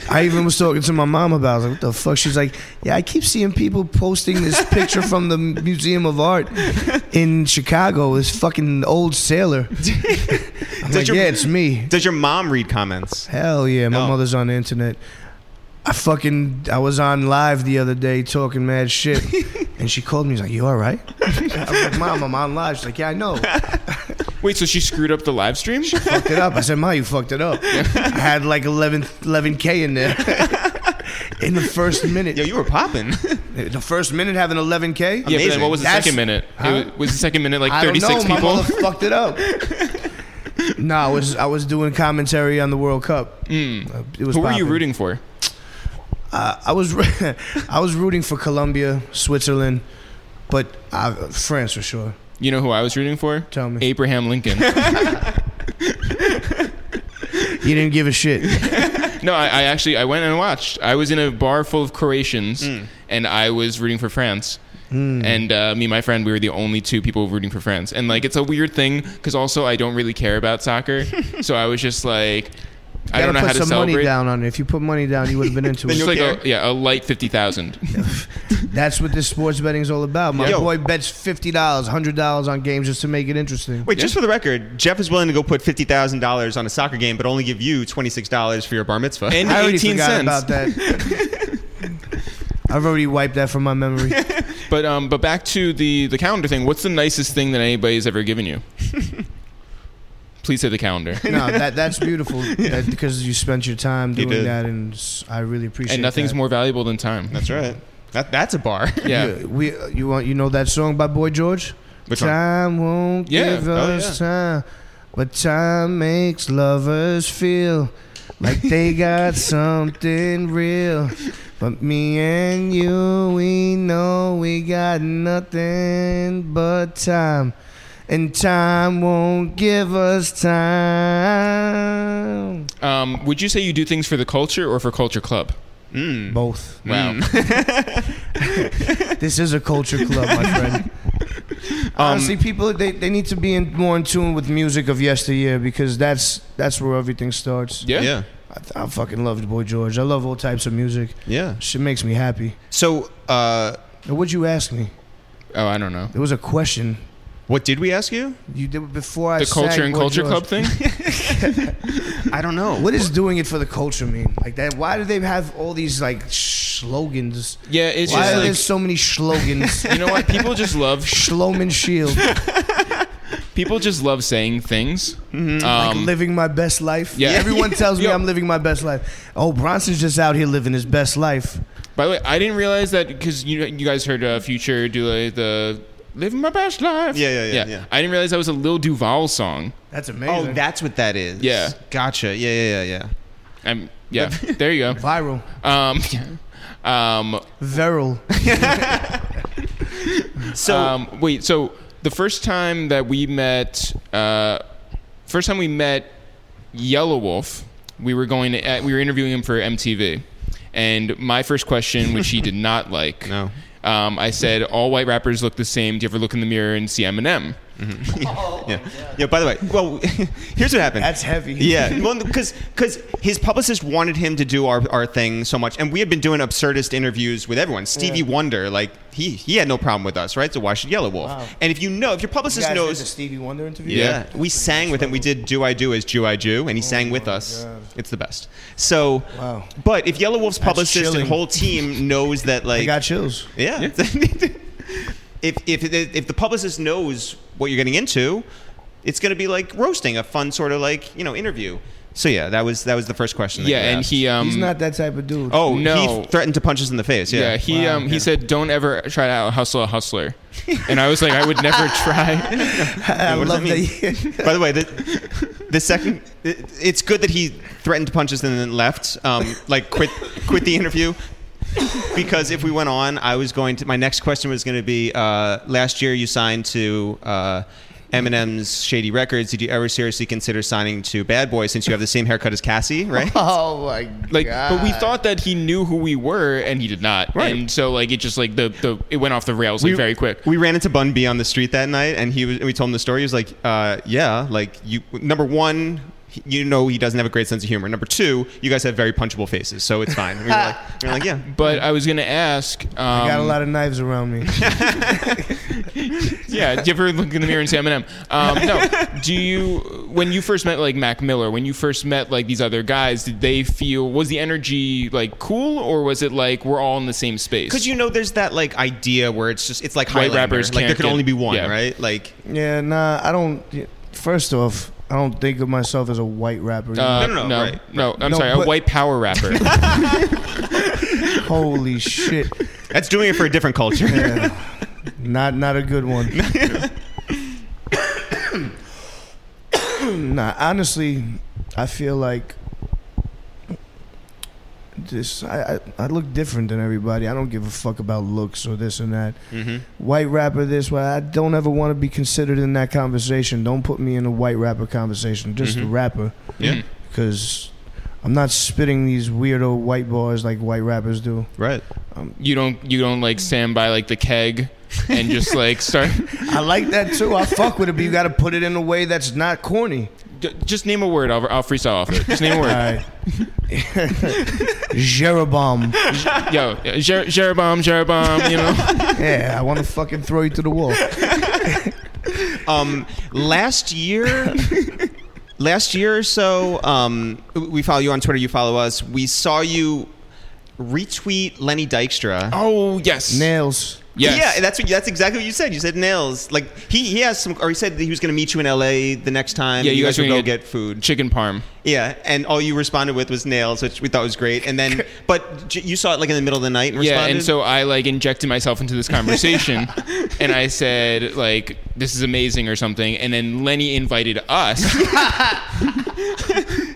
[SPEAKER 4] I even was talking to my mom about. it. I was like, "What the fuck?" She's like, "Yeah, I keep seeing people posting this picture from the Museum of Art in Chicago. This fucking old sailor." I'm like,
[SPEAKER 1] your-
[SPEAKER 4] "Yeah, it's me."
[SPEAKER 1] Does your mom read comments?
[SPEAKER 4] Hell yeah, my
[SPEAKER 1] Oh.
[SPEAKER 4] mother's on the internet. I fucking I was on live the other day talking mad shit, and she called me. She's like, "You all right?" I was like, "Mom, I'm on live." She's like, "Yeah, I know."
[SPEAKER 2] Wait, so she screwed up the live stream?
[SPEAKER 4] fucked it up. I said, Ma, you fucked it up. I had like 11, 11K
[SPEAKER 2] [LAUGHS]
[SPEAKER 4] in there. In the first minute.
[SPEAKER 1] Yo, you were popping.
[SPEAKER 4] the first minute having 11K?
[SPEAKER 2] Yeah, but then what was the
[SPEAKER 4] That's-
[SPEAKER 2] second minute?
[SPEAKER 4] Huh?
[SPEAKER 2] It was, was the second minute like
[SPEAKER 4] I don't know.
[SPEAKER 2] 36
[SPEAKER 4] My
[SPEAKER 2] people?
[SPEAKER 4] mother fucked
[SPEAKER 2] [LAUGHS]
[SPEAKER 4] it up. no, I was I was doing commentary on the World Cup. Uh, it was
[SPEAKER 2] Hmm. Who were you
[SPEAKER 4] popping.
[SPEAKER 2] rooting for?
[SPEAKER 4] Uh, I was [LAUGHS] I was rooting for Colombia, Switzerland, but I, France for sure.
[SPEAKER 2] You know who I was rooting for?
[SPEAKER 4] Tell me.
[SPEAKER 2] Abraham
[SPEAKER 4] [LAUGHS]
[SPEAKER 2] Lincoln.
[SPEAKER 4] You didn't give
[SPEAKER 2] [LAUGHS]
[SPEAKER 4] a shit.
[SPEAKER 2] no, I, I actually I went and watched. I was in a bar full of Croatians,
[SPEAKER 4] Mm.
[SPEAKER 2] and I was rooting for France. And uh, me and my friend, we were the only two people rooting for France. And like, it's a weird thing because also I don't really care about soccer,
[SPEAKER 4] [LAUGHS]
[SPEAKER 2] so I was just like, I
[SPEAKER 4] Gotta
[SPEAKER 2] don't know
[SPEAKER 4] put
[SPEAKER 2] how to
[SPEAKER 4] some
[SPEAKER 2] celebrate.
[SPEAKER 4] money down on it. If you put money down, you would have
[SPEAKER 2] [LAUGHS]
[SPEAKER 4] been into it.
[SPEAKER 2] Just like a, yeah, a light fifty thousand.
[SPEAKER 4] [LAUGHS] That's what this sports betting is all about. My
[SPEAKER 1] Yo.
[SPEAKER 4] boy bets fifty dollars, hundred dollars on games just to make it interesting.
[SPEAKER 1] Wait, just for the record, Jeff is willing to go put fifty thousand dollars on a soccer game, but only give you twenty six dollars for your bar mitzvah.
[SPEAKER 2] And
[SPEAKER 4] I already
[SPEAKER 2] eighteen
[SPEAKER 4] forgot
[SPEAKER 2] cents.
[SPEAKER 4] about that. I've already wiped that from my memory.
[SPEAKER 2] But um, but back to the the calendar thing. What's the nicest thing that anybody's ever given
[SPEAKER 4] [LAUGHS]
[SPEAKER 2] you? Please say the calendar.
[SPEAKER 4] No, that that's beautiful that- because you spent your time
[SPEAKER 1] You
[SPEAKER 4] doing
[SPEAKER 1] did.
[SPEAKER 4] that, and s- I really appreciate.
[SPEAKER 2] and nothing's
[SPEAKER 4] that.
[SPEAKER 2] more valuable than time.
[SPEAKER 1] [LAUGHS] that's right. That, that's a
[SPEAKER 4] [LAUGHS]
[SPEAKER 1] bar.
[SPEAKER 2] Yeah.
[SPEAKER 4] You, we you want you know that song by Boy George?
[SPEAKER 1] Which one?
[SPEAKER 4] time won't
[SPEAKER 2] Yeah.
[SPEAKER 4] give
[SPEAKER 2] Oh,
[SPEAKER 4] us time, but time makes lovers feel like they got something real. But me and you, we know we got nothing but time. And time won't give us time.
[SPEAKER 2] Um, would you say you do things for the culture or for Culture Club?
[SPEAKER 1] Mm.
[SPEAKER 4] Both.
[SPEAKER 2] Wow.
[SPEAKER 4] This is a culture club, my
[SPEAKER 2] [LAUGHS]
[SPEAKER 4] friend. Honestly, people they, they need to be in, more in tune with music of yesteryear because that's that's where everything starts.
[SPEAKER 2] Yeah.
[SPEAKER 1] yeah.
[SPEAKER 4] I, I fucking loved Boy George. I love all types of music.
[SPEAKER 1] Yeah.
[SPEAKER 4] Shit makes me happy.
[SPEAKER 1] So, uh,
[SPEAKER 4] Now, what'd you ask me?
[SPEAKER 2] Oh, I don't know.
[SPEAKER 4] There was a question
[SPEAKER 1] what did we ask you?
[SPEAKER 4] you did before I
[SPEAKER 2] The
[SPEAKER 4] sang
[SPEAKER 2] culture and
[SPEAKER 4] Boy
[SPEAKER 2] culture
[SPEAKER 4] George.
[SPEAKER 2] club
[SPEAKER 1] [LAUGHS]
[SPEAKER 2] thing.
[SPEAKER 1] I don't know.
[SPEAKER 4] What does doing it for the culture mean? Like that? Why do they have all these like slogans?
[SPEAKER 2] Yeah, it's
[SPEAKER 4] Why are there
[SPEAKER 2] just
[SPEAKER 4] so many slogans?
[SPEAKER 2] like [LAUGHS] you know what people just love.
[SPEAKER 4] Schloman Shield,
[SPEAKER 2] People just love
[SPEAKER 1] [LAUGHS]
[SPEAKER 2] saying things.
[SPEAKER 1] Mm-hmm.
[SPEAKER 4] like
[SPEAKER 2] Um,
[SPEAKER 4] living my best life.
[SPEAKER 2] yeah.
[SPEAKER 4] [LAUGHS]
[SPEAKER 2] [LAUGHS]
[SPEAKER 4] everyone tells me
[SPEAKER 2] Yo.
[SPEAKER 4] I'm living my best life. Oh, Bronson's just out here living his best life.
[SPEAKER 2] by the way, I didn't realize that because you you guys heard uh, Future do like, the living my best life.
[SPEAKER 1] Yeah, yeah, yeah, yeah.
[SPEAKER 2] I didn't realize that was a Lil Duval song.
[SPEAKER 4] That's
[SPEAKER 1] oh,
[SPEAKER 4] amazing.
[SPEAKER 1] that's what that is.
[SPEAKER 2] Yeah.
[SPEAKER 1] Gotcha. Yeah, yeah, yeah, yeah.
[SPEAKER 2] I'm, yeah, there you
[SPEAKER 1] [LAUGHS]
[SPEAKER 2] go.
[SPEAKER 4] viral,
[SPEAKER 2] Um, um,
[SPEAKER 4] viral.
[SPEAKER 1] So,
[SPEAKER 2] um, wait, so the first time that we met, uh, first time we met Yellow Wolf, we were going to, uh, we were interviewing him for MTV, and my first question, which he
[SPEAKER 1] [LAUGHS]
[SPEAKER 2] did not like,
[SPEAKER 1] No.
[SPEAKER 2] um, I said all white rappers look the same. Do you ever look in the mirror and see Eminem?
[SPEAKER 1] yeah. Yeah, by the way, well, [LAUGHS] here's what happened.
[SPEAKER 4] Oh,
[SPEAKER 2] [LAUGHS]
[SPEAKER 4] That's heavy. [LAUGHS]
[SPEAKER 1] Yeah, well, because because his publicist wanted him to do our, our thing so much, and we had been doing absurdist interviews with everyone. Stevie Wonder, like he he had no problem with us, right? So why should Yellow Wolf?
[SPEAKER 4] Wow.
[SPEAKER 1] And if you know, if your
[SPEAKER 4] You
[SPEAKER 1] publicist
[SPEAKER 4] guys did
[SPEAKER 1] knows,
[SPEAKER 4] the Stevie Wonder interview.
[SPEAKER 2] Yeah.
[SPEAKER 1] yeah, we sang with him. We did "Do I Do" as "Jew I Jew," and he sang with us.
[SPEAKER 4] Oh, God.
[SPEAKER 1] It's the best. So,
[SPEAKER 4] Wow.
[SPEAKER 1] but if Yellow Wolf's publicist
[SPEAKER 4] chilling.
[SPEAKER 1] and whole
[SPEAKER 4] [LAUGHS]
[SPEAKER 1] team knows that, like,
[SPEAKER 4] I got chills.
[SPEAKER 1] yeah. [LAUGHS] if, if, if the publicist knows what you're getting into, it's going to be like roasting, a fun sort of like, you know, interview. So yeah, that was that was the first question. That
[SPEAKER 2] Yeah,
[SPEAKER 1] you
[SPEAKER 2] and
[SPEAKER 1] asked.
[SPEAKER 2] he, um,
[SPEAKER 4] He's not that type of dude.
[SPEAKER 1] Oh,
[SPEAKER 2] No.
[SPEAKER 1] he threatened to punch us in the face.
[SPEAKER 2] yeah,
[SPEAKER 1] Yeah.
[SPEAKER 2] he,
[SPEAKER 4] Wow.
[SPEAKER 2] um, he said don't ever try to hustle a hustler, and I was like, I would
[SPEAKER 1] [LAUGHS]
[SPEAKER 2] never try.
[SPEAKER 4] I
[SPEAKER 1] what does
[SPEAKER 4] love
[SPEAKER 1] that
[SPEAKER 4] that.
[SPEAKER 1] [LAUGHS] By the way, the, the second, it- it's good that he threatened to punch us and then left. Um, like quit quit the interview. because if we went on, I was going to. My next question was going to be: uh, Last year, you signed to uh, Eminem's Shady Records. Did you ever seriously consider signing to Bad Boy since you have the same haircut as Cassie? Right?
[SPEAKER 4] [LAUGHS] Oh my
[SPEAKER 2] Like,
[SPEAKER 4] god!
[SPEAKER 2] but we thought that he knew who we were, and he did not.
[SPEAKER 1] Right.
[SPEAKER 2] And so, like, it just like the, the it went off the rails like very quick.
[SPEAKER 1] We ran into Bun B on the street that night, and he was. We told him the story. He was like, uh, "Yeah, like you. Number one." he- You know he doesn't have a great sense of humor. Number two, you guys have very punchable faces, so it's fine. And we were like, we were [LAUGHS] like, yeah,
[SPEAKER 2] But I was gonna ask. Um,
[SPEAKER 4] I got a lot of knives around
[SPEAKER 2] [LAUGHS]
[SPEAKER 4] me.
[SPEAKER 2] yeah, do you ever look in the mirror and say Eminem? Um,
[SPEAKER 4] [LAUGHS]
[SPEAKER 2] no. Do you when you first met like Mac Miller, when you first met like these other guys, did they feel was the energy like cool or was it like we're all in the same space?
[SPEAKER 1] because you know there's that like idea where it's just it's like
[SPEAKER 2] White
[SPEAKER 1] Highlander.
[SPEAKER 2] rappers
[SPEAKER 1] like there
[SPEAKER 2] can't
[SPEAKER 1] can
[SPEAKER 2] get-
[SPEAKER 1] only be one,
[SPEAKER 2] yeah.
[SPEAKER 1] right? Like
[SPEAKER 4] yeah, nah. I don't. First off, I don't think of myself as a white rapper.
[SPEAKER 2] Uh,
[SPEAKER 1] No, no, no,
[SPEAKER 2] no,
[SPEAKER 1] right,
[SPEAKER 2] no, I'm
[SPEAKER 4] No,
[SPEAKER 2] sorry,
[SPEAKER 4] but-
[SPEAKER 2] a white power
[SPEAKER 4] [LAUGHS]
[SPEAKER 2] rapper. [LAUGHS]
[SPEAKER 4] Holy shit!
[SPEAKER 1] that's doing it for a different culture. [LAUGHS]
[SPEAKER 4] Not not a good one. [COUGHS] nah, honestly, I feel like this. I, I I look different than everybody. I don't give a fuck about looks or this and that.
[SPEAKER 1] Mhm.
[SPEAKER 4] White rapper, this. Well, I don't ever want to be considered in that conversation. Don't put me in a white rapper conversation. Just a rapper,
[SPEAKER 1] Yeah,
[SPEAKER 4] because I'm not spitting these weirdo white bars like white rappers do.
[SPEAKER 1] right.
[SPEAKER 2] you don't you don't like stand by like the keg and just like
[SPEAKER 4] [LAUGHS]
[SPEAKER 2] start.
[SPEAKER 4] I like that too. I fuck with it, but you got to put it in a way that's not corny.
[SPEAKER 2] d- just name a word. I'll, I'll freestyle off it. Just name a
[SPEAKER 4] All
[SPEAKER 2] word.
[SPEAKER 4] right. [LAUGHS] Jeroboam.
[SPEAKER 2] Yo, Jer- Jeroboam, Jeroboam.
[SPEAKER 1] [LAUGHS]
[SPEAKER 2] You know.
[SPEAKER 4] Yeah, I want to fucking throw you to the wall.
[SPEAKER 1] Um, last year, [LAUGHS] last year or so, um, we follow you on Twitter. You follow us. We saw you retweet Lenny Dykstra.
[SPEAKER 2] Oh yes.
[SPEAKER 4] Nails.
[SPEAKER 2] Yes.
[SPEAKER 1] Yeah, that's what, that's exactly what you said. You said nails. Like he, he has some, or he said that he was going to meet you in L.A. the next time.
[SPEAKER 2] Yeah, you guys
[SPEAKER 1] would
[SPEAKER 2] were
[SPEAKER 1] go
[SPEAKER 2] gonna
[SPEAKER 1] get
[SPEAKER 2] get-
[SPEAKER 1] food.
[SPEAKER 2] Chicken parm.
[SPEAKER 1] Yeah, and all you responded with was nails, which we thought was great. And
[SPEAKER 2] [LAUGHS]
[SPEAKER 1] then, but j- you saw it like in the middle of the night. And
[SPEAKER 2] Yeah,
[SPEAKER 1] responded?
[SPEAKER 2] and so I like injected myself into
[SPEAKER 1] [LAUGHS]
[SPEAKER 2] this conversation, and I said like, "This is amazing" or something, and then Lenny invited
[SPEAKER 1] [LAUGHS]
[SPEAKER 2] us.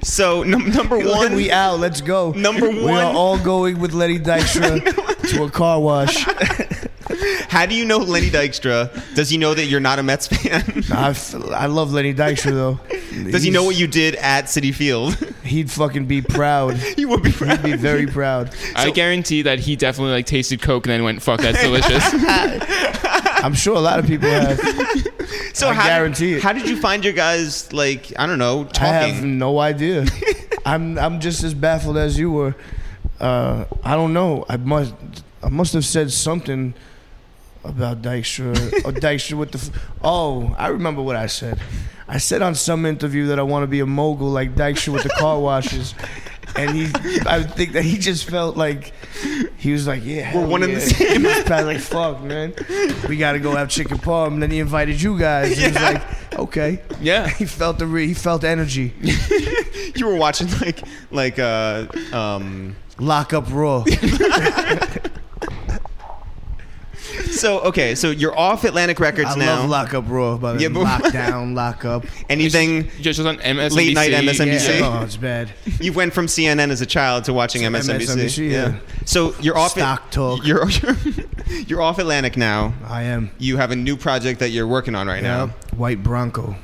[SPEAKER 1] so num- number
[SPEAKER 2] [LAUGHS]
[SPEAKER 1] one,
[SPEAKER 4] We out. Let's go.
[SPEAKER 1] Number
[SPEAKER 4] We
[SPEAKER 1] one.
[SPEAKER 4] are all going with
[SPEAKER 1] [LAUGHS]
[SPEAKER 4] Lenny Dykstra to a car wash.
[SPEAKER 1] How do you know Lenny Dykstra? Does he know that you're not a Mets fan? [LAUGHS]
[SPEAKER 4] I, f- I love Lenny Dykstra though.
[SPEAKER 1] Does he know what you did at City Field? [LAUGHS]
[SPEAKER 4] He'd fucking be proud.
[SPEAKER 1] he would be
[SPEAKER 4] He'd
[SPEAKER 1] proud. [LAUGHS]
[SPEAKER 4] be very proud.
[SPEAKER 2] I guarantee that he definitely like tasted Coke and then went,
[SPEAKER 1] [LAUGHS]
[SPEAKER 2] "Fuck, that's delicious."
[SPEAKER 4] I'm sure a lot of people have.
[SPEAKER 1] so
[SPEAKER 4] I
[SPEAKER 1] how,
[SPEAKER 4] guarantee it.
[SPEAKER 1] How did you find your guys? Like I don't know,
[SPEAKER 4] I have
[SPEAKER 1] talking. [LAUGHS]
[SPEAKER 4] no idea. I'm I'm just as baffled as you were. Uh, I don't know. I must I must have said something about Dykstra.
[SPEAKER 1] [LAUGHS]
[SPEAKER 4] oh, Dykstra with the f- oh, I remember what I said. I said on some interview that I want to be a mogul like Dykstra with the
[SPEAKER 1] [LAUGHS]
[SPEAKER 4] car washes. And he, I think that he just felt like he was like, yeah,
[SPEAKER 1] We're
[SPEAKER 4] hell
[SPEAKER 1] one and the
[SPEAKER 4] yeah. He was probably like, fuck, man, we gotta go have chicken parm. And then he invited you guys. He was like, okay,
[SPEAKER 2] yeah.
[SPEAKER 4] [LAUGHS] he felt the re- he felt energy.
[SPEAKER 1] [LAUGHS] you were watching like like uh um.
[SPEAKER 4] Lock up
[SPEAKER 1] [LAUGHS]
[SPEAKER 4] Raw.
[SPEAKER 1] So okay, so you're off Atlantic Records
[SPEAKER 4] I
[SPEAKER 1] now.
[SPEAKER 4] love Lock Up Raw, but
[SPEAKER 1] Yeah, but-
[SPEAKER 4] lockdown,
[SPEAKER 1] [LAUGHS]
[SPEAKER 4] lock up.
[SPEAKER 1] Anything?
[SPEAKER 2] Just was on MSNBC.
[SPEAKER 1] Late night MSNBC.
[SPEAKER 4] Yeah. Oh, it's bad.
[SPEAKER 1] [LAUGHS] You went from CNN as a child to watching
[SPEAKER 4] To
[SPEAKER 1] MSNBC.
[SPEAKER 4] MSNBC, yeah.
[SPEAKER 1] So you're off
[SPEAKER 4] Stock talk.
[SPEAKER 1] You're [LAUGHS] you're, you're off Atlantic now.
[SPEAKER 4] I am.
[SPEAKER 1] You have a new project that you're working on right now,
[SPEAKER 4] Yep. White Bronco.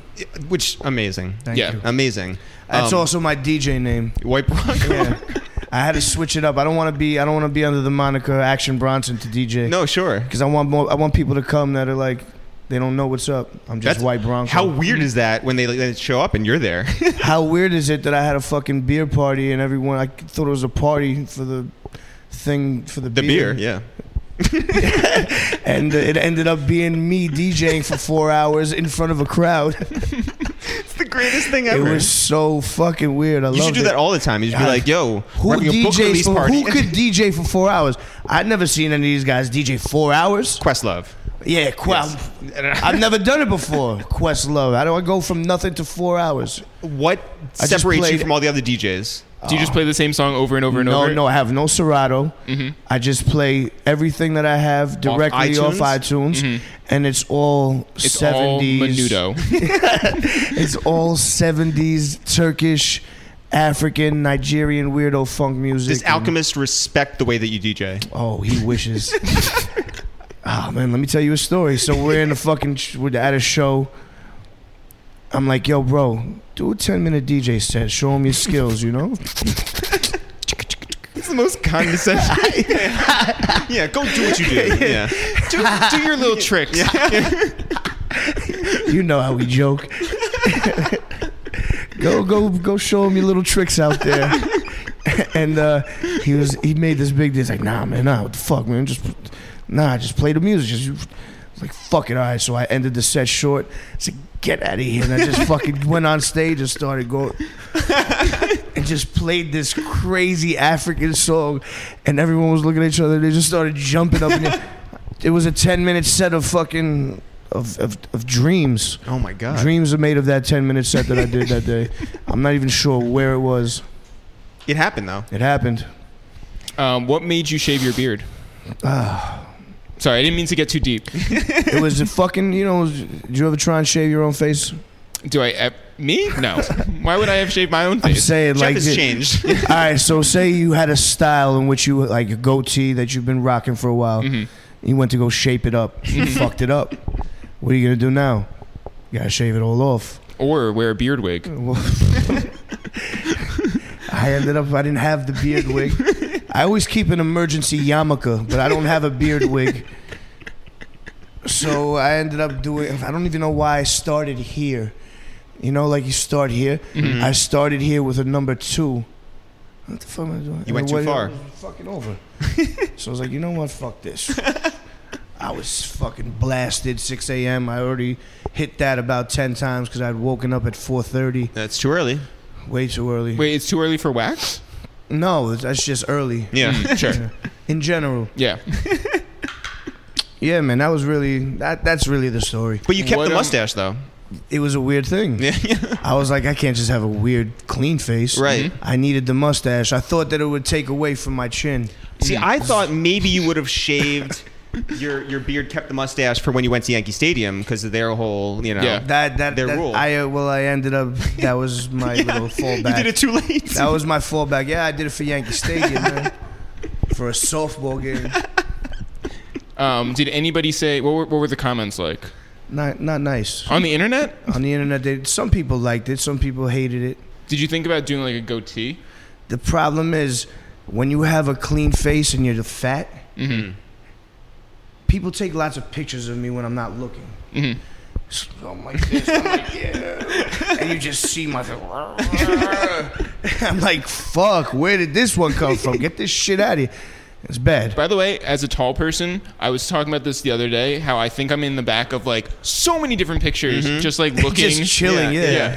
[SPEAKER 1] which amazing.
[SPEAKER 4] Thank
[SPEAKER 2] Yeah.
[SPEAKER 4] you.
[SPEAKER 1] Amazing.
[SPEAKER 4] That's
[SPEAKER 1] Um,
[SPEAKER 4] also my
[SPEAKER 1] [LAUGHS]
[SPEAKER 4] DJ name.
[SPEAKER 1] White Bronco.
[SPEAKER 4] [LAUGHS] Yeah. I had to switch it up. I don't want to be. I don't want to be under the moniker Action Bronson to
[SPEAKER 1] [LAUGHS]
[SPEAKER 4] DJ.
[SPEAKER 1] No, sure.
[SPEAKER 4] Because I want more. I want people to come that are like, they don't know what's up. I'm just
[SPEAKER 1] That's-
[SPEAKER 4] White Bronco.
[SPEAKER 1] How weird is that when they, they show up and you're there? [LAUGHS]
[SPEAKER 4] How weird is it that I had a fucking beer party and everyone? I thought it was a party for the thing for the
[SPEAKER 1] the beer, yeah.
[SPEAKER 4] and uh, it ended up being me DJing for four hours in front of a
[SPEAKER 1] [LAUGHS]
[SPEAKER 4] crowd.
[SPEAKER 1] It's the greatest thing
[SPEAKER 4] It
[SPEAKER 1] ever.
[SPEAKER 4] was so fucking weird. I
[SPEAKER 1] you should
[SPEAKER 4] loved
[SPEAKER 1] do
[SPEAKER 4] it.
[SPEAKER 1] that all the time. You should be
[SPEAKER 4] Yeah.
[SPEAKER 1] like, "Yo,
[SPEAKER 4] Who
[SPEAKER 1] we're having a book
[SPEAKER 4] DJs
[SPEAKER 1] release
[SPEAKER 4] for,
[SPEAKER 1] party."
[SPEAKER 4] Who could DJ for four hours? I'd never seen any of these guys DJ four hours.
[SPEAKER 1] [LAUGHS] Questlove. [LAUGHS]
[SPEAKER 4] Yeah, Quest. I've never done it before. Quest Love. How do I go from nothing to four hours?
[SPEAKER 1] What
[SPEAKER 4] I just
[SPEAKER 1] separates you
[SPEAKER 4] played-
[SPEAKER 1] from all the other DJs?
[SPEAKER 2] Do you just play the same song over and over and
[SPEAKER 4] no,
[SPEAKER 2] over?
[SPEAKER 4] no, I have no Serato.
[SPEAKER 1] Mm-hmm.
[SPEAKER 4] I just play everything that I have directly off
[SPEAKER 1] iTunes? Mm-hmm.
[SPEAKER 4] iTunes, and it's all
[SPEAKER 2] It's
[SPEAKER 4] 70s. [LAUGHS]
[SPEAKER 2] all menudo.
[SPEAKER 4] It's all 70s Turkish African, Nigerian weirdo funk music.
[SPEAKER 1] Does
[SPEAKER 4] and-
[SPEAKER 1] Alchemist respect the way that you DJ?
[SPEAKER 4] Oh, he wishes. oh man, let me tell you a story. So we're in a fucking sh- we're at a show. I'm like, yo, bro, do a 10 minute DJ set. Show him your skills, you know.
[SPEAKER 1] It's the most condescending. [LAUGHS] yeah, go do what you do. [LAUGHS] Yeah.
[SPEAKER 2] do, do
[SPEAKER 1] [LAUGHS]
[SPEAKER 2] your little tricks.
[SPEAKER 4] You know how we joke. go, go, go! Show him your little tricks out there. [LAUGHS] and uh, he was he made this big deal. He's like, nah, man, nah, what the fuck, man? Just nah, just play the music. Just you- it's like fuck it, all right. So I ended the set short. I said, get out of here. And I just fucking went on stage and started going and just played this crazy African song. And everyone was looking at each other. They just started jumping up. in the- it was a ten minute set of fucking of of, of dreams.
[SPEAKER 1] Oh my god.
[SPEAKER 4] Dreams are made of that 10 minute set that I did that day. I'm not even sure where it was.
[SPEAKER 1] It happened though.
[SPEAKER 4] It happened.
[SPEAKER 2] Um, what made you shave your beard?
[SPEAKER 4] Uh.
[SPEAKER 2] Sorry, I didn't mean to get too deep.
[SPEAKER 4] It was a fucking, you know, did you ever try and shave your own face?
[SPEAKER 2] Do I? Uh, me? No. Why would I have shaved my own
[SPEAKER 4] I'm
[SPEAKER 2] face?
[SPEAKER 4] saying,
[SPEAKER 1] Jeff
[SPEAKER 4] like,
[SPEAKER 1] has
[SPEAKER 4] did-
[SPEAKER 1] changed.
[SPEAKER 4] [LAUGHS]
[SPEAKER 1] [LAUGHS]
[SPEAKER 4] all right, so say you had a style in which you, like, a goatee that you've been rocking for a while.
[SPEAKER 1] Mm-hmm.
[SPEAKER 4] You went to go shape it up. You fucked it up. What are you going to do now? You got to shave it all off.
[SPEAKER 2] Or wear a beard wig?
[SPEAKER 4] Well, [LAUGHS] I ended up. I didn't have the beard wig. I always keep an emergency yarmulke, but I don't have a beard wig. So I ended up doing. I don't even know why I started here. You know, like you start here.
[SPEAKER 1] Mm-hmm.
[SPEAKER 4] I started here with a number two. What the fuck am I doing?
[SPEAKER 1] You went too
[SPEAKER 4] What-
[SPEAKER 1] far.
[SPEAKER 4] Fucking over. [LAUGHS] so I was like, you know what? Fuck this. I was fucking blasted. 6 a.m. I already hit that about 10 times because I'd woken up at 4:30,
[SPEAKER 1] That's too early.
[SPEAKER 4] way too early.
[SPEAKER 2] Wait, it's too early for wax?
[SPEAKER 4] No, that's just early.
[SPEAKER 1] Yeah. [LAUGHS]
[SPEAKER 2] Sure.
[SPEAKER 4] In general,
[SPEAKER 2] Yeah.
[SPEAKER 4] yeah, man, that was really that. That's really the story.
[SPEAKER 1] But you kept
[SPEAKER 2] What,
[SPEAKER 1] the
[SPEAKER 2] um,
[SPEAKER 1] mustache though. [LAUGHS]
[SPEAKER 4] It was a weird thing.
[SPEAKER 1] Yeah.
[SPEAKER 4] I was like, I can't just have a weird clean face. Mm-hmm.
[SPEAKER 1] Right.
[SPEAKER 4] I needed the mustache. I thought that it would take away from my chin.
[SPEAKER 1] See, I thought maybe you would have shaved your your beard, kept the mustache for when you went to Yankee Stadium because of their whole, you know.
[SPEAKER 2] Yeah.
[SPEAKER 4] That that,
[SPEAKER 1] Their
[SPEAKER 4] that
[SPEAKER 1] rule.
[SPEAKER 4] I uh, well, I ended up. That was my
[SPEAKER 1] [LAUGHS]
[SPEAKER 4] little
[SPEAKER 1] You
[SPEAKER 4] fallback.
[SPEAKER 1] did it too [LAUGHS] late.
[SPEAKER 4] that was my fallback. Yeah, I did it for Yankee Stadium, man. For a softball game.
[SPEAKER 2] Um, did anybody say what were, what were the comments like
[SPEAKER 4] Not not nice.
[SPEAKER 2] on the internet?
[SPEAKER 4] On the internet, they, some people liked it, some people hated it.
[SPEAKER 2] Did you think about doing like a goatee?
[SPEAKER 4] The problem is when you have a clean face and you're fat. People take lots of pictures of me when I'm not looking. oh
[SPEAKER 2] Mhm.
[SPEAKER 4] So I'm like this. I'm like yeah, and you just see my. [LAUGHS] I'm like fuck. Where did this one come from? Get this shit out of here. It's bad.
[SPEAKER 2] By the way, as a tall person, I was talking about this the other day. How I think I'm in the back of like so many different pictures, just like looking.
[SPEAKER 4] Just chilling.
[SPEAKER 1] Yeah,
[SPEAKER 2] yeah.
[SPEAKER 4] Yeah.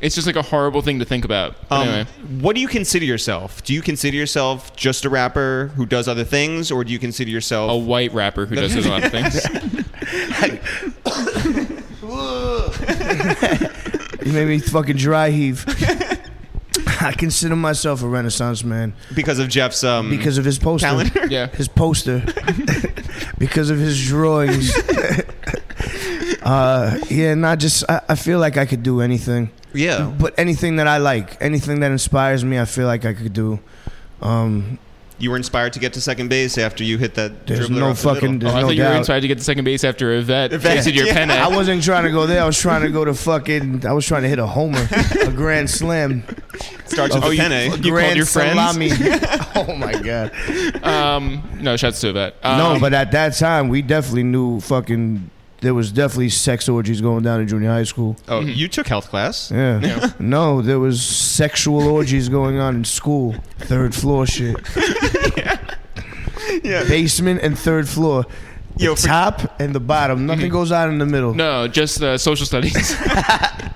[SPEAKER 2] it's just like a horrible thing to think about. But
[SPEAKER 1] Um,
[SPEAKER 2] anyway,
[SPEAKER 1] What do you consider yourself? Do you consider yourself just a rapper who does other things, or do you consider yourself?
[SPEAKER 2] a
[SPEAKER 4] Oh.
[SPEAKER 2] white rapper who does a lot of things.
[SPEAKER 4] You made me fucking dry heave. I consider myself a renaissance man
[SPEAKER 1] because of Jeff's um,
[SPEAKER 4] because of his poster.
[SPEAKER 1] calendar.
[SPEAKER 2] Yeah.
[SPEAKER 4] his poster [LAUGHS] because of his drawings. uh, yeah, not just. I, I feel like I could do anything,
[SPEAKER 1] yeah.
[SPEAKER 4] but anything that I like, anything that inspires me, I feel like I could do. Um,
[SPEAKER 1] You were inspired to get to second base after you hit that.
[SPEAKER 4] there's
[SPEAKER 1] dribbler
[SPEAKER 4] no
[SPEAKER 1] off the middle.
[SPEAKER 4] fucking.
[SPEAKER 2] Oh,
[SPEAKER 4] There's
[SPEAKER 2] I
[SPEAKER 4] no
[SPEAKER 2] thought you were
[SPEAKER 4] doubt.
[SPEAKER 2] inside to get to second base after a vet tasted your pen.
[SPEAKER 4] I
[SPEAKER 2] at-
[SPEAKER 4] wasn't trying to go there. I was trying to go to fucking. I was trying to hit a homer, a grand slam,
[SPEAKER 1] starts with
[SPEAKER 2] [LAUGHS] Oh,
[SPEAKER 1] a
[SPEAKER 2] you-
[SPEAKER 1] penne.
[SPEAKER 2] you-
[SPEAKER 4] grand
[SPEAKER 2] called your friends? [LAUGHS]
[SPEAKER 4] salami. [LAUGHS] oh my god!
[SPEAKER 2] Um, no, shouts to a vet. Um,
[SPEAKER 4] No, but at that time, we definitely knew fucking. There was definitely sex orgies going down in junior high school.
[SPEAKER 1] Oh, you took health class.
[SPEAKER 4] Mm-hmm. Yeah. [LAUGHS] No, there was sexual orgies going on in school. Third floor shit.
[SPEAKER 2] [LAUGHS]
[SPEAKER 1] Yeah.
[SPEAKER 4] Basement and third floor. The
[SPEAKER 1] Yo, for-
[SPEAKER 4] top and the bottom. Nothing goes on in the middle.
[SPEAKER 2] Mm-hmm. no, just uh, social studies. [LAUGHS]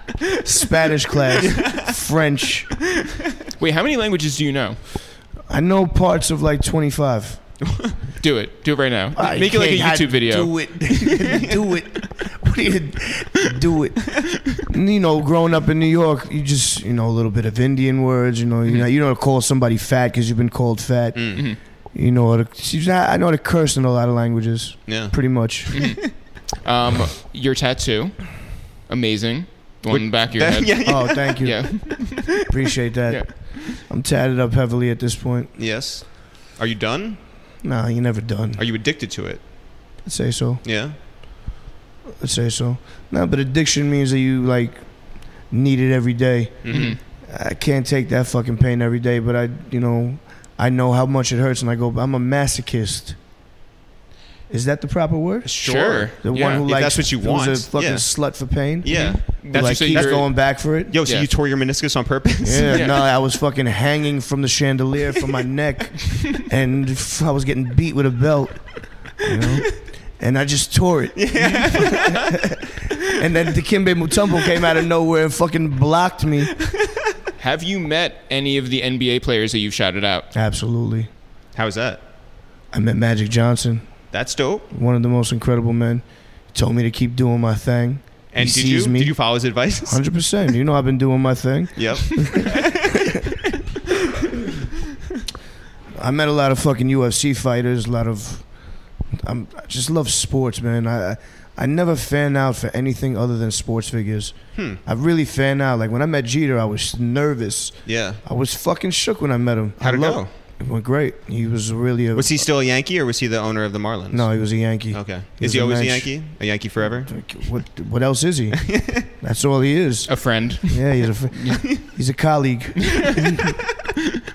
[SPEAKER 4] Spanish class, French.
[SPEAKER 2] Wait, how many languages do you know?
[SPEAKER 4] I know parts of like 25.
[SPEAKER 2] Do it. Do it right now.
[SPEAKER 4] I
[SPEAKER 2] Make it like a
[SPEAKER 4] can't-
[SPEAKER 2] YouTube video.
[SPEAKER 4] Do it. [LAUGHS] do it. What do you do it? And, you know, growing up in New York, you just you know a little bit of Indian words. You know,
[SPEAKER 2] Mm-hmm.
[SPEAKER 4] you know, you don't call somebody fat because you've been called fat.
[SPEAKER 1] Mm-hmm.
[SPEAKER 4] You know, how to- you know, I know how to curse in a lot of languages,
[SPEAKER 1] [LAUGHS] Yeah.
[SPEAKER 4] pretty much.
[SPEAKER 2] Um, your tattoo, amazing. the one in the back
[SPEAKER 4] [LAUGHS]
[SPEAKER 2] of your
[SPEAKER 1] [LAUGHS]
[SPEAKER 2] head.
[SPEAKER 1] yeah.
[SPEAKER 4] Oh, thank you.
[SPEAKER 2] yeah.
[SPEAKER 4] Appreciate that.
[SPEAKER 2] Yeah.
[SPEAKER 4] I'm tatted up heavily at this point.
[SPEAKER 1] Yes. Are you done?
[SPEAKER 4] Nah, you're never done.
[SPEAKER 1] Are you addicted to it?
[SPEAKER 4] I'd say so.
[SPEAKER 1] Yeah.
[SPEAKER 4] I'd say so. No, but addiction means that you like need it every day.
[SPEAKER 1] Mhm.
[SPEAKER 4] Mm-hmm. I can't take that fucking pain every day, but I, you know, I know how much it hurts, and I go, I'm a masochist. Is that the proper word?
[SPEAKER 2] Sure.
[SPEAKER 4] The
[SPEAKER 2] Yeah.
[SPEAKER 4] one who
[SPEAKER 1] If
[SPEAKER 4] likes
[SPEAKER 1] that's what you
[SPEAKER 4] who's
[SPEAKER 1] want,
[SPEAKER 4] a fucking
[SPEAKER 1] yeah.
[SPEAKER 4] slut for pain.
[SPEAKER 1] Yeah.
[SPEAKER 4] That's
[SPEAKER 2] That's
[SPEAKER 4] like
[SPEAKER 2] what
[SPEAKER 4] keeps
[SPEAKER 2] you're-
[SPEAKER 4] going back for it.
[SPEAKER 1] Yo, so
[SPEAKER 2] Yeah.
[SPEAKER 1] you tore your meniscus on purpose? [LAUGHS]
[SPEAKER 4] Yeah,
[SPEAKER 2] Yeah.
[SPEAKER 4] no, I was fucking hanging from the chandelier from [LAUGHS] my neck, and f- I was getting beat with a belt, you know, and I just tore it. [LAUGHS] and then the Kimbe Mutombo came out of nowhere and fucking blocked me.
[SPEAKER 2] Have you met any of the NBA players that you've shouted out?
[SPEAKER 4] Absolutely,
[SPEAKER 1] How's that?
[SPEAKER 4] I met Magic Johnson,
[SPEAKER 1] That's dope.
[SPEAKER 4] one of the most incredible men. He told me to keep doing my thing.
[SPEAKER 1] And
[SPEAKER 4] he
[SPEAKER 1] did
[SPEAKER 4] sees
[SPEAKER 1] you
[SPEAKER 4] me.
[SPEAKER 1] did you follow his advice?
[SPEAKER 4] Hundred percent. You know I've been doing my thing.
[SPEAKER 1] [LAUGHS] Yep.
[SPEAKER 4] I met a lot of fucking UFC fighters. A lot of, I'm, I just love sports, man. I, I I never fan out for anything other than sports figures.
[SPEAKER 1] Hmm.
[SPEAKER 4] I really fan out. Like when I met Jeter, I was nervous.
[SPEAKER 1] Yeah.
[SPEAKER 4] I was fucking shook when I met him.
[SPEAKER 1] How'd
[SPEAKER 4] I
[SPEAKER 1] it
[SPEAKER 4] love-
[SPEAKER 1] go?
[SPEAKER 4] It went great. He was really a.
[SPEAKER 1] Was he still a Yankee or was he the owner of the Marlins?
[SPEAKER 4] No, he was a Yankee.
[SPEAKER 1] Okay.
[SPEAKER 4] He
[SPEAKER 1] Is
[SPEAKER 4] was
[SPEAKER 1] he
[SPEAKER 4] a
[SPEAKER 1] always a
[SPEAKER 4] match-
[SPEAKER 1] Yankee? A Yankee forever?
[SPEAKER 4] Like, what what else
[SPEAKER 1] [LAUGHS]
[SPEAKER 4] is he? That's all he is.
[SPEAKER 1] Oh.
[SPEAKER 2] A friend.
[SPEAKER 4] Yeah, he's a fr- he's
[SPEAKER 1] [LAUGHS]
[SPEAKER 4] a colleague.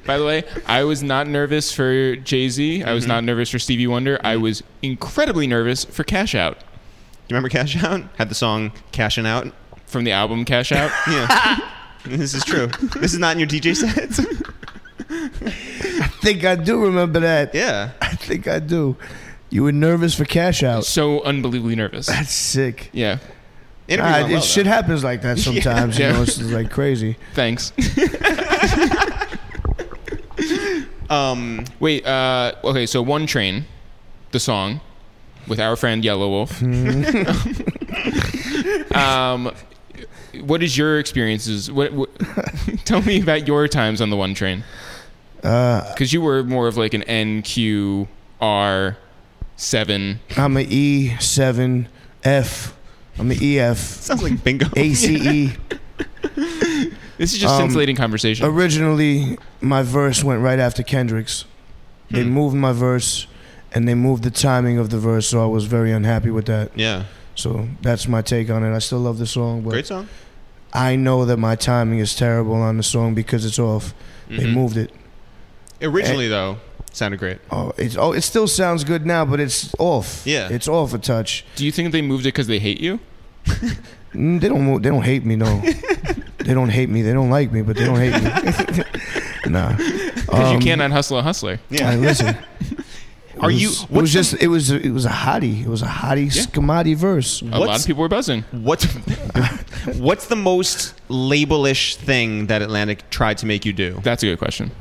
[SPEAKER 2] By the way, I was not nervous for Jay Z. I was
[SPEAKER 4] Mm-hmm.
[SPEAKER 2] not nervous for Stevie Wonder. I was incredibly nervous for Cash Out
[SPEAKER 1] You remember Cash Out? Had the song Cashing Out?
[SPEAKER 2] from the album Cash
[SPEAKER 4] [LAUGHS]
[SPEAKER 2] Out.
[SPEAKER 1] Yeah. this is true. This is not in your DJ
[SPEAKER 4] [LAUGHS]
[SPEAKER 1] sets?
[SPEAKER 4] I think I do remember that.
[SPEAKER 1] yeah.
[SPEAKER 4] I think I do. You were nervous for cash out.
[SPEAKER 2] so unbelievably
[SPEAKER 4] [LAUGHS]
[SPEAKER 2] nervous.
[SPEAKER 4] That's sick.
[SPEAKER 2] Yeah.
[SPEAKER 1] Interview
[SPEAKER 4] Ah,
[SPEAKER 1] went
[SPEAKER 4] it,
[SPEAKER 1] well,
[SPEAKER 4] shit
[SPEAKER 1] though.
[SPEAKER 4] happens
[SPEAKER 1] [LAUGHS]
[SPEAKER 4] like that sometimes.
[SPEAKER 2] Yeah.
[SPEAKER 4] You know, it's just, like crazy.
[SPEAKER 2] Thanks.
[SPEAKER 1] um,
[SPEAKER 2] Wait. Uh, okay. So One Train, the song, with our friend Yellow Wolf. um, what is your experiences? What, what [LAUGHS] Tell me about your times on the One Train.
[SPEAKER 4] Uh,
[SPEAKER 2] Because you were more of like an NQR seven.
[SPEAKER 4] I'm a E7 F. I'm E
[SPEAKER 1] [LAUGHS]
[SPEAKER 4] an EF.
[SPEAKER 1] sounds like bingo.
[SPEAKER 4] ACE.
[SPEAKER 2] This is just
[SPEAKER 4] Um,
[SPEAKER 2] scintillating conversation.
[SPEAKER 4] Originally, my verse went right after Kendrick's. They
[SPEAKER 1] Hmm.
[SPEAKER 4] moved my verse and they moved the timing of the verse, so I was very unhappy with that.
[SPEAKER 1] Yeah.
[SPEAKER 4] So that's my take on it. I still love the song, but
[SPEAKER 1] Great song.
[SPEAKER 4] I know that my timing is terrible on the song because it's off. They
[SPEAKER 1] Mhm.
[SPEAKER 4] moved it.
[SPEAKER 1] Originally, though, sounded great.
[SPEAKER 4] Oh, it's, oh, it still sounds good now, but it's off.
[SPEAKER 1] Yeah.
[SPEAKER 4] It's off a touch.
[SPEAKER 2] Do you think they moved it because they hate you?
[SPEAKER 4] Mm, They don't. mo- They don't hate me. No, they don't hate me. They don't like me, but they don't hate me. nah,
[SPEAKER 2] Because
[SPEAKER 4] Um,
[SPEAKER 2] you cannot hustle a hustler.
[SPEAKER 4] I [LAUGHS] listen. It
[SPEAKER 1] uh, [LAUGHS] Are you-
[SPEAKER 4] was- It
[SPEAKER 1] what's
[SPEAKER 4] was
[SPEAKER 1] the-
[SPEAKER 4] just. It was. It was a hottie. It was a hottie skamati verse.
[SPEAKER 2] A lot
[SPEAKER 1] What's-
[SPEAKER 2] of people were buzzing.
[SPEAKER 1] What's what's the most labelish thing that Atlantic tried to make you do?
[SPEAKER 2] That's a good question.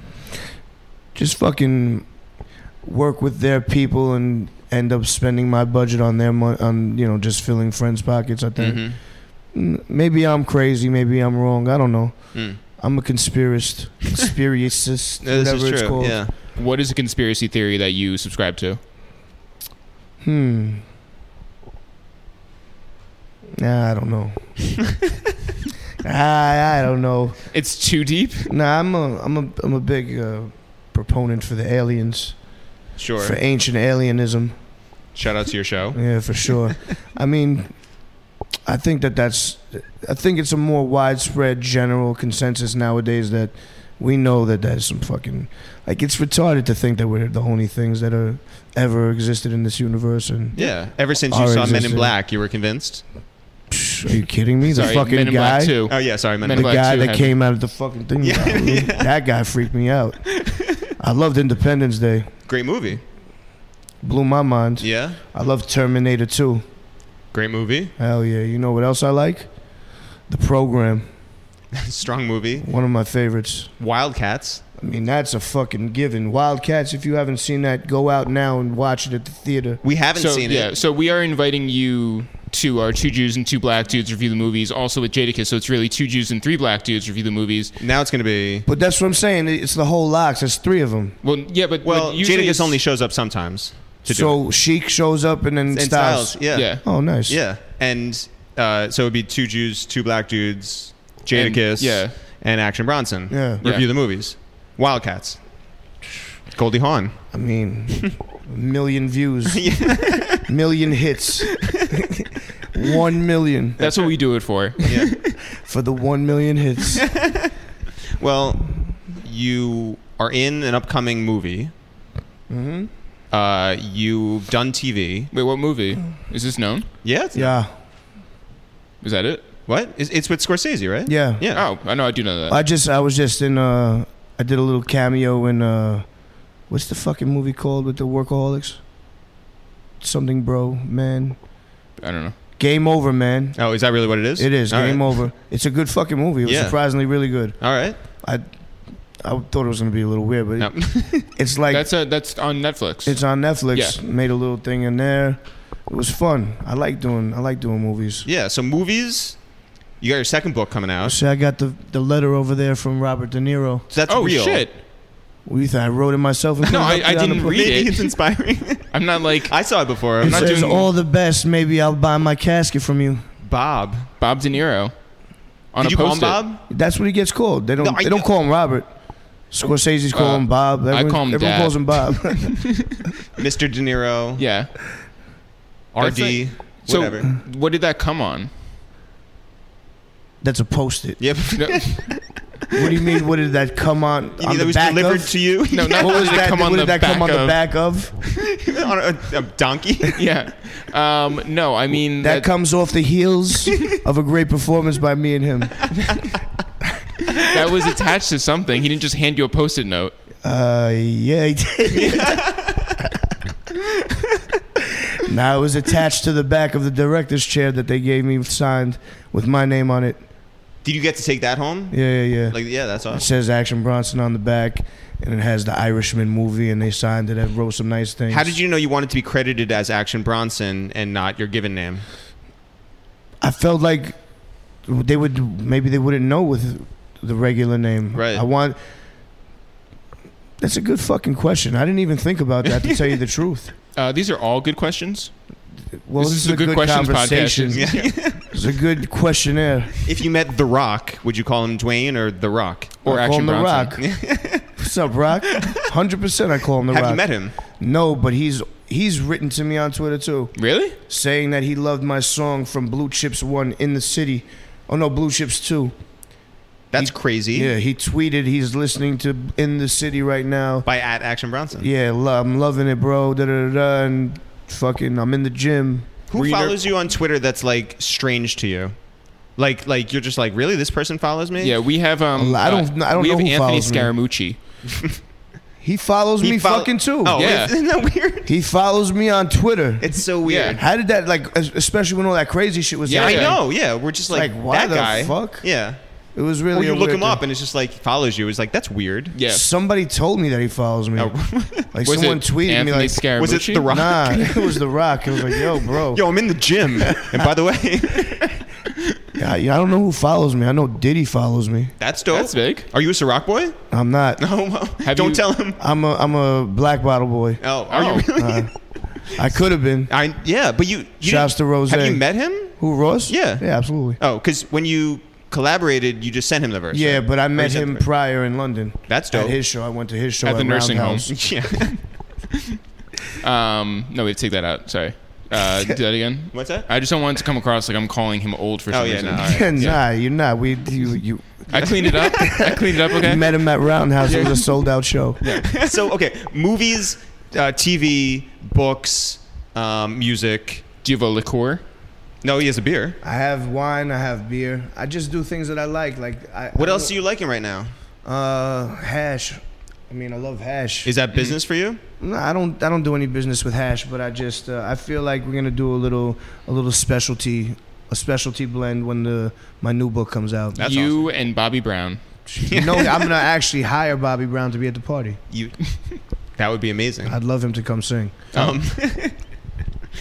[SPEAKER 4] Just fucking work with their people and end up spending my budget on their money on you know just filling friends' pockets. I think
[SPEAKER 1] Mhm.
[SPEAKER 4] Mm, maybe I'm crazy. Maybe I'm wrong. I don't know.
[SPEAKER 1] Mm.
[SPEAKER 4] I'm a
[SPEAKER 1] [LAUGHS]
[SPEAKER 4] conspiracist. Conspiracist.
[SPEAKER 1] No, This
[SPEAKER 4] whatever
[SPEAKER 1] is
[SPEAKER 4] it's
[SPEAKER 1] true.
[SPEAKER 4] called.
[SPEAKER 1] Yeah.
[SPEAKER 2] What is a conspiracy theory that you subscribe to?
[SPEAKER 4] Hmm. Nah, I
[SPEAKER 2] [LAUGHS]
[SPEAKER 4] don't know. I I don't know.
[SPEAKER 2] It's too deep.
[SPEAKER 4] Nah, I'm a I'm a I'm a big uh, proponent for the aliens,
[SPEAKER 1] Sure.
[SPEAKER 4] for ancient alienism.
[SPEAKER 1] Shout out to your show.
[SPEAKER 4] [LAUGHS] Yeah,
[SPEAKER 2] [LAUGHS]
[SPEAKER 4] for sure. I mean, I think that that's I think it's a more widespread general consensus nowadays that we know that there's some fucking like it's retarded to think that we're the only things that are ever existed in this universe and
[SPEAKER 1] Yeah. Ever since you
[SPEAKER 4] Our
[SPEAKER 1] saw Men in
[SPEAKER 4] existence.
[SPEAKER 1] Black, you were convinced.
[SPEAKER 4] Psh, Are you kidding me? The
[SPEAKER 2] Sorry,
[SPEAKER 4] fucking
[SPEAKER 2] Men in
[SPEAKER 4] guy,
[SPEAKER 2] Black 2.
[SPEAKER 1] Oh yeah. Sorry, Men,
[SPEAKER 2] Men
[SPEAKER 1] in
[SPEAKER 4] the
[SPEAKER 2] in Black
[SPEAKER 4] guy
[SPEAKER 2] 2
[SPEAKER 4] that
[SPEAKER 2] had-
[SPEAKER 4] came out of the fucking thing. [LAUGHS] That guy freaked me out. I loved Independence Day.
[SPEAKER 1] Black. Great movie.
[SPEAKER 4] Blew my mind.
[SPEAKER 1] Yeah.
[SPEAKER 4] I love Terminator 2.
[SPEAKER 1] Great movie. [LAUGHS]
[SPEAKER 4] Hell yeah. You know what else I like? The Program.
[SPEAKER 1] Strong movie.
[SPEAKER 4] One of my favorites.
[SPEAKER 1] Wildcats.
[SPEAKER 4] I mean, that's a fucking given. Wildcats, if you haven't seen that, go out now and watch it at the theater.
[SPEAKER 1] We haven't
[SPEAKER 2] So
[SPEAKER 1] seen
[SPEAKER 2] yeah,
[SPEAKER 1] it.
[SPEAKER 2] so we are inviting you to our two Jews and two black dudes review the movies. Also with Jadakiss, so it's really two Jews and three black dudes review the movies.
[SPEAKER 1] Now it's gonna be.
[SPEAKER 4] But that's what I'm saying. It's the whole locks. It's three of them.
[SPEAKER 2] Well, yeah, but
[SPEAKER 1] Well,
[SPEAKER 2] but usually
[SPEAKER 1] Jadakiss
[SPEAKER 2] it's-
[SPEAKER 1] only shows up sometimes to do
[SPEAKER 4] So Sheik shows up and then
[SPEAKER 1] it. And
[SPEAKER 4] Styles.
[SPEAKER 1] Yeah.
[SPEAKER 2] yeah.
[SPEAKER 4] Oh, nice.
[SPEAKER 1] Yeah. And Uh, so it'd be two Jews, two black dudes, Jadakiss,
[SPEAKER 2] And- yeah.
[SPEAKER 1] and Action Bronson.
[SPEAKER 4] Yeah.
[SPEAKER 1] Review
[SPEAKER 2] Yeah.
[SPEAKER 1] the movies. Wildcats. Goldie Hawn.
[SPEAKER 4] I mean, a
[SPEAKER 1] [LAUGHS]
[SPEAKER 4] million views, million hits, one million
[SPEAKER 2] That's what we do it for.
[SPEAKER 1] Yeah.
[SPEAKER 4] for the one million hits.
[SPEAKER 1] well, you are in an upcoming movie.
[SPEAKER 4] hmm
[SPEAKER 1] Uh, you've done TV.
[SPEAKER 2] Wait, what movie? Is this known?
[SPEAKER 1] Yeah. it's-
[SPEAKER 4] Yeah,
[SPEAKER 2] Is that it?
[SPEAKER 1] What? It's, it's with Scorsese, right?
[SPEAKER 4] yeah.
[SPEAKER 1] Yeah.
[SPEAKER 2] Oh, I know. I do know that.
[SPEAKER 4] I just, I was just in. Uh, I did a little cameo in. Uh, what's the fucking movie called with the workaholics? Something, bro, man.
[SPEAKER 2] I don't know.
[SPEAKER 4] Game over, man.
[SPEAKER 1] Oh, is that really what it is?
[SPEAKER 4] It is
[SPEAKER 1] All right.
[SPEAKER 4] game over. It's a good fucking movie. It was
[SPEAKER 1] Yeah.
[SPEAKER 4] surprisingly really good.
[SPEAKER 1] All right.
[SPEAKER 4] I thought it was gonna be a little weird, but
[SPEAKER 2] No.
[SPEAKER 1] [LAUGHS]
[SPEAKER 4] it's like
[SPEAKER 2] that's a, that's on Netflix.
[SPEAKER 4] it's on Netflix.
[SPEAKER 2] Yeah.
[SPEAKER 4] Made a little thing in there. It was fun. I like doing. I like doing movies.
[SPEAKER 1] Yeah. So movies. You got your second book coming out.
[SPEAKER 4] See, I got the the letter over there from Robert De Niro.
[SPEAKER 1] So that's
[SPEAKER 2] oh
[SPEAKER 1] real.
[SPEAKER 2] shit!
[SPEAKER 4] What do you think? I wrote it myself. And
[SPEAKER 2] No, I-
[SPEAKER 4] put it up
[SPEAKER 2] I
[SPEAKER 4] there on the
[SPEAKER 2] didn't
[SPEAKER 4] pla-
[SPEAKER 2] read
[SPEAKER 1] Maybe
[SPEAKER 2] it.
[SPEAKER 1] it's inspiring. [LAUGHS]
[SPEAKER 2] I'm not like
[SPEAKER 1] I saw it before.
[SPEAKER 4] It
[SPEAKER 2] not
[SPEAKER 4] says
[SPEAKER 2] doing-
[SPEAKER 4] all the best. Maybe I'll buy my casket from you.
[SPEAKER 1] Bob.
[SPEAKER 2] Bob De Niro. On
[SPEAKER 1] Did
[SPEAKER 2] a
[SPEAKER 1] you call him
[SPEAKER 2] post-it.
[SPEAKER 1] Bob?
[SPEAKER 4] That's what he gets called. They don't.
[SPEAKER 1] No, I-
[SPEAKER 4] they don't call him Robert. Scorsese's call
[SPEAKER 2] Uh,
[SPEAKER 4] him Bob.
[SPEAKER 2] I
[SPEAKER 4] Everyone,
[SPEAKER 2] call him
[SPEAKER 4] everyone
[SPEAKER 2] Dad.
[SPEAKER 4] calls
[SPEAKER 2] [LAUGHS]
[SPEAKER 4] him Bob.
[SPEAKER 1] Mr. De Niro.
[SPEAKER 2] Yeah. That's
[SPEAKER 1] RD.
[SPEAKER 2] So
[SPEAKER 1] whatever.
[SPEAKER 2] what did that come on?
[SPEAKER 4] That's a post-it.
[SPEAKER 1] yep.
[SPEAKER 4] [LAUGHS]
[SPEAKER 2] No,
[SPEAKER 4] What do you mean? What did that come on?
[SPEAKER 1] [LAUGHS] You mean
[SPEAKER 4] on
[SPEAKER 1] that
[SPEAKER 4] the
[SPEAKER 1] was
[SPEAKER 4] back
[SPEAKER 1] delivered
[SPEAKER 4] of?
[SPEAKER 1] to you
[SPEAKER 4] [LAUGHS]
[SPEAKER 2] no not
[SPEAKER 4] what
[SPEAKER 2] did
[SPEAKER 4] was
[SPEAKER 2] it
[SPEAKER 4] that?
[SPEAKER 2] Come
[SPEAKER 4] what
[SPEAKER 2] on
[SPEAKER 4] did
[SPEAKER 2] the
[SPEAKER 4] that
[SPEAKER 2] back
[SPEAKER 4] come on
[SPEAKER 2] of,
[SPEAKER 4] the
[SPEAKER 2] [LAUGHS]
[SPEAKER 4] back of?
[SPEAKER 1] [LAUGHS] on a, a
[SPEAKER 4] [LAUGHS]
[SPEAKER 1] donkey? [LAUGHS]
[SPEAKER 2] Yeah. Um, no, I mean
[SPEAKER 4] That comes off the
[SPEAKER 2] [LAUGHS]
[SPEAKER 4] heels of a great performance by me and him.
[SPEAKER 2] that was attached to something. He didn't just hand you a post-it note.
[SPEAKER 4] Uh, yeah, he did. now it was attached to the back of the director's chair that they gave me signed with my name on it.
[SPEAKER 1] Did you get to take that home?
[SPEAKER 4] Yeah, yeah, yeah.
[SPEAKER 1] Like, yeah, that's
[SPEAKER 4] it
[SPEAKER 1] awesome.
[SPEAKER 4] says Action Bronson on the back, and it has the Irishman movie, and they signed it. I wrote some nice things.
[SPEAKER 1] How did you know you wanted to be credited as Action Bronson and not your given name?
[SPEAKER 4] I felt like they would maybe they wouldn't know with the regular name.
[SPEAKER 1] Right.
[SPEAKER 4] I want. That's a good fucking question. I didn't even think about that to tell you the truth.
[SPEAKER 2] Uh, these are all good questions.
[SPEAKER 4] Well,
[SPEAKER 2] This is a good questions podcast.
[SPEAKER 4] conversation.
[SPEAKER 2] Yeah.
[SPEAKER 4] It's a good questionnaire.
[SPEAKER 1] If you met The Rock, would you call him Dwayne or The Rock?
[SPEAKER 2] Or
[SPEAKER 4] I call
[SPEAKER 2] Action
[SPEAKER 4] him the
[SPEAKER 2] Bronson.
[SPEAKER 4] Rock.
[SPEAKER 1] [LAUGHS]
[SPEAKER 4] What's up, Rock? Hundred percent. I call him the
[SPEAKER 1] Have
[SPEAKER 4] Rock.
[SPEAKER 1] you met him?
[SPEAKER 4] No, but he's he's written to me on Twitter too,
[SPEAKER 2] Really?
[SPEAKER 4] saying that he loved my song from Blue Chips One in the city. Oh no, Blue Chips Two.
[SPEAKER 1] That's crazy.
[SPEAKER 4] Yeah, he tweeted he's listening to In the City right now.
[SPEAKER 1] By at Action Bronson.
[SPEAKER 4] Yeah, lo- I'm loving it, bro. Da da da, da. And fucking, I'm in the gym.
[SPEAKER 1] Who
[SPEAKER 2] Were you ner-
[SPEAKER 1] follows you on Twitter that's like strange to you? Like, like you're just like, really? This person follows me?
[SPEAKER 2] Yeah, we have. Um,
[SPEAKER 4] I don't- I don't
[SPEAKER 2] we
[SPEAKER 4] know
[SPEAKER 2] have
[SPEAKER 4] who
[SPEAKER 2] Anthony
[SPEAKER 4] follows me.
[SPEAKER 2] Scaramucci.
[SPEAKER 4] He follows
[SPEAKER 1] He
[SPEAKER 4] me
[SPEAKER 1] follow-
[SPEAKER 4] fucking too.
[SPEAKER 1] Oh,
[SPEAKER 2] Yeah.
[SPEAKER 1] isn't that weird?
[SPEAKER 4] He follows me on Twitter.
[SPEAKER 1] It's so weird.
[SPEAKER 4] How did that like, es- especially when all that crazy shit was?
[SPEAKER 2] Yeah,
[SPEAKER 4] happening?
[SPEAKER 1] I know. Yeah, we're just like,
[SPEAKER 4] Like, why
[SPEAKER 1] that
[SPEAKER 4] the
[SPEAKER 1] guy.
[SPEAKER 4] fuck?
[SPEAKER 1] Yeah.
[SPEAKER 4] It was really.
[SPEAKER 1] Or you
[SPEAKER 4] a
[SPEAKER 1] look
[SPEAKER 4] weird
[SPEAKER 1] him up
[SPEAKER 4] thing.
[SPEAKER 1] and it's just like follows you. It's like that's weird.
[SPEAKER 2] Yeah.
[SPEAKER 4] Somebody told me that he follows me.
[SPEAKER 1] Oh.
[SPEAKER 4] Like
[SPEAKER 2] Was
[SPEAKER 4] someone
[SPEAKER 2] it
[SPEAKER 4] tweeted
[SPEAKER 2] Anthony
[SPEAKER 4] me like,
[SPEAKER 2] Scaramucci?
[SPEAKER 1] Was it The Rock?
[SPEAKER 4] Nah, it was The Rock. It was like, yo, bro.
[SPEAKER 1] [LAUGHS] Yo, I'm in the gym. and by the way, [LAUGHS]
[SPEAKER 4] Yeah, I, I don't know who follows me. I know Diddy follows me.
[SPEAKER 1] that's dope.
[SPEAKER 2] That's big.
[SPEAKER 1] Are you a Ciroc boy? [LAUGHS]
[SPEAKER 4] I'm not.
[SPEAKER 1] No, well,
[SPEAKER 2] Have
[SPEAKER 1] don't
[SPEAKER 2] you-
[SPEAKER 1] tell him.
[SPEAKER 4] I'm a I'm a black bottle boy.
[SPEAKER 1] Oh,
[SPEAKER 4] Uh,
[SPEAKER 1] are
[SPEAKER 2] Oh.
[SPEAKER 1] you really?
[SPEAKER 4] I could have been.
[SPEAKER 1] I yeah, but you. you
[SPEAKER 4] Shouts
[SPEAKER 1] didn't-
[SPEAKER 4] to Rose.
[SPEAKER 1] Have you met him?
[SPEAKER 4] Who Ross?
[SPEAKER 1] Yeah.
[SPEAKER 4] Yeah, absolutely.
[SPEAKER 1] Oh, because when you collaborated, you just sent him the verse.
[SPEAKER 4] Yeah,
[SPEAKER 1] right?
[SPEAKER 4] but I
[SPEAKER 1] Or
[SPEAKER 4] met
[SPEAKER 1] you sent
[SPEAKER 4] him
[SPEAKER 1] the verse.
[SPEAKER 4] prior in London.
[SPEAKER 1] That's
[SPEAKER 4] At
[SPEAKER 1] dope.
[SPEAKER 4] his show, I went to his show
[SPEAKER 2] At the nursing home.
[SPEAKER 4] [LAUGHS] Roundhouse.
[SPEAKER 1] yeah.
[SPEAKER 2] Um, no, we have to take that out. Sorry.
[SPEAKER 4] [LAUGHS]
[SPEAKER 2] Uh, do that again.
[SPEAKER 1] What's that?
[SPEAKER 2] I just don't want it to come across like I'm calling him old for some
[SPEAKER 1] Oh, yeah,
[SPEAKER 4] [LAUGHS]
[SPEAKER 2] reason.
[SPEAKER 1] no, all right.
[SPEAKER 4] nah, you're not. We you you,
[SPEAKER 2] I cleaned it up. I cleaned it up.
[SPEAKER 4] you [LAUGHS]
[SPEAKER 2] Okay.
[SPEAKER 4] met him at Roundhouse. It was a sold out show.
[SPEAKER 1] [LAUGHS] so okay, movies, uh, TV, books, um, music.
[SPEAKER 2] Do you have a liqueur?
[SPEAKER 1] No, he has a beer.
[SPEAKER 4] I have wine. I have beer. I just do things that I like. Like I,
[SPEAKER 1] What
[SPEAKER 4] I
[SPEAKER 1] else are you liking right now?
[SPEAKER 4] don't- Uh, hash. I mean, I love hash.
[SPEAKER 1] Is that business for you?
[SPEAKER 4] No, I don't. I don't do any business with hash, but I just uh, I feel like we're gonna do a little a little specialty a specialty blend when the my new book comes out.
[SPEAKER 1] That's
[SPEAKER 2] you and Bobby Brown.
[SPEAKER 4] You know, I'm gonna actually hire Bobby Brown to be at the party.
[SPEAKER 1] You. [LAUGHS] That would be amazing.
[SPEAKER 4] I'd love him to come sing.
[SPEAKER 1] Um,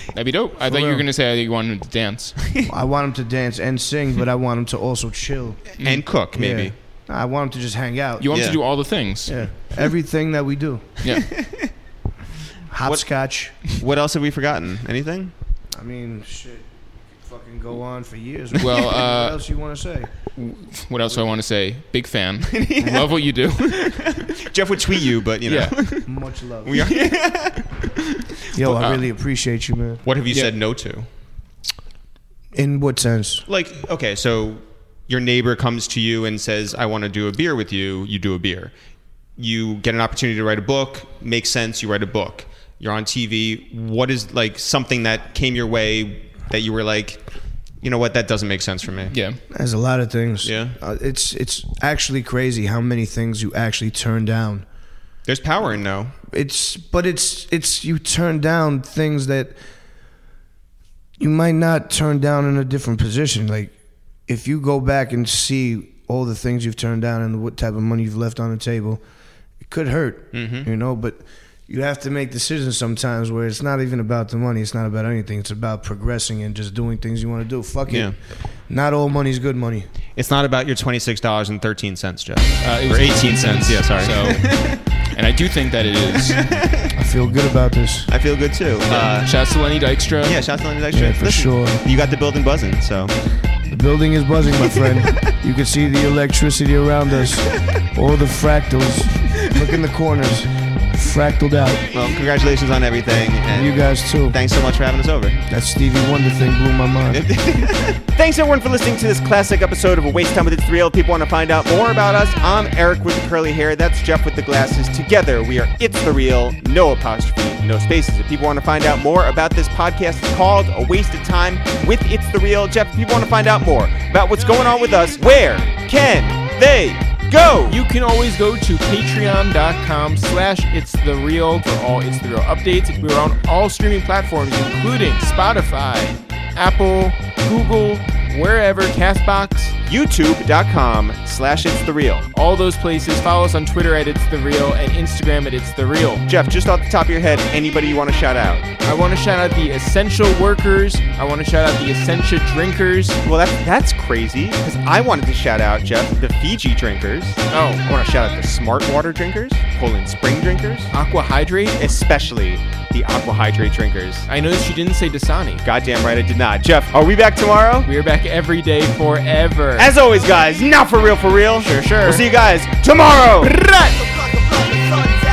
[SPEAKER 2] That'd be dope. I thought you were
[SPEAKER 4] real.
[SPEAKER 2] gonna say you wanted him to dance.
[SPEAKER 4] I want him to dance and sing, but I want him to also chill.
[SPEAKER 1] and cook maybe.
[SPEAKER 4] Yeah. I want him to just hang out.
[SPEAKER 2] You want him
[SPEAKER 1] Yeah.
[SPEAKER 2] to do all the things.
[SPEAKER 4] yeah, everything that we do.
[SPEAKER 2] Yeah.
[SPEAKER 4] Hopscotch.
[SPEAKER 1] What else have we forgotten? Anything?
[SPEAKER 4] I mean, shit. fucking go on for years.
[SPEAKER 2] Well,
[SPEAKER 4] what
[SPEAKER 2] uh,
[SPEAKER 4] else you want to say?
[SPEAKER 2] What else do I want to say? Big fan. Love what you do.
[SPEAKER 1] Jeff would tweet you, but you know.
[SPEAKER 2] yeah.
[SPEAKER 4] Much love. [LAUGHS] Yo, I really appreciate you, man.
[SPEAKER 1] [LAUGHS] What have you
[SPEAKER 2] Yeah.
[SPEAKER 1] said no to?
[SPEAKER 4] In what sense?
[SPEAKER 1] Like, okay, so your neighbor comes to you and says, I want to do a beer with you. You do a beer. You get an opportunity to write a book. Makes sense. You write a book. You're on TV. What is like something that came your way that you were like, you know what? That doesn't make sense for me.
[SPEAKER 2] Yeah.
[SPEAKER 4] There's a lot of things.
[SPEAKER 1] Yeah.
[SPEAKER 4] Uh, it's it's actually crazy how many things you actually turn down.
[SPEAKER 1] There's power in no.
[SPEAKER 4] It's but it's it's you turn down things that you might not turn down in a different position. Like if you go back and see all the things you've turned down and what type of money you've left on the table, it could hurt. You know, but you have to make decisions sometimes where it's not even about the money. It's not about anything. It's about progressing and just doing things you want to do. Fuck
[SPEAKER 1] Yeah.
[SPEAKER 4] it. Not all money's good money.
[SPEAKER 1] It's not about your $26.13, Jeff.
[SPEAKER 2] Uh, it
[SPEAKER 1] Or 18 cents. Yeah, sorry.
[SPEAKER 2] So, and I do think that it is.
[SPEAKER 4] I feel good about this.
[SPEAKER 1] I feel good too. Uh,
[SPEAKER 2] Shouts to Lenny Dykstra.
[SPEAKER 1] yeah, shout out to Lenny
[SPEAKER 4] Yeah,
[SPEAKER 1] Dykstra.
[SPEAKER 4] for
[SPEAKER 1] Listen,
[SPEAKER 4] sure.
[SPEAKER 1] You got the building buzzing, so.
[SPEAKER 4] The building is buzzing, my friend. you can see the electricity around us. All the fractals. Look in the corners. Fractaled out.
[SPEAKER 1] Well, congratulations on everything. And
[SPEAKER 4] You guys too.
[SPEAKER 1] Thanks so much for having us over.
[SPEAKER 4] That Stevie Wonder thing blew my mind.
[SPEAKER 8] Thanks everyone for listening to this classic episode of A Waste of Time with It's Real. If people want to find out more about us, I'm Eric with the curly hair. That's Jeff with the glasses. Together we are It's the Real, no apostrophe, no spaces. If people want to find out more about this podcast, it's called A Waste of Time with It's the Real. Jeff, if you want to find out more about what's going on with us, where can they go?
[SPEAKER 6] You can always go to patreon.com slash it's the real for all it's the real updates. We're on all streaming platforms, including Spotify, Apple, Google, wherever, Castbox,
[SPEAKER 8] YouTube.com slash It's the Real.
[SPEAKER 6] all those places. Follow us on Twitter at it's the real and Instagram at it's the real.
[SPEAKER 8] Jeff, just off the top of your head, anybody you want to shout out?
[SPEAKER 6] I want to shout out the essential workers. I want to shout out the essentia drinkers.
[SPEAKER 8] Well, that, that's crazy because I wanted to shout out, Jeff, the Fiji drinkers. I
[SPEAKER 6] Oh,
[SPEAKER 8] want to shout out the smart water drinkers, Poland Spring drinkers,
[SPEAKER 6] Aqua Hydrate.
[SPEAKER 8] especially the Aqua Hydrate drinkers.
[SPEAKER 6] I noticed you didn't say Dasani.
[SPEAKER 8] Goddamn right I did not. Jeff, are we back tomorrow?
[SPEAKER 6] We are back every day forever.
[SPEAKER 8] As always, guys, not for real, for real.
[SPEAKER 6] Sure, sure.
[SPEAKER 8] We'll see you guys tomorrow.
[SPEAKER 4] Fuck, fuck, fuck, fuck.